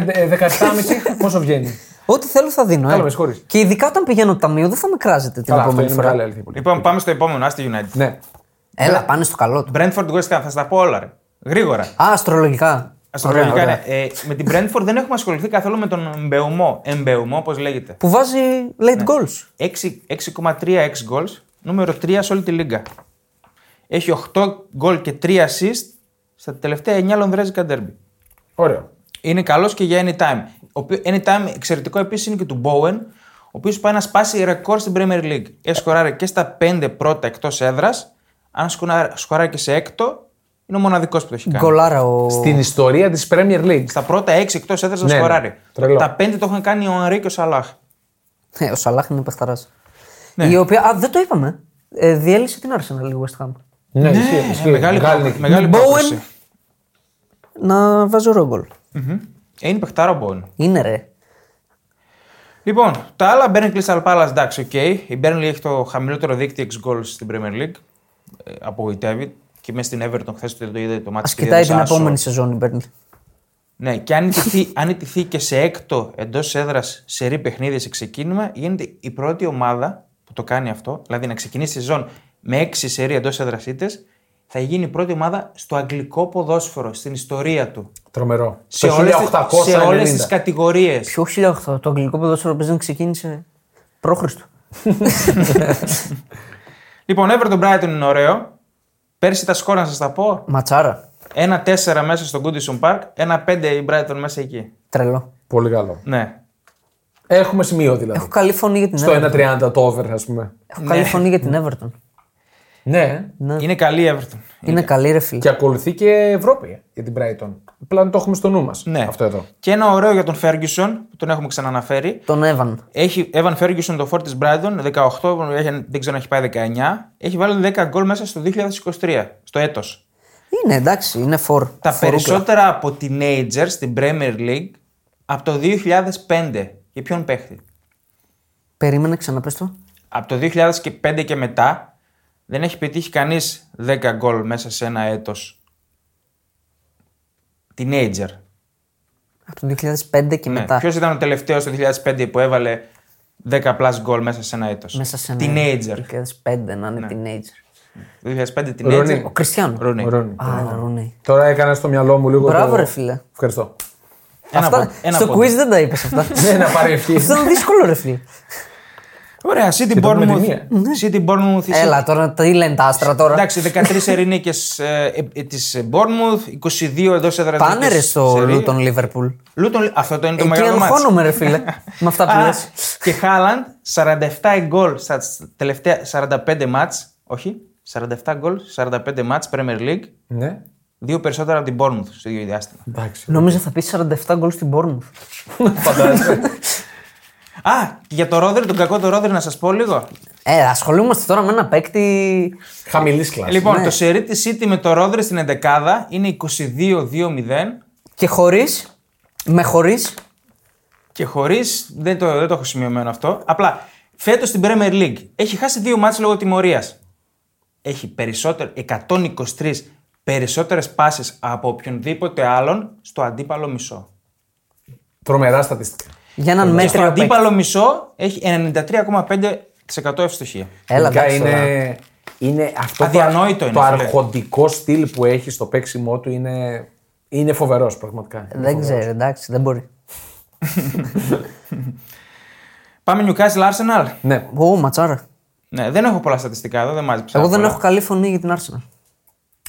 Πόσο βγαίνει.
Ό,τι θέλω θα δίνω.
Καλά,
ε.
με συγχωρείς.
Και ειδικά όταν πηγαίνω ταμείο δεν θα με κράζετε την
Καλά, αυτό
επόμενη
είναι
φορά.
μεγάλη αλήθεια. πολύ.
Λοιπόν, πάμε στο επόμενο. Άστε United.
Ναι.
Έλα, πάνε στο καλό του.
Brentford West Ham, θα στα πω όλα. Ρε. Γρήγορα.
Α, αστρολογικά.
Αστρολογικά,
ωραία.
ναι. Ε, με την Brentford δεν έχουμε ασχοληθεί καθόλου με τον Εμπεουμό. Εμπεουμό, όπω λέγεται.
Που βάζει late
Ναι.
goals.
6- 6,3 ex goals, νούμερο 3 σε όλη τη λίγα. Έχει 8 γκολ και 3 assist στα τελευταία 9 λονδρέζικα ντέρμπι.
Ωραίο.
Είναι καλός και για anytime. Ο οποίο- Anytime εξαιρετικό επίσης είναι και του Bowen, ο οποίος πάει να σπάσει ρεκόρ στην Premier League. Έχει σκοράρει και στα 5 πρώτα εκτός έδρας. Αν σκονα- σκοράρει και σε έκτο, είναι ο μοναδικός που το έχει κάνει.
Γκολάρα ο.
Στην ιστορία της Premier League.
Στα πρώτα 6 εκτός έδρας να
Ναι, ναι.
σκοράρει.
Τρελό.
Τα 5 το έχουν κάνει ο Ανρή και ο Σαλάχ.
Ε, ο Σαλάχ είναι παιχταράς.
Ναι.
Η οποία. Α, δεν το είπαμε. Ε, διέλυσε την Arsenal η West Ham.
Ναι, ισχύει, ισχύει.
Ε, μεγάλη
μεγάλη
προ-
νίκη.
μεγάλη
Bowen.
πρόκληση.
Να βάζω ρογκολ.
Ε, Είναι παιχτάρα ο Bowen.
Είναι ρε.
Λοιπόν, τα άλλα Burnley Crystal Palace, εντάξει, οκ. Η Burnley έχει το χαμηλότερο δίκτυο ex goals στην Premier League. Ε, απογοητεύει. Και μέσα στην Everton χθες δεν το είδε το μάτι
Ας κοιτάει την επόμενη σεζόν η Μπέρνλι.
Ναι, και αν ιτηθεί, αν ιτηθεί και σε έκτο εντός έδρας σε ρή παιχνίδια σε ξεκίνημα, γίνεται η πρώτη ομάδα που το κάνει αυτό, δηλαδή να ξεκινήσει η σεζόν με έξι σε ρή εντός έδρας ήττες, θα γίνει η πρώτη ομάδα στο αγγλικό ποδόσφαιρο, στην ιστορία του.
Τρομερό.
Σε
Το
όλες τις- σε όλες
1890.
τις κατηγορίες.
Ποιο 1008, το αγγλικό ποδόσφαιρο που δεν ξεκίνησε. Πρόχριστο.
Λοιπόν, Everton Brighton είναι ωραίο. Πέρσι τα σκόρ να σας τα πω.
Ματσάρα.
Ένα 4 μέσα στο Goodison Park, ένα 5 η Brighton μέσα εκεί.
Τρελό.
Πολύ καλό.
Ναι.
Έχουμε σημείο δηλαδή.
Έχω καλή φωνή για την
Στο
Everton.
1.30 το over, ας πούμε.
Έχω καλή φωνή για την Everton.
Ναι.
Είναι καλή η Everton.
Είναι καλή, ρε φίλε.
Και ακολουθεί και Ευρώπη για την Brighton. Απλά να το έχουμε στο νου μας.
Ναι.
Αυτό εδώ.
Και ένα ωραίο για τον Ferguson, που τον έχουμε ξαναναφέρει.
Τον Εύαν.
Έχει Evan Ferguson το φόρτι τη Brighton, 18, έχει- δεν ξέρω αν έχει πάει 19. Έχει βάλει 10 γκολ μέσα στο 2023, στο έτος.
Είναι εντάξει, είναι φορ.
Τα
φορούκλα.
περισσότερα από teenagers στην Premier League από το 2005. Για ποιον παίχτη.
Περίμενε, ξαναπες το.
Από το 2005 και μετά δεν έχει πετύχει κανείς 10 γκολ μέσα σε ένα έτος. Teenager.
Από το 2005 και μετά.
Ποιος ήταν ο τελευταίος το 2005 που έβαλε 10 plus γκολ μέσα σε ένα έτος.
Μέσα σε ένα
Teenager. Ναι.
2005 να είναι teenager.
Το 2005
Ρούνι.
teenager.
Ο Κριστιανό.
Ρούνι.
Ρόνι.
Α, Ρούνι.
Τώρα έκανα στο μυαλό μου λίγο.
Μπράβο,
το-
ρε φίλε.
Ευχαριστώ.
Ένα
αυτά,
πόντ- ένα
στο
πόντ.
quiz δεν τα είπες αυτά.
Ναι, να πάρει ευχή.
Αυτό ήταν δύσκολο ρε φίλε.
Ωραία, City
το πούμε
Bournemouth. Ναι,
ταινία.
City Bournemouth. η
Έλα τώρα, τι λένε τα άστρα τώρα.
Εντάξει, ε, 13 ερηνίκε τη Bournemouth, 22 εντό έδρα
Πάνε ρε στο Λούτον Λίβερπουλ.
αυτό το είναι το
Εκεί
μεγάλο μάτι.
αγχώνομαι ρε φίλε. Με αυτά που
Α,
λες.
Και Χάλαντ 47 γκολ στα τελευταία 45 μάτς, όχι, 47 γκολ, 45 μάτς Premier League,
Ναι.
δύο περισσότερα από την Bournemouth στο ίδιο διάστημα.
Εντάξει.
Νομίζω θα πεις 47 γκολ στην Bournemouth.
Φαντάζομαι.
Α, και για το Ρόδερ, τον κακό το Ρόδερ να σας πω λίγο.
Ε, ασχολούμαστε τώρα με ένα παίκτη.
Χαμηλής κλάσης.
Λοιπόν, το σερί της City με το Ρόδερ στην 11 είναι 22-2-0
Και χωρίς. Με χωρίς.
και χωρίς, δεν το, δεν το έχω σημειωμένο αυτό, απλά φέτος στην Premier League έχει χάσει δύο μάτς λόγω τιμωρίας. έχει περισσότερο, 123 περισσότερες πάσες από οποιονδήποτε άλλον στο αντίπαλο μισό.
Τρομερά στατιστικά.
Για
Ε,
έναν
Και στο
μέτριο παίκτη.
αντίπαλο μισό έχει 93,5% ευστοχία.
Έλα,
Γενικά
εντάξει. τώρα.
είναι, είναι αυτό
Αδιανόητο
το,
είναι,
το
φίλε.
αρχοντικό στυλ που έχει στο παίξιμό του είναι, είναι φοβερός πραγματικά.
Δεν ξέρω, εντάξει, δεν μπορεί.
Πάμε Newcastle Arsenal.
Ναι.
Ω, ματσάρα.
Ναι, δεν έχω πολλά στατιστικά εδώ, δεν μάζεψα.
Εγώ δεν
πολλά.
έχω καλή φωνή για την Arsenal.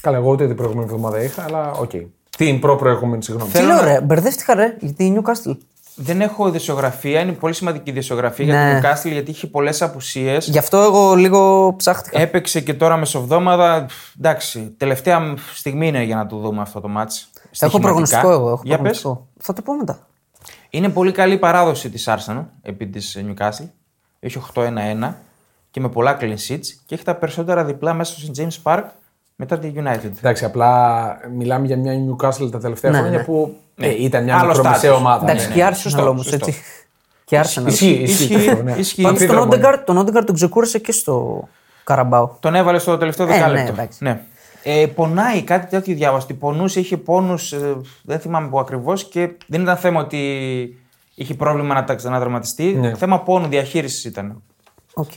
Καλά, εγώ ούτε την προηγούμενη εβδομάδα είχα, αλλά οκ. Την προ-προηγούμενη, συγγνώμη.
Τι
Θέλω
λέω,
να-
ρε, μπερδεύτηκα, ρε, γιατί η Newcastle.
δεν έχω ειδησιογραφία, είναι πολύ σημαντική ειδησιογραφία
Ναι.
για την Newcastle γιατί είχε πολλές απουσίες.
Γι' αυτό εγώ λίγο
Ε,
ψάχτηκα.
Έπαιξε και τώρα μεσοβδόμαδα. Εντάξει, τελευταία στιγμή είναι για να το δούμε αυτό το μάτς.
έχω
στοιχηματικά.
προγνωστικό εγώ. Έχω
για πες.
προγνωστικό. Θα το πω μετά.
Είναι πολύ καλή η παράδοση της Arsenal επί της Newcastle. Έχει 8-1-1 και με πολλά clean sheets και έχει τα περισσότερα διπλά μέσα στο St. James Park μετά τη United.
Εντάξει, απλά μιλάμε για μια Newcastle τα τελευταία
Ναι,
χρόνια
ναι.
που ε, ήταν μια
Άλλο
μικρομεσαία
στάτους.
ομάδα.
Εντάξει,
ναι.
και η
Σωστό,
Arsenal όμω,
σωστό.
έτσι. Και η Arsenal.
Ισχύει, ισχύει.
Ισχύει,
αυτό, ναι.
ισχύει.
Παν-
Πάντω
Πίτρα
τον
μόνο.
Όντεγκαρ τον, Odegaard τον ξεκούρασε και στο Καραμπάο.
Τον έβαλε στο τελευταίο
Ε, ναι,
δεκάλεπτο.
εντάξει.
ναι. Ε, πονάει κάτι τέτοιο διάβαση. Πονούσε, είχε πόνους, δεν θυμάμαι που ακριβώς και δεν ήταν θέμα ότι είχε πρόβλημα να τα ξαναδραματιστεί. Θέμα πόνου, διαχείρισης ήταν.
Οκ.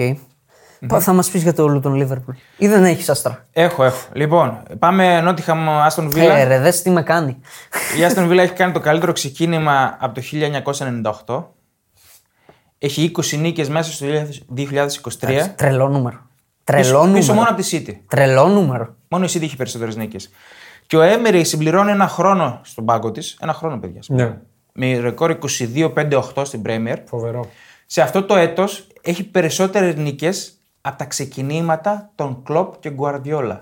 Πα- Θα μας πεις για το Λούτον Λίβερπουλ. Ή δεν έχεις άστρα.
Έχω, έχω. Λοιπόν, πάμε Νότιχαμ Άστον Βίλα.
Ε, ρε, δες τι με κάνει.
Η Aston Villa έχει κάνει το καλύτερο ξεκίνημα από το 1998. Έχει 20 νίκες μέσα στο 2023.
Τρελό νούμερο. Τρελό
Ε? Πίσω,
νούμερο.
πίσω μόνο από τη City.
Τρελό νούμερο.
Μόνο η City έχει περισσότερες νίκες. Και ο Έμερι συμπληρώνει ένα χρόνο στον πάγκο της. Ένα χρόνο, παιδιά.
Ναι,
Με ρεκόρ 22-5-8 στην Premier.
φοβερό.
Σε αυτό το έτος έχει περισσότερες νίκες από τα ξεκινήματα των Κλοπ και Γκουαρδιόλα.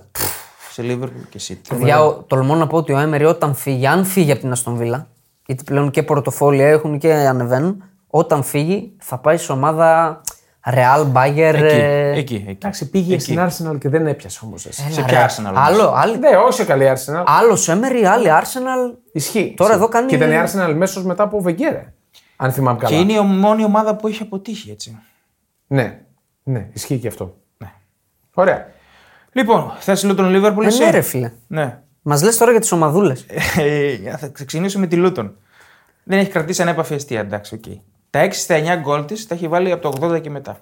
σε Liverpool και City.
Παιδιά, ο- τολμώ να πω ότι ο Έμερι όταν φύγει, αν φύγει από την Αστον Βίλα, γιατί πλέον και πορτοφόλια έχουν και ανεβαίνουν, όταν φύγει θα πάει σε ομάδα Real Bayer.
Εκεί,
ε,
εκεί, εκεί.
Εντάξει, πήγε στην Arsenal και δεν έπιασε όμως.
Σε
Έλα,
ποια
ρε.
Arsenal, όμως?
Άλλο, άλλη,
Ε, Ναι, όχι σε καλή Arsenal.
άλλος Έμερι, άλλη Arsenal.
Ισχύει.
Τώρα
Ισχύει.
εδώ κάνει-
Και ήταν η Arsenal μέσω μετά από Βεγγέρε. Αν θυμάμαι καλά.
Και είναι η μόνη ομάδα που έχει αποτύχει, έτσι.
Ναι, ναι, ισχύει και αυτό.
Ναι.
Ωραία.
Λοιπόν, θέση Λούτον Λίβερπουλ.
Ε,
εσύ.
ναι, ρε φίλε.
Ναι.
Μας λες τώρα για τις ομαδούλες.
Ε, θα ξεκινήσουμε με τη Λούτον. Δεν έχει κρατήσει ανέπαφη αιστεία, εντάξει, οκ. Τα 6 στα 9 γκολ της τα έχει βάλει από το 80 και μετά.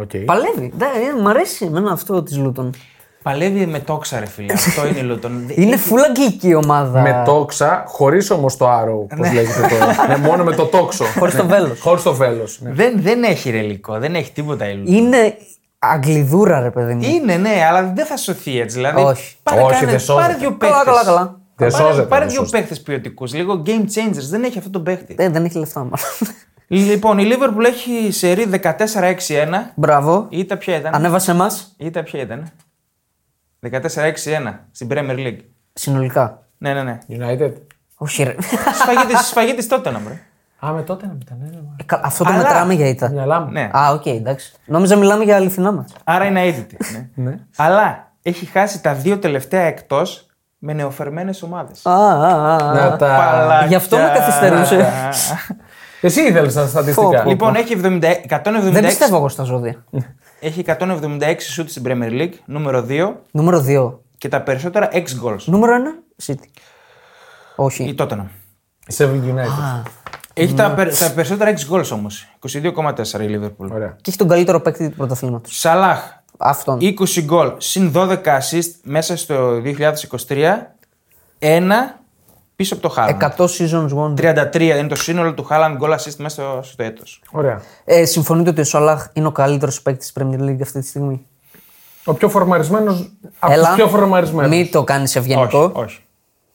Okay.
Παλεύει. Ναι, ε, μ' αρέσει εμένα αυτό της Λούτων.
Παλεύει με τόξα, ρε φίλε. Αυτό είναι η Λούτον.
Είναι full αγγλική η ομάδα.
Με τόξα, χωρίς όμως το άρρω, όπω λέγεται τώρα. ναι, μόνο με το τόξο.
Χωρίς το βέλος.
Χωρίς το βέλος. Ναι.
δεν, δεν έχει ρελικό, δεν έχει τίποτα η Λούτον.
Είναι αγγλιδούρα, ρε παιδί μου.
Είναι, ναι, αλλά δεν θα σωθεί έτσι. Δηλαδή,
Όχι.
Πάρε,
Όχι,
κάνε-
δεν σώζεται.
πάρε δύο παίχτε.
Καλά, καλά, καλά.
Δεν σώζεται,
Πάρε, πάρε
δεν
δύο
σώζεται.
παίχτε ποιοτικούς. Λίγο game changers. Δεν έχει αυτό τον παίχτη.
Ε, δεν έχει λεφτά μάλλον.
Λοιπόν, η Liverpool έχει σερί 14-6-1.
Μπράβο.
Η ήττα ποια ήταν.
Ανέβασε εμά
Η ήττα ποια ήταν. ε. 14-6-1 στην Premier League.
συνολικά.
Ναι, ναι, ναι.
United.
Όχι, ρε.
Σφαγή της- Σφαγή τη τότε να μπρε.
Α, με τότε να ήταν.
Ε, κα- Αυτό το
Αλλά-
μετράμε για ήττα.
Μυαλά μου.
Ναι.
Α, οκ, εντάξει. Νόμιζα μιλάμε για αληθινά μας.
Άρα είναι αίτητη. ναι.
Ναι.
Αλλά έχει χάσει τα δύο τελευταία εκτός με νεοφερμένες ομάδες.
Α, α, α, α.
Να τα...
Παλάκια.
Γι' αυτό με καθυστερούσε.
Εσύ ήθελες τα στατιστικά.
Φω,
Λοιπόν, έχει 70 176,
Δεν πιστεύω εγώ στα ζώδια.
έχει 176 σουτ στην Premier League, νούμερο 2
Νούμερο 2.
και τα περισσότερα 6 goals.
Νούμερο 1. City.
Η
Όχι.
Tottenham.
Seven United.
Έχει τα, περι- τα περισσότερα 6 goals όμω. 22,4 η Liverpool.
Ωραία.
Και έχει τον καλύτερο παίκτη του πρωταθλήματος.
Σαλάχ,
Αυτόν.
20 γκολ συν 12 assist μέσα στο 2023. Ένα πίσω από το Χάλαντ.
100 seasons wonder.
33 είναι το σύνολο του Χάλαντ γκολ assist μέσα στο, στο έτος.
Ωραία.
Ε, συμφωνείτε ότι ο Σαλάχ είναι ο καλύτερος παίκτης της Premier League αυτή τη στιγμή.
Ο πιο φορμαρισμένος από τους πιο φορμαρισμένους.
μην το κάνεις
Όχι,
ευγενικό.
όχι.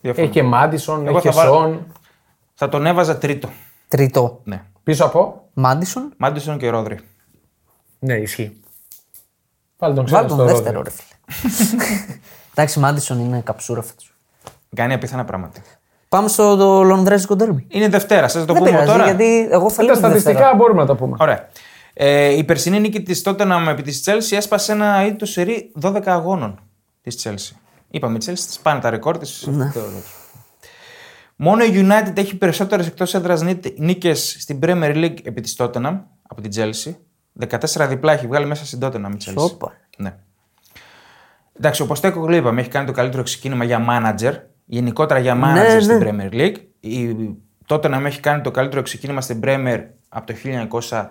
Έχει
Διαφωνώ.
και Μάντισον,
Εγώ
έχει και
θα βάλω-
Σον.
Θα τον έβαζα τρίτο.
Τρίτο.
Ναι.
Πίσω από.
Μάντισον.
Μάντισον και Ρόδρυ.
Ναι, ισχύει. Πάλι τον ξέρω
Βάλτε
στο
τον δεύτερο,
δεύτερο.
ρε φίλε. Εντάξει, Μάντισον είναι καψούρα αυτό.
Κάνει απίθανα πράγματα.
Πάμε στο το Λονδρέζικο ντέρμπι.
Είναι Δευτέρα, σας το
Δεν
πούμε
πειράζει,
τώρα.
γιατί εγώ θα
Τα
λέω τη Δευτέρα.
στατιστικά μπορούμε να τα πούμε.
Ωραία. Ε, η περσινή νίκη της Τότεναμ επί της Τσέλση έσπασε ένα ήττο σερί 12 αγώνων της Τσέλση. Είπαμε, η Τσέλση της πάνε τα ρεκόρ της.
Ναι.
Μόνο η United έχει περισσότερες εκτός έδρας νίκες στην Premier League επί της Τότεναμ από την Τσέλση. 14 διπλά έχει βγάλει μέσα στην Τότεναμ η Τσέλση.
Σόπα.
Ναι. Εντάξει, ο Ποστέκογλου είπαμε έχει κάνει το καλύτερο ξεκίνημα για μάνατζερ. Γενικότερα για μάνατζερ
ναι.
στην Premier League. Η, τότε να με έχει κάνει το καλύτερο ξεκίνημα στην Premier από το 1900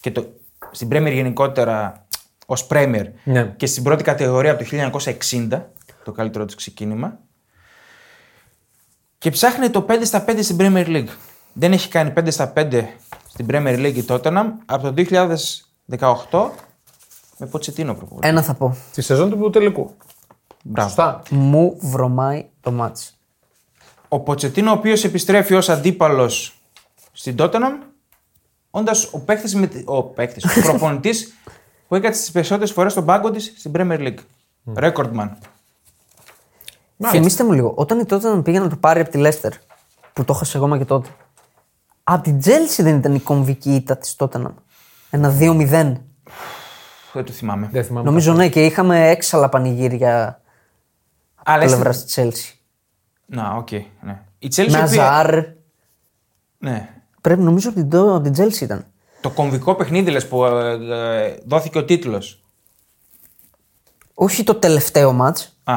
και το, στην Premier γενικότερα ως Premier
Ναι.
και στην πρώτη κατηγορία από το 1960 το καλύτερο του ξεκίνημα. Και ψάχνει το 5 στα 5 στην Premier League. Δεν έχει κάνει 5 στα 5 στην Premier League η Tottenham από το 2018 με Ποτσετίνο προπονητή.
Ένα θα πω.
Τη σεζόν του τελικού.
Μπράβο.
Σωστά.
Μου βρωμάει το μάτσο.
Ο Ποτσετίνο, ο οποίος επιστρέφει ως αντίπαλος στην Τότεναμ, όντας ο παίκτης, με... τη- ο, παίκτης, ο προπονητής που έκατσε τις περισσότερες φορές στον πάγκο της στην Premier League. Ρέκορντμαν.
Θυμήστε μου λίγο, όταν η Τότεναμ πήγε να το πάρει από τη Λέστερ, που το είχα εγώ και τότε. Από την Τζέλση δεν ήταν η κομβική ήττα της Τότεναμ. Ένα 2-0.
Δεν Ε, το θυμάμαι.
Δεν θυμάμαι.
Νομίζω ναι, και είχαμε έξαλα πανηγύρια
Αλλά
από
στην-
πλευράς της Τζέλση.
Να, οκ. ναι. Η Chelsea η οποία...
Ναζάρ.
ναι.
Πρέπει νομίζω από την, Τό- από την Τζέλση ήταν.
Το κομβικό παιχνίδι λες, που ε, ε, δόθηκε ο τίτλος.
Όχι το τελευταίο μάτ.
Α.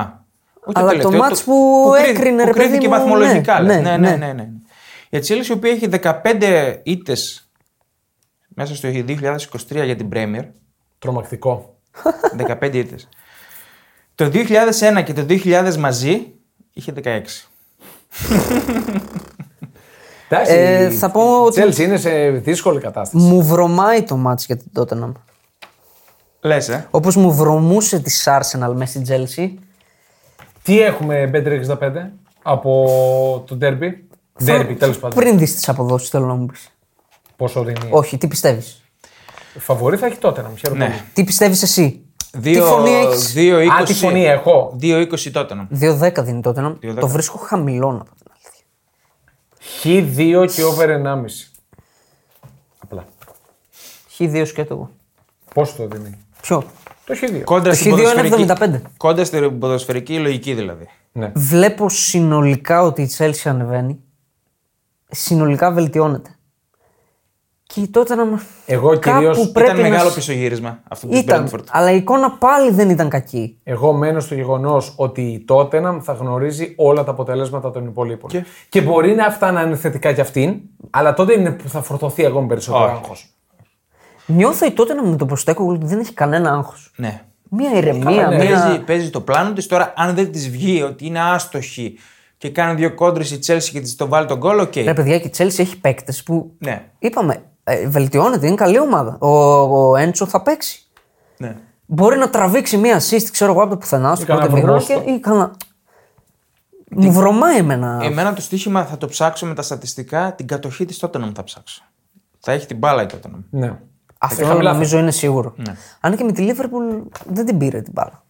Όχι
Αλλά το
τελευταίο,
μάτς που
κρί-
έκρινε, ρε
που κρίθηκε
παιδί μου,
βαθμολογικά.
ναι,
λες. Ναι,
ναι,
ναι, ναι.
ναι.
ναι, Η Chelsea, η οποία έχει 15 ήττες μέσα στο 2023 για την Premier,
Τρομακτικό.
15 ήττες. Το 2001 και το 2000 μαζί είχε 16.
Εντάξει,
Ε,
η-
θα πω
η
ότι-
Chelsea είναι σε δύσκολη κατάσταση.
Μου βρωμάει το μάτ για την Τότεναμ.
Λες, ε.
Όπως μου βρωμούσε της Arsenal μέσα στην Τζέλση.
Τι έχουμε, B365 από το Derby. Derby, τέλος πάντων.
Πριν δεις τις αποδόσεις, θέλω να μου πεις.
Πόσο δίνει.
Όχι, τι πιστεύεις.
Φαβορή θα έχει τότε να μου χαίρομαι.
Ναι.
Τι πιστεύεις εσύ.
Δύο-
Τι φωνή έχεις.
δύο
Αν τη
20
φωνή έχω.
2-20 τότε. ναι.
2-10 δίνει τότε. να-
2-10.
Το βρίσκω χαμηλό να πω την αλήθεια.
Χ2 και over 1,5. Απλά.
Χ2 σκέτο εγώ.
Πόσο το δίνει.
Ποιο.
Το Χ2.
Κόντρα
Το
στην
Χ2 είναι
ποδοσφαιρική-
75.
Κόντρα στην ποδοσφαιρική λογική δηλαδή.
Ναι.
Βλέπω συνολικά ότι η Chelsea ανεβαίνει. Συνολικά βελτιώνεται. Και τότε να με.
Εγώ κυρίω.
πρέπει
Ήταν
να
μεγάλο
σ-
πισωγύρισμα αυτό του
Ήταν,
Brentford.
αλλά η εικόνα πάλι δεν ήταν κακή.
Εγώ μένω στο γεγονός ότι η Tottenham θα γνωρίζει όλα τα αποτελέσματα των υπολείπων. Και, μπορεί να αυτά να είναι θετικά κι αυτήν, αλλά τότε είναι που θα φορτωθεί ακόμη περισσότερο
Όχι.
άγχος.
Νιώθω η τότε να με το προστέκω ότι δεν έχει κανένα άγχος.
Ναι.
Μία ηρεμία,
ναι,
μία.
Παίζει, παίζει το πλάνο της. Τώρα, αν δεν της βγει ότι είναι άστοχη και κάνει δύο κόντρες η Chelsea και της το βάλει τον κόλλο, οκ.
Ρε παιδιά, και η Chelsea έχει παίκτες που.
Ναι.
Είπαμε, ε, βελτιώνεται, είναι καλή ομάδα. Ο, ο Έντσο θα παίξει.
ναι.
Μπορεί να τραβήξει μία assist, ξέρω εγώ από το πουθενά στο
κανένα
πρώτο μήνα.
βρωμόστο.
Ή κανένα. Μου βρωμάει εμένα.
Ε,
Εμένα το στοίχημα θα το ψάξω με τα στατιστικά, την κατοχή της Tottenham θα ψάξω. Θα έχει την μπάλα η Tottenham.
Ναι.
Αυτό
χαμηλά θα-
νομίζω είναι σίγουρο.
Ναι.
Αν και με τη Λίβερπουλ δεν την πήρε την μπάλα.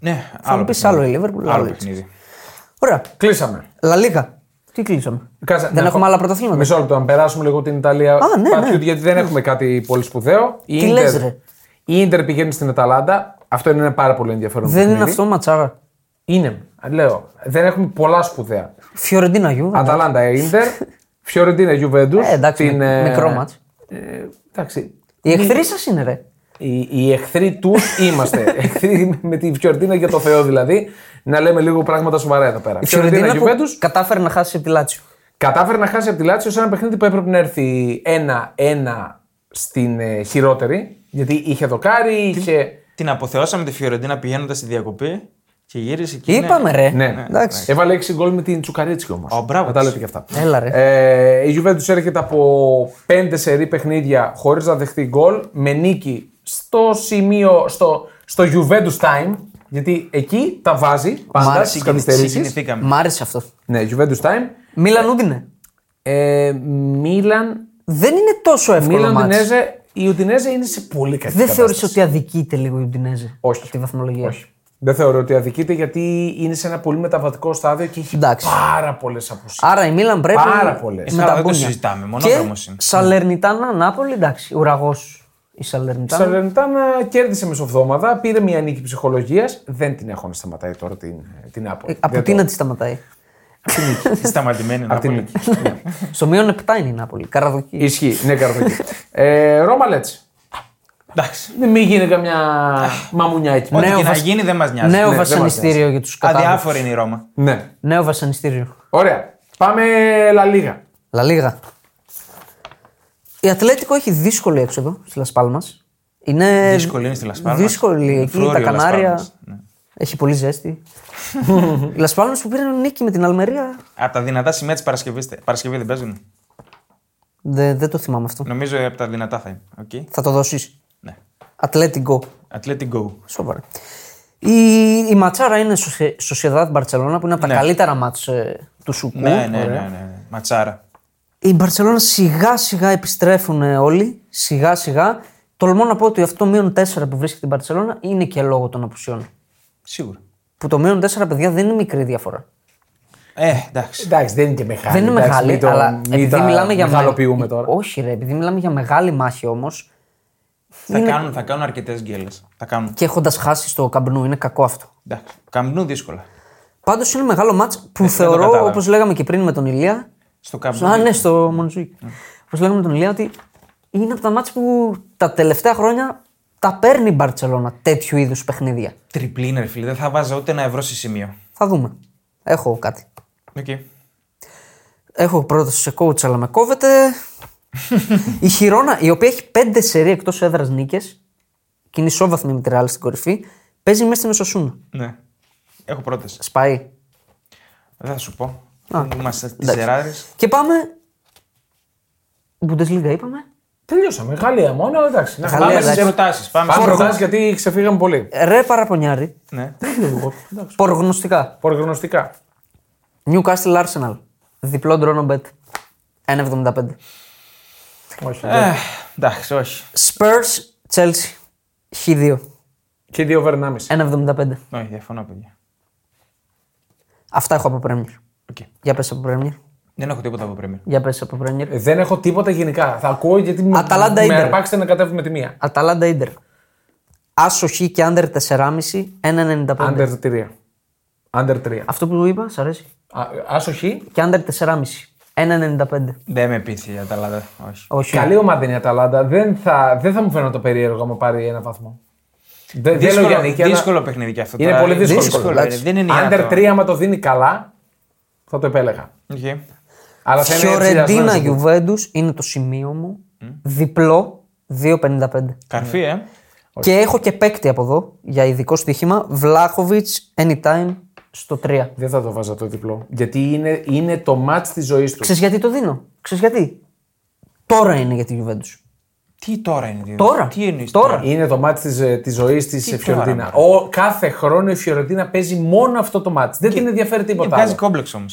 Ναι,
Θα μου πεις
παιχνίδι.
άλλο η Λίβερπουλ.
Άλλο
Άλλο δηλαδή. η
παιχνίδι.
Chelsea. Ωραία.
Κλείσαμε.
Λαλίγα. Τι κλείσαμε.
Κάτσε,
δεν
ναι,
έχουμε
χω-
άλλα πρωταθλήματα.
Μισό λεπτό, να περάσουμε λίγο την Ιταλία.
Α, ναι,
Πατιούτη,
ναι.
Γιατί δεν έχουμε κάτι πολύ σπουδαίο. Η
Τι
Ίντερ-
λες, ρε.
Η Ίντερ πηγαίνει στην Αταλάντα. Αυτό είναι ένα πάρα πολύ ενδιαφέρον.
Δεν είναι
παιχνίδι.
αυτό ματσάρα.
Είναι. Λέω. Δεν έχουμε πολλά σπουδαία.
Φιωρεντίνα Γιούβα.
Αταλάντα Ίντερ, Φιωρεντίνα Γιουβέντους.
Ναι. Ε, εντάξει, μικ- μικρό μάτς.
ε, εντάξει.
Οι εχθροί σας είναι, ρε.
Οι, οι εχθροί τους είμαστε. εχθροί με τη Φιωρεντίνα για το Θεό δηλαδή. Να λέμε λίγο πράγματα σοβαρά εδώ πέρα.
Η Φιωρεντίνα που
Juventus
κατάφερε να χάσει από τη Λάτσιο.
κατάφερε να χάσει από τη Λάτσιο σε ένα παιχνίδι που έπρεπε να έρθει ένα-ένα στην ε, χειρότερη. Γιατί είχε δοκάρι, είχε.
Την αποθεώσαμε τη Φιωρεντίνα πηγαίνοντας στη διακοπή Και γύρισε και. είναι-
Είπαμε ρε.
Ναι,
Εντάξει.
Έβαλε 6 γκολ με την Τσουκαρίτσικη όμως.
Ω, μπράβο
Να τα
της.
λέτε και αυτά.
Έλα, ρε.
Ε, η Juventus έρχεται από 5 σερή παιχνίδια χωρίς να δεχτεί γκολ με νίκη στο σημείο, στο, στο Juventus time. Γιατί εκεί τα βάζει
Μ'
πάντα
άρεσε
στις
η
καθυστερήσεις.
Συγκινηθήκαμε.
Μ' άρεσε αυτό.
Ναι, Juventus time. Ναι.
Μίλαν Ούντινε.
Ε, Μίλαν,
Δεν είναι τόσο εύκολο
Μίλαν
μάτς.
Ουντινέζε. Η Ουντινέζε είναι σε πολύ κακή
Δεν
κατάσταση.
θεώρησε ότι αδικείται λίγο η Ουντινέζε.
Όχι.
Τη βαθμολογία.
Όχι. Δεν θεωρώ ότι αδικείται γιατί είναι σε ένα πολύ μεταβατικό στάδιο και έχει
Εντάξει.
πάρα πολλές απουσίες.
Άρα η Μίλαν πρέπει.
Πάρα πολλές.
Με
Καλά,
τα
δεν το
μπούνια.
συζητάμε, μονόδρομος
Και
Ναι.
είναι.
Σαλερνιτάνα, Νάπολη, εντάξει. Ουραγός η Σαλερνιτάνα.
Σαλερνιτάνα κέρδισε μεσοβδόμαδα, πήρε μια νίκη ψυχολογίας. Δεν την έχω να σταματάει τώρα την, την Άπολη.
Ε, Από
Δεν
τι
το-
να τη σταματάει.
Σταματημένη
Απ' την
Νάπολη.
νίκη.
Στο μείον 7 είναι η Νάπολη. Καραδοκή.
Ισχύει, ναι, καρδοκή. ε, Ρώμα Λέτσι.
Εντάξει.
Μην γίνει καμιά μαμουνιά εκεί.
Ό,τι
πέρα.
Νέο
και να
βασι-
γίνει δεν μας νοιάζει.
Νέο
Ναι, δεν μας
βασανιστήριο για τους κατάδοχου.
Αδιάφορη είναι η Ρώμα.
Ναι.
Νέο βασανιστήριο.
Ωραία. Πάμε Λαλίγα.
Λαλίγα. Η Ατλέτικο έχει δύσκολη έξοδο στη Λασπάλμα. Είναι...
Δύσκολη είναι στη Las Palmas.
Δύσκολη εκεί,
Φρούριο
τα
Las
Κανάρια.
Palmas, ναι.
Έχει πολύ ζέστη. η Las Palmas που πήραν νίκη με την Αλμερία.
Από τα δυνατά σημεία της Παρασκευής. Παρασκευή δεν παίζουν.
Δε- δεν το θυμάμαι αυτό.
Νομίζω από τα δυνατά θα είναι. Okay.
Θα το δώσεις.
Ναι.
Ατλέτικο.
Athletic Go.
Σοβαρά. Η, η ματσάρα είναι Σοσε- Sociedad Barcelona που είναι από
Ναι.
τα καλύτερα μάτς ε, του Σουκού.
Ναι, ναι, ναι, ναι, ναι. Ματσάρα.
Η Μπαρσελόνα σιγά σιγά επιστρέφουν ε, όλοι. Σιγά σιγά. Τολμώ να πω ότι αυτό μείον 4 που βρίσκεται η Μπαρσελόνα είναι και λόγω των απουσιών.
Σίγουρα.
Που το μείον 4 παιδιά δεν είναι μικρή διαφορά.
Ε, εντάξει.
Εντάξει, δεν είναι και μεγάλη.
δεν είναι
εντάξει,
μεγάλη,
μην το-
αλλά
μην
επειδή
τα
μιλάμε για
Μεγαλοποιούμε
ε,
τώρα.
Όχι, ρε, επειδή μιλάμε για μεγάλη μάχη όμως
Θα κάνουν, θα κάνουν αρκετές γκέλες. Θα κάνουν.
και έχοντας χάσει στο καμπνού, είναι κακό αυτό.
Εντάξει. Καμπνού δύσκολα.
Πάντως είναι μεγάλο μάτ
Ε,
που
δεν το
θεωρώ,
κατάλαβα.
όπως λέγαμε και πριν με τον Ηλία.
Στο καμπνού.
Α, ναι, στο Μοντζούκι. Όπω λέγαμε με τον Ηλία, ότι είναι από τα μάτ που τα τελευταία χρόνια τα παίρνει η Μπαρσελόνα τέτοιου είδους παιχνίδια.
Τριπλή είναι, ρε φίλε. Δεν θα βάζα ούτε ένα ευρώ σε σημείο.
Θα δούμε. Έχω κάτι.
Οκ.
Έχω πρόταση σε coach, αλλά με κόβεται. η Χιρόνα, η οποία έχει πέντε σερή εκτός έδρας νίκες και είναι ισόβαθμη με τη Ρεάλ στην κορυφή, παίζει μέσα στην Οσοσούνα.
Ναι. Έχω πρόταση.
Σπάει.
Δεν θα σου πω. Είμαστε τυζεράρε.
Και πάμε. Bundesliga είπαμε.
Τελειώσαμε. Γαλλία μόνο, εντάξει. Να
Γαλλία, Ε,
πάμε
Πάμε
στις
εντάξει.
στι ερωτάσεις. Πάμε
Πάμε
στις-
προτάσει γιατί ξεφύγαμε πολύ.
Ρε παραπονιάρι,
Ναι.
πορογνωστικά.
Προγνωστικά.
Newcastle Arsenal. Διπλό ντρόνο bet. 1,75.
Όχι.
Ε, Εντάξει, όχι.
Spurs Chelsea. Χ2.
Και δύο βερνάμιση.
1,75.
Όχι, διαφωνώ, παιδιά.
Αυτά έχω από Premier.
Οκ.
Για πες από Premier.
Δεν έχω τίποτα από πριν.
Για πες από Premier.
Ε, Δεν έχω τίποτα γενικά. Θα ακούω γιατί με-
Αταλάντα
με
Ίντερ.
αρπάξετε να κατέβουμε τη μία.
Αταλάντα Ιντερ. Άσο Χ και Άντερ 4,5, 1,95.
Άντερ 3. Άντερ 3.
Αυτό που είπα, σ' αρέσει.
Άσοχη.
Και Άντερ 4,5, 1,95.
Δεν με πείθει η Αταλάντα. Όχι.
Όχι.
Καλή ομάδα είναι η Αταλάντα. Δεν θα, δεν θα μου φαίνεται περίεργο άμα πάρει ένα βαθμό. Δεν δεν λέω για
Δύσκολο,
νίκη, αλλά
δύσκολο παιχνίδι και αυτό.
Είναι
τώρα.
πολύ δύσκολο.
ρε.
εντάξει.
Δεν είναι
Άντερ
άντερ
3, άμα το δίνει καλά, θα το επέλεγα. Αλλά θα είναι
Φιωρεντίνα
ενθουσιασμένος.
Γιουβέντους είναι το σημείο μου. Διπλό 2,55.
Καρφί, ε.
Και έχω και παίκτη από εδώ για ειδικό στοίχημα. Βλάχοβιτ anytime στο 3.
Δεν θα το βάζα το διπλό. Γιατί είναι, είναι το μάτ της ζωής του.
Ξέρεις γιατί το δίνω. Ξέρεις γιατί. Τώρα είναι για τη Γιουβέντους.
Τι τώρα είναι. δηλαδή.
Τώρα.
Τι εννοείς
Τώρα.
Είναι το μάτ τη της ζωής της
Τι
Φιωρεντίνα.
τώρα,
Ο, κάθε χρόνο η Φιωρεντίνα παίζει μόνο αυτό το μάτ. Δεν την ενδιαφέρει τίποτα.
Ε, Βγάζει
άλλο.
κόμπλεξ όμως.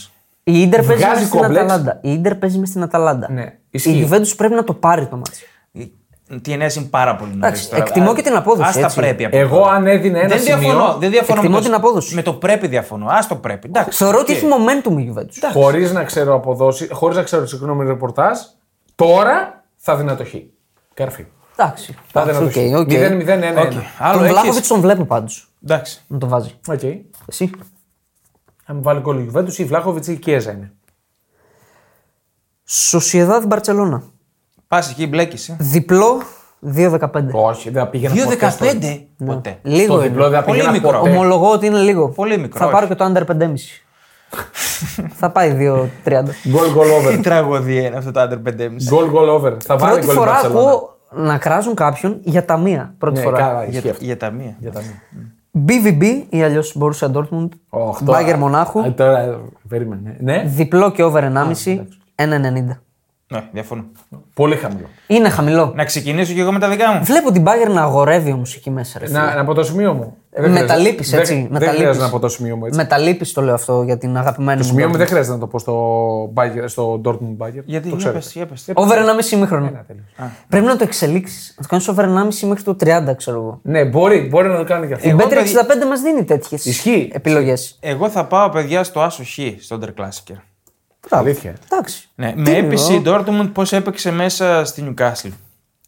Η Ιντερ παίζει
Βγάζει
μες στην
κόμπλεξ.
Αταλάντα. Η Ιντερ παίζει μες στην Αταλάντα.
Ναι,
η
ισχύει.
Γιουβέντους πρέπει να το πάρει το μάτι.
Τι εννοεί είναι πάρα πολύ νωρίς.
Εντάξει, εκτιμώ και την απόδοση,
Ας τα
έτσι.
πρέπει. από
Εγώ
τώρα.
αν έδινε ένα
δεν
σημείο.
διαφωνώ. Δεν διαφωνώ
Εκτιμώ
με το-
την απόδοση.
Με το πρέπει διαφωνώ. Ας το πρέπει. Εντάξει.
Θεωρώ ότι
οκ.
έχει momentum η Γιουβέντους.
χωρίς να ξέρω αποδόσει, χωρίς να ξέρω συγγνώμη ρεπορτάζ, τώρα θα δει να το χ. Καρφί.
Εντάξει.
Θα δει να το χ.
οκ, οκ.
0-0-1-1.
Οκ.
Τον
Άλλο
Βλάχοβιτ
έχεις.
τον βλέπω πάντως
Εντάξει.
να το βάζει.
Οκ.
Εσύ.
Αν μου βάλει κόλλο Γιουβέντους ή Βλάχοβιτ ή η Κιέζα είναι.
Σοσιαδάδ Μπαρσελόνα.
Πας εκεί ε. μπλέκει.
Διπλό 2-15.
Όχι, δεν θα πήγαινα
ε,
2-15. Ποτέ.
Το
Λίγο
διπλό
είναι.
δεν θα
Πολύ
πήγαινα
μικρό.
ποτέ.
Ομολογώ ότι είναι λίγο.
Πολύ μικρό,
Θα πάρω
όχι.
και το under 5,5. θα πάει 2-30.
Γκολ γκολ
Τι
over.
τραγωδία είναι αυτό το άντερ 5,5.
Γκολ γκολ over. Θα βάλει
Πρώτη
γκολ η
φορά
Μπαρσελόνα.
ακούω να κράζουν κάποιον για ταμεία. Πρώτη
Ναι,
φορά.
καλά, ισχύει αυτό.
Για τα μία.
Για τα μία.
BVB ή αλλιώ μπορούσε Dortmund.
Οχ, τώρα-
Μπάγκερ Μονάχου.
Α, Τώρα, ε, περίμενε. Ναι,
Διπλό και over 1,5. 1,90.
Ναι, διαφωνώ.
πολύ χαμηλό.
Είναι χαμηλό.
Να ξεκινήσω και εγώ με τα δικά μου.
Βλέπω την Μπάγκερ να αγορεύει όμως εκεί μέσα. Ρε, φίλε.
Να, να πω το σημείο μου.
Ε,
Δεν
με
χρειάζεται.
τα λείπεις, έτσι,
Δεν-
με τα
Δεν χρειάζεται
λείπεις.
να πω το σημείο μου έτσι.
Με τα λύπη το λέω αυτό για την αγαπημένη μου.
Το σημείο μου
Dortmund.
δεν χρειάζεται να το πω στο, Bayern- στο Dortmund Bayern.
Γιατί
το
για
ξέρω.
πες, για πες.
Over 1,5 ημίχρονο.
τέλος.
Πρέπει να το εξελίξεις. Να το κάνεις over 1,5 μέχρι το 30, ξέρω εγώ.
Ναι, μπορεί, μπορεί να το κάνει και αυτό.
Η
Εγώ,
Bet365 μας δίνει τέτοιες
Ισχύει.
επιλογές.
Εγώ θα πάω, παιδιά, στο Άσο Χ, στο Underclassiker.
Αλήθεια.
Εντάξει.
Ναι,
Τι
με έπεισε η
εννοώ.
Dortmund πώς έπαιξε μέσα στη Newcastle.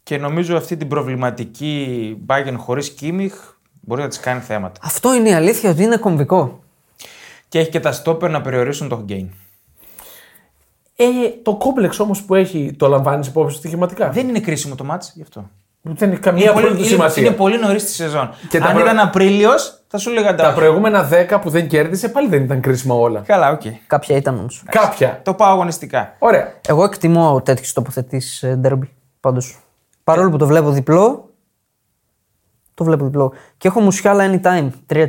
Και νομίζω αυτή την προβληματική Bayern χωρίς Κίμιχ μπορεί να τη κάνει θέματα.
Αυτό είναι η αλήθεια ότι είναι κομβικό.
Και έχει και τα στόπερ να περιορίσουν το gain.
Ε, το κόμπλεξ όμως που έχει, το λαμβάνεις υπόψη στοιχηματικά.
Δεν είναι κρίσιμο το μάτς γι' αυτό.
Δεν έχει καμία
Πολύ-
απολύτως
είναι,
σημασία.
είναι πολύ νωρίς στη σεζόν.
Και τα
Αν
προ-
ήταν Απρίλιος, θα σου λέγανε
Τα
τα.
προηγούμενα 10 που δεν κέρδισε πάλι δεν ήταν κρίσιμα όλα.
Καλά, οκ.
Κάποια ήταν όμως.
Κάποια.
Το πάω αγωνιστικά.
Ωραία.
Εγώ εκτιμώ τέτοιες τοποθετήσεις ντέρμπι. Πάντως. Παρόλο που το βλέπω διπλό. Το βλέπω διπλό. Και έχω μουσιάλα anytime 3.30.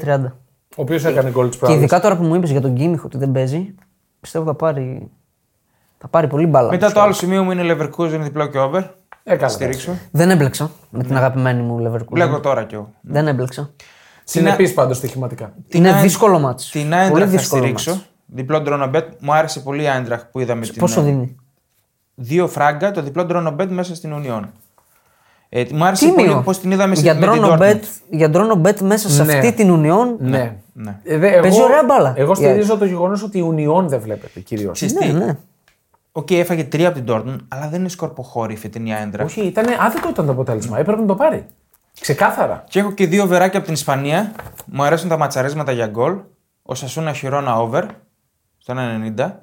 Ο οποίος έκανε γκολ της
Και
πράγμα.
ειδικά τώρα που μου είπες για τον Κίμιχο ότι δεν παίζει, πιστεύω θα πάρει. Θα πάρει πολύ μπάλα.
Μετά το άλλο σημείο μου είναι Leverkusen διπλό και over.
Έκανε.
Στηρίξω.
Δεν έμπλεξα με
Ναι.
την αγαπημένη μου Λεβερκούζα.
Λέγω τώρα κι εγώ.
Δεν έμπλεξα.
Συνεπεί πάντως στοιχηματικά.
είναι
Άιν-
δύσκολο μάτς.
Την
Πολύ
Άιντραχ θα
δύσκολο
στηρίξω.
μάτς.
Διπλό ντρόνομπετ. Μου άρεσε πολύ η Άιντραχ που είδαμε την. ε,
Πόσο δίνει.
Δύο φράγκα το διπλό ντρόνομπετ μέσα στην Union. Ε, μου άρεσε
Τίμιο.
πολύ πώς την είδαμε
για
στην με την
drone
Dortmund.
bet, για drone bet μέσα σε
Ναι.
αυτή την Ουνιόν.
Ναι.
ναι.
Ε, δε- εγώ-
Παίζει ωραία μπάλα.
Εγώ στηρίζω το γεγονός ότι η Ουνιόν δεν βλέπετε κυρίω.
Ναι,
Ξέρεις τι, Οκ, έφαγε τρία από την Dortmund, αλλά δεν είναι σκορποχώρη η φετινή Άιντραχ.
Όχι, ήταν άδικο ήταν το αποτέλεσμα. Έπρεπε να το πάρει. Ξεκάθαρα.
Και έχω και δύο βεράκια από την Ισπανία. Μου αρέσουν τα ματσαρίσματα για γκολ. Ο Σασούνα Χιρόνα over στο 1,90.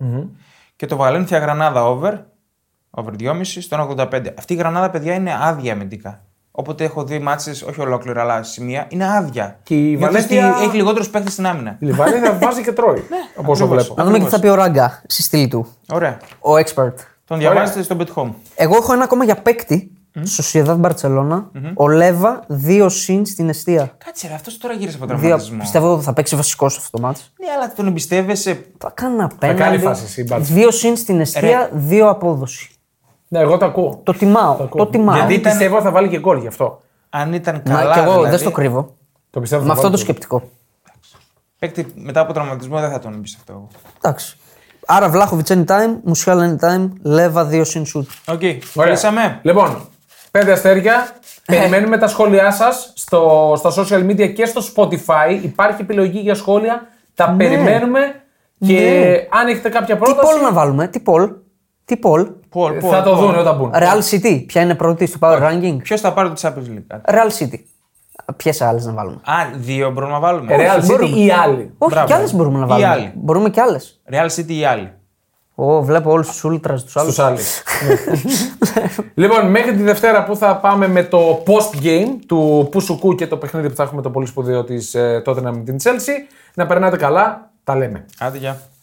Και το Βαλένθια Γρανάδα over. Over 2,5 στον 85. Αυτή η Γρανάδα, παιδιά, είναι άδεια αμυντικά. Όποτε έχω δει μάτσες, όχι ολόκληρα, αλλά σημεία, είναι άδεια.
Και η
Νιώθω
Βαλένθια-
ότι Έχει λιγότερους παίχτε στην άμυνα.
Η Λιβάνη θα βάζει και τρώει.
Ναι.
Όπω το
ακριβώς.
βλέπω.
Να δούμε και τι θα πει ο Ράγκα στη στήλη του.
Ωραία.
Ο expert.
Τον διαβάζετε στο Bet Home.
Εγώ έχω ένα ακόμα για παίκτη. Σοσιαδάδ Μπαρσελόνα. Ο Λέβα, δύο συν στην αιστεία.
Κάτσε, ρε, αυτός τώρα γύρισε από
Δύο,
τραυματισμό.
πιστεύω ότι θα παίξει βασικός σε αυτό το μάτς.
Ναι, αλλά τον εμπιστεύεσαι.
Θα κάνει απέναντι.
κάνει φάση η Μπάρτσα.
Δύο συν στην αιστεία, δύο απόδοση.
Ναι, εγώ το ακούω.
Το τιμάω.
ακούω.
Το τιμάω.
Γιατί
ήταν-
πιστεύω θα βάλει και γκολ γι' αυτό.
Αν ήταν
Μα
καλά.
κι εγώ
δηλαδή,
δεν στο κρύβω.
Το πιστεύω.
Με
θα
αυτό
βάλει
το
γκολ.
σκεπτικό.
Παίκτη μετά από τραυματισμό δεν θα τον εμπιστευτώ εγώ.
Εντάξει. Άρα Βλάχοβιτ anytime, Μουσιάλα anytime, Λέβα 2 συν shoot.
Οκ,
Ωραία.
κλείσαμε.
Λοιπόν, πέντε αστέρια. Περιμένουμε τα σχόλιά σας στα social media και στο Spotify. Υπάρχει επιλογή για σχόλια. Τα περιμένουμε. Και
Ναι.
αν έχετε κάποια
Τι
πρόταση,
πόλ να βάλουμε, τι πόλ. Τι πόλ.
Πολ, Πολ,
Ε, θα το
Πολ.
δουν όταν μπουν.
Real City, ποια είναι πρώτη στο power ranking.
Ποιος θα πάρει το Champions League.
Real City. Ποιες άλλες να βάλουμε.
Α, δύο μπορούμε να βάλουμε.
Real City
μπορούμε.
ή άλλοι.
Όχι,
Μπράβο.
κι άλλες μπορούμε να
Ή
βάλουμε.
άλλη.
Μπορούμε κι άλλες.
Real City ή άλλοι.
Ω, βλέπω όλους τους ultras τους άλλους.
Του άλλου. λοιπόν, μέχρι τη Δευτέρα που θα πάμε με το post-game του Πουσουκού και το παιχνίδι ε, που θα έχουμε το πολύ σπουδαίο της τότε να με την Chelsea. Να περνάτε καλά. Τα λέμε.
Άντε, γεια.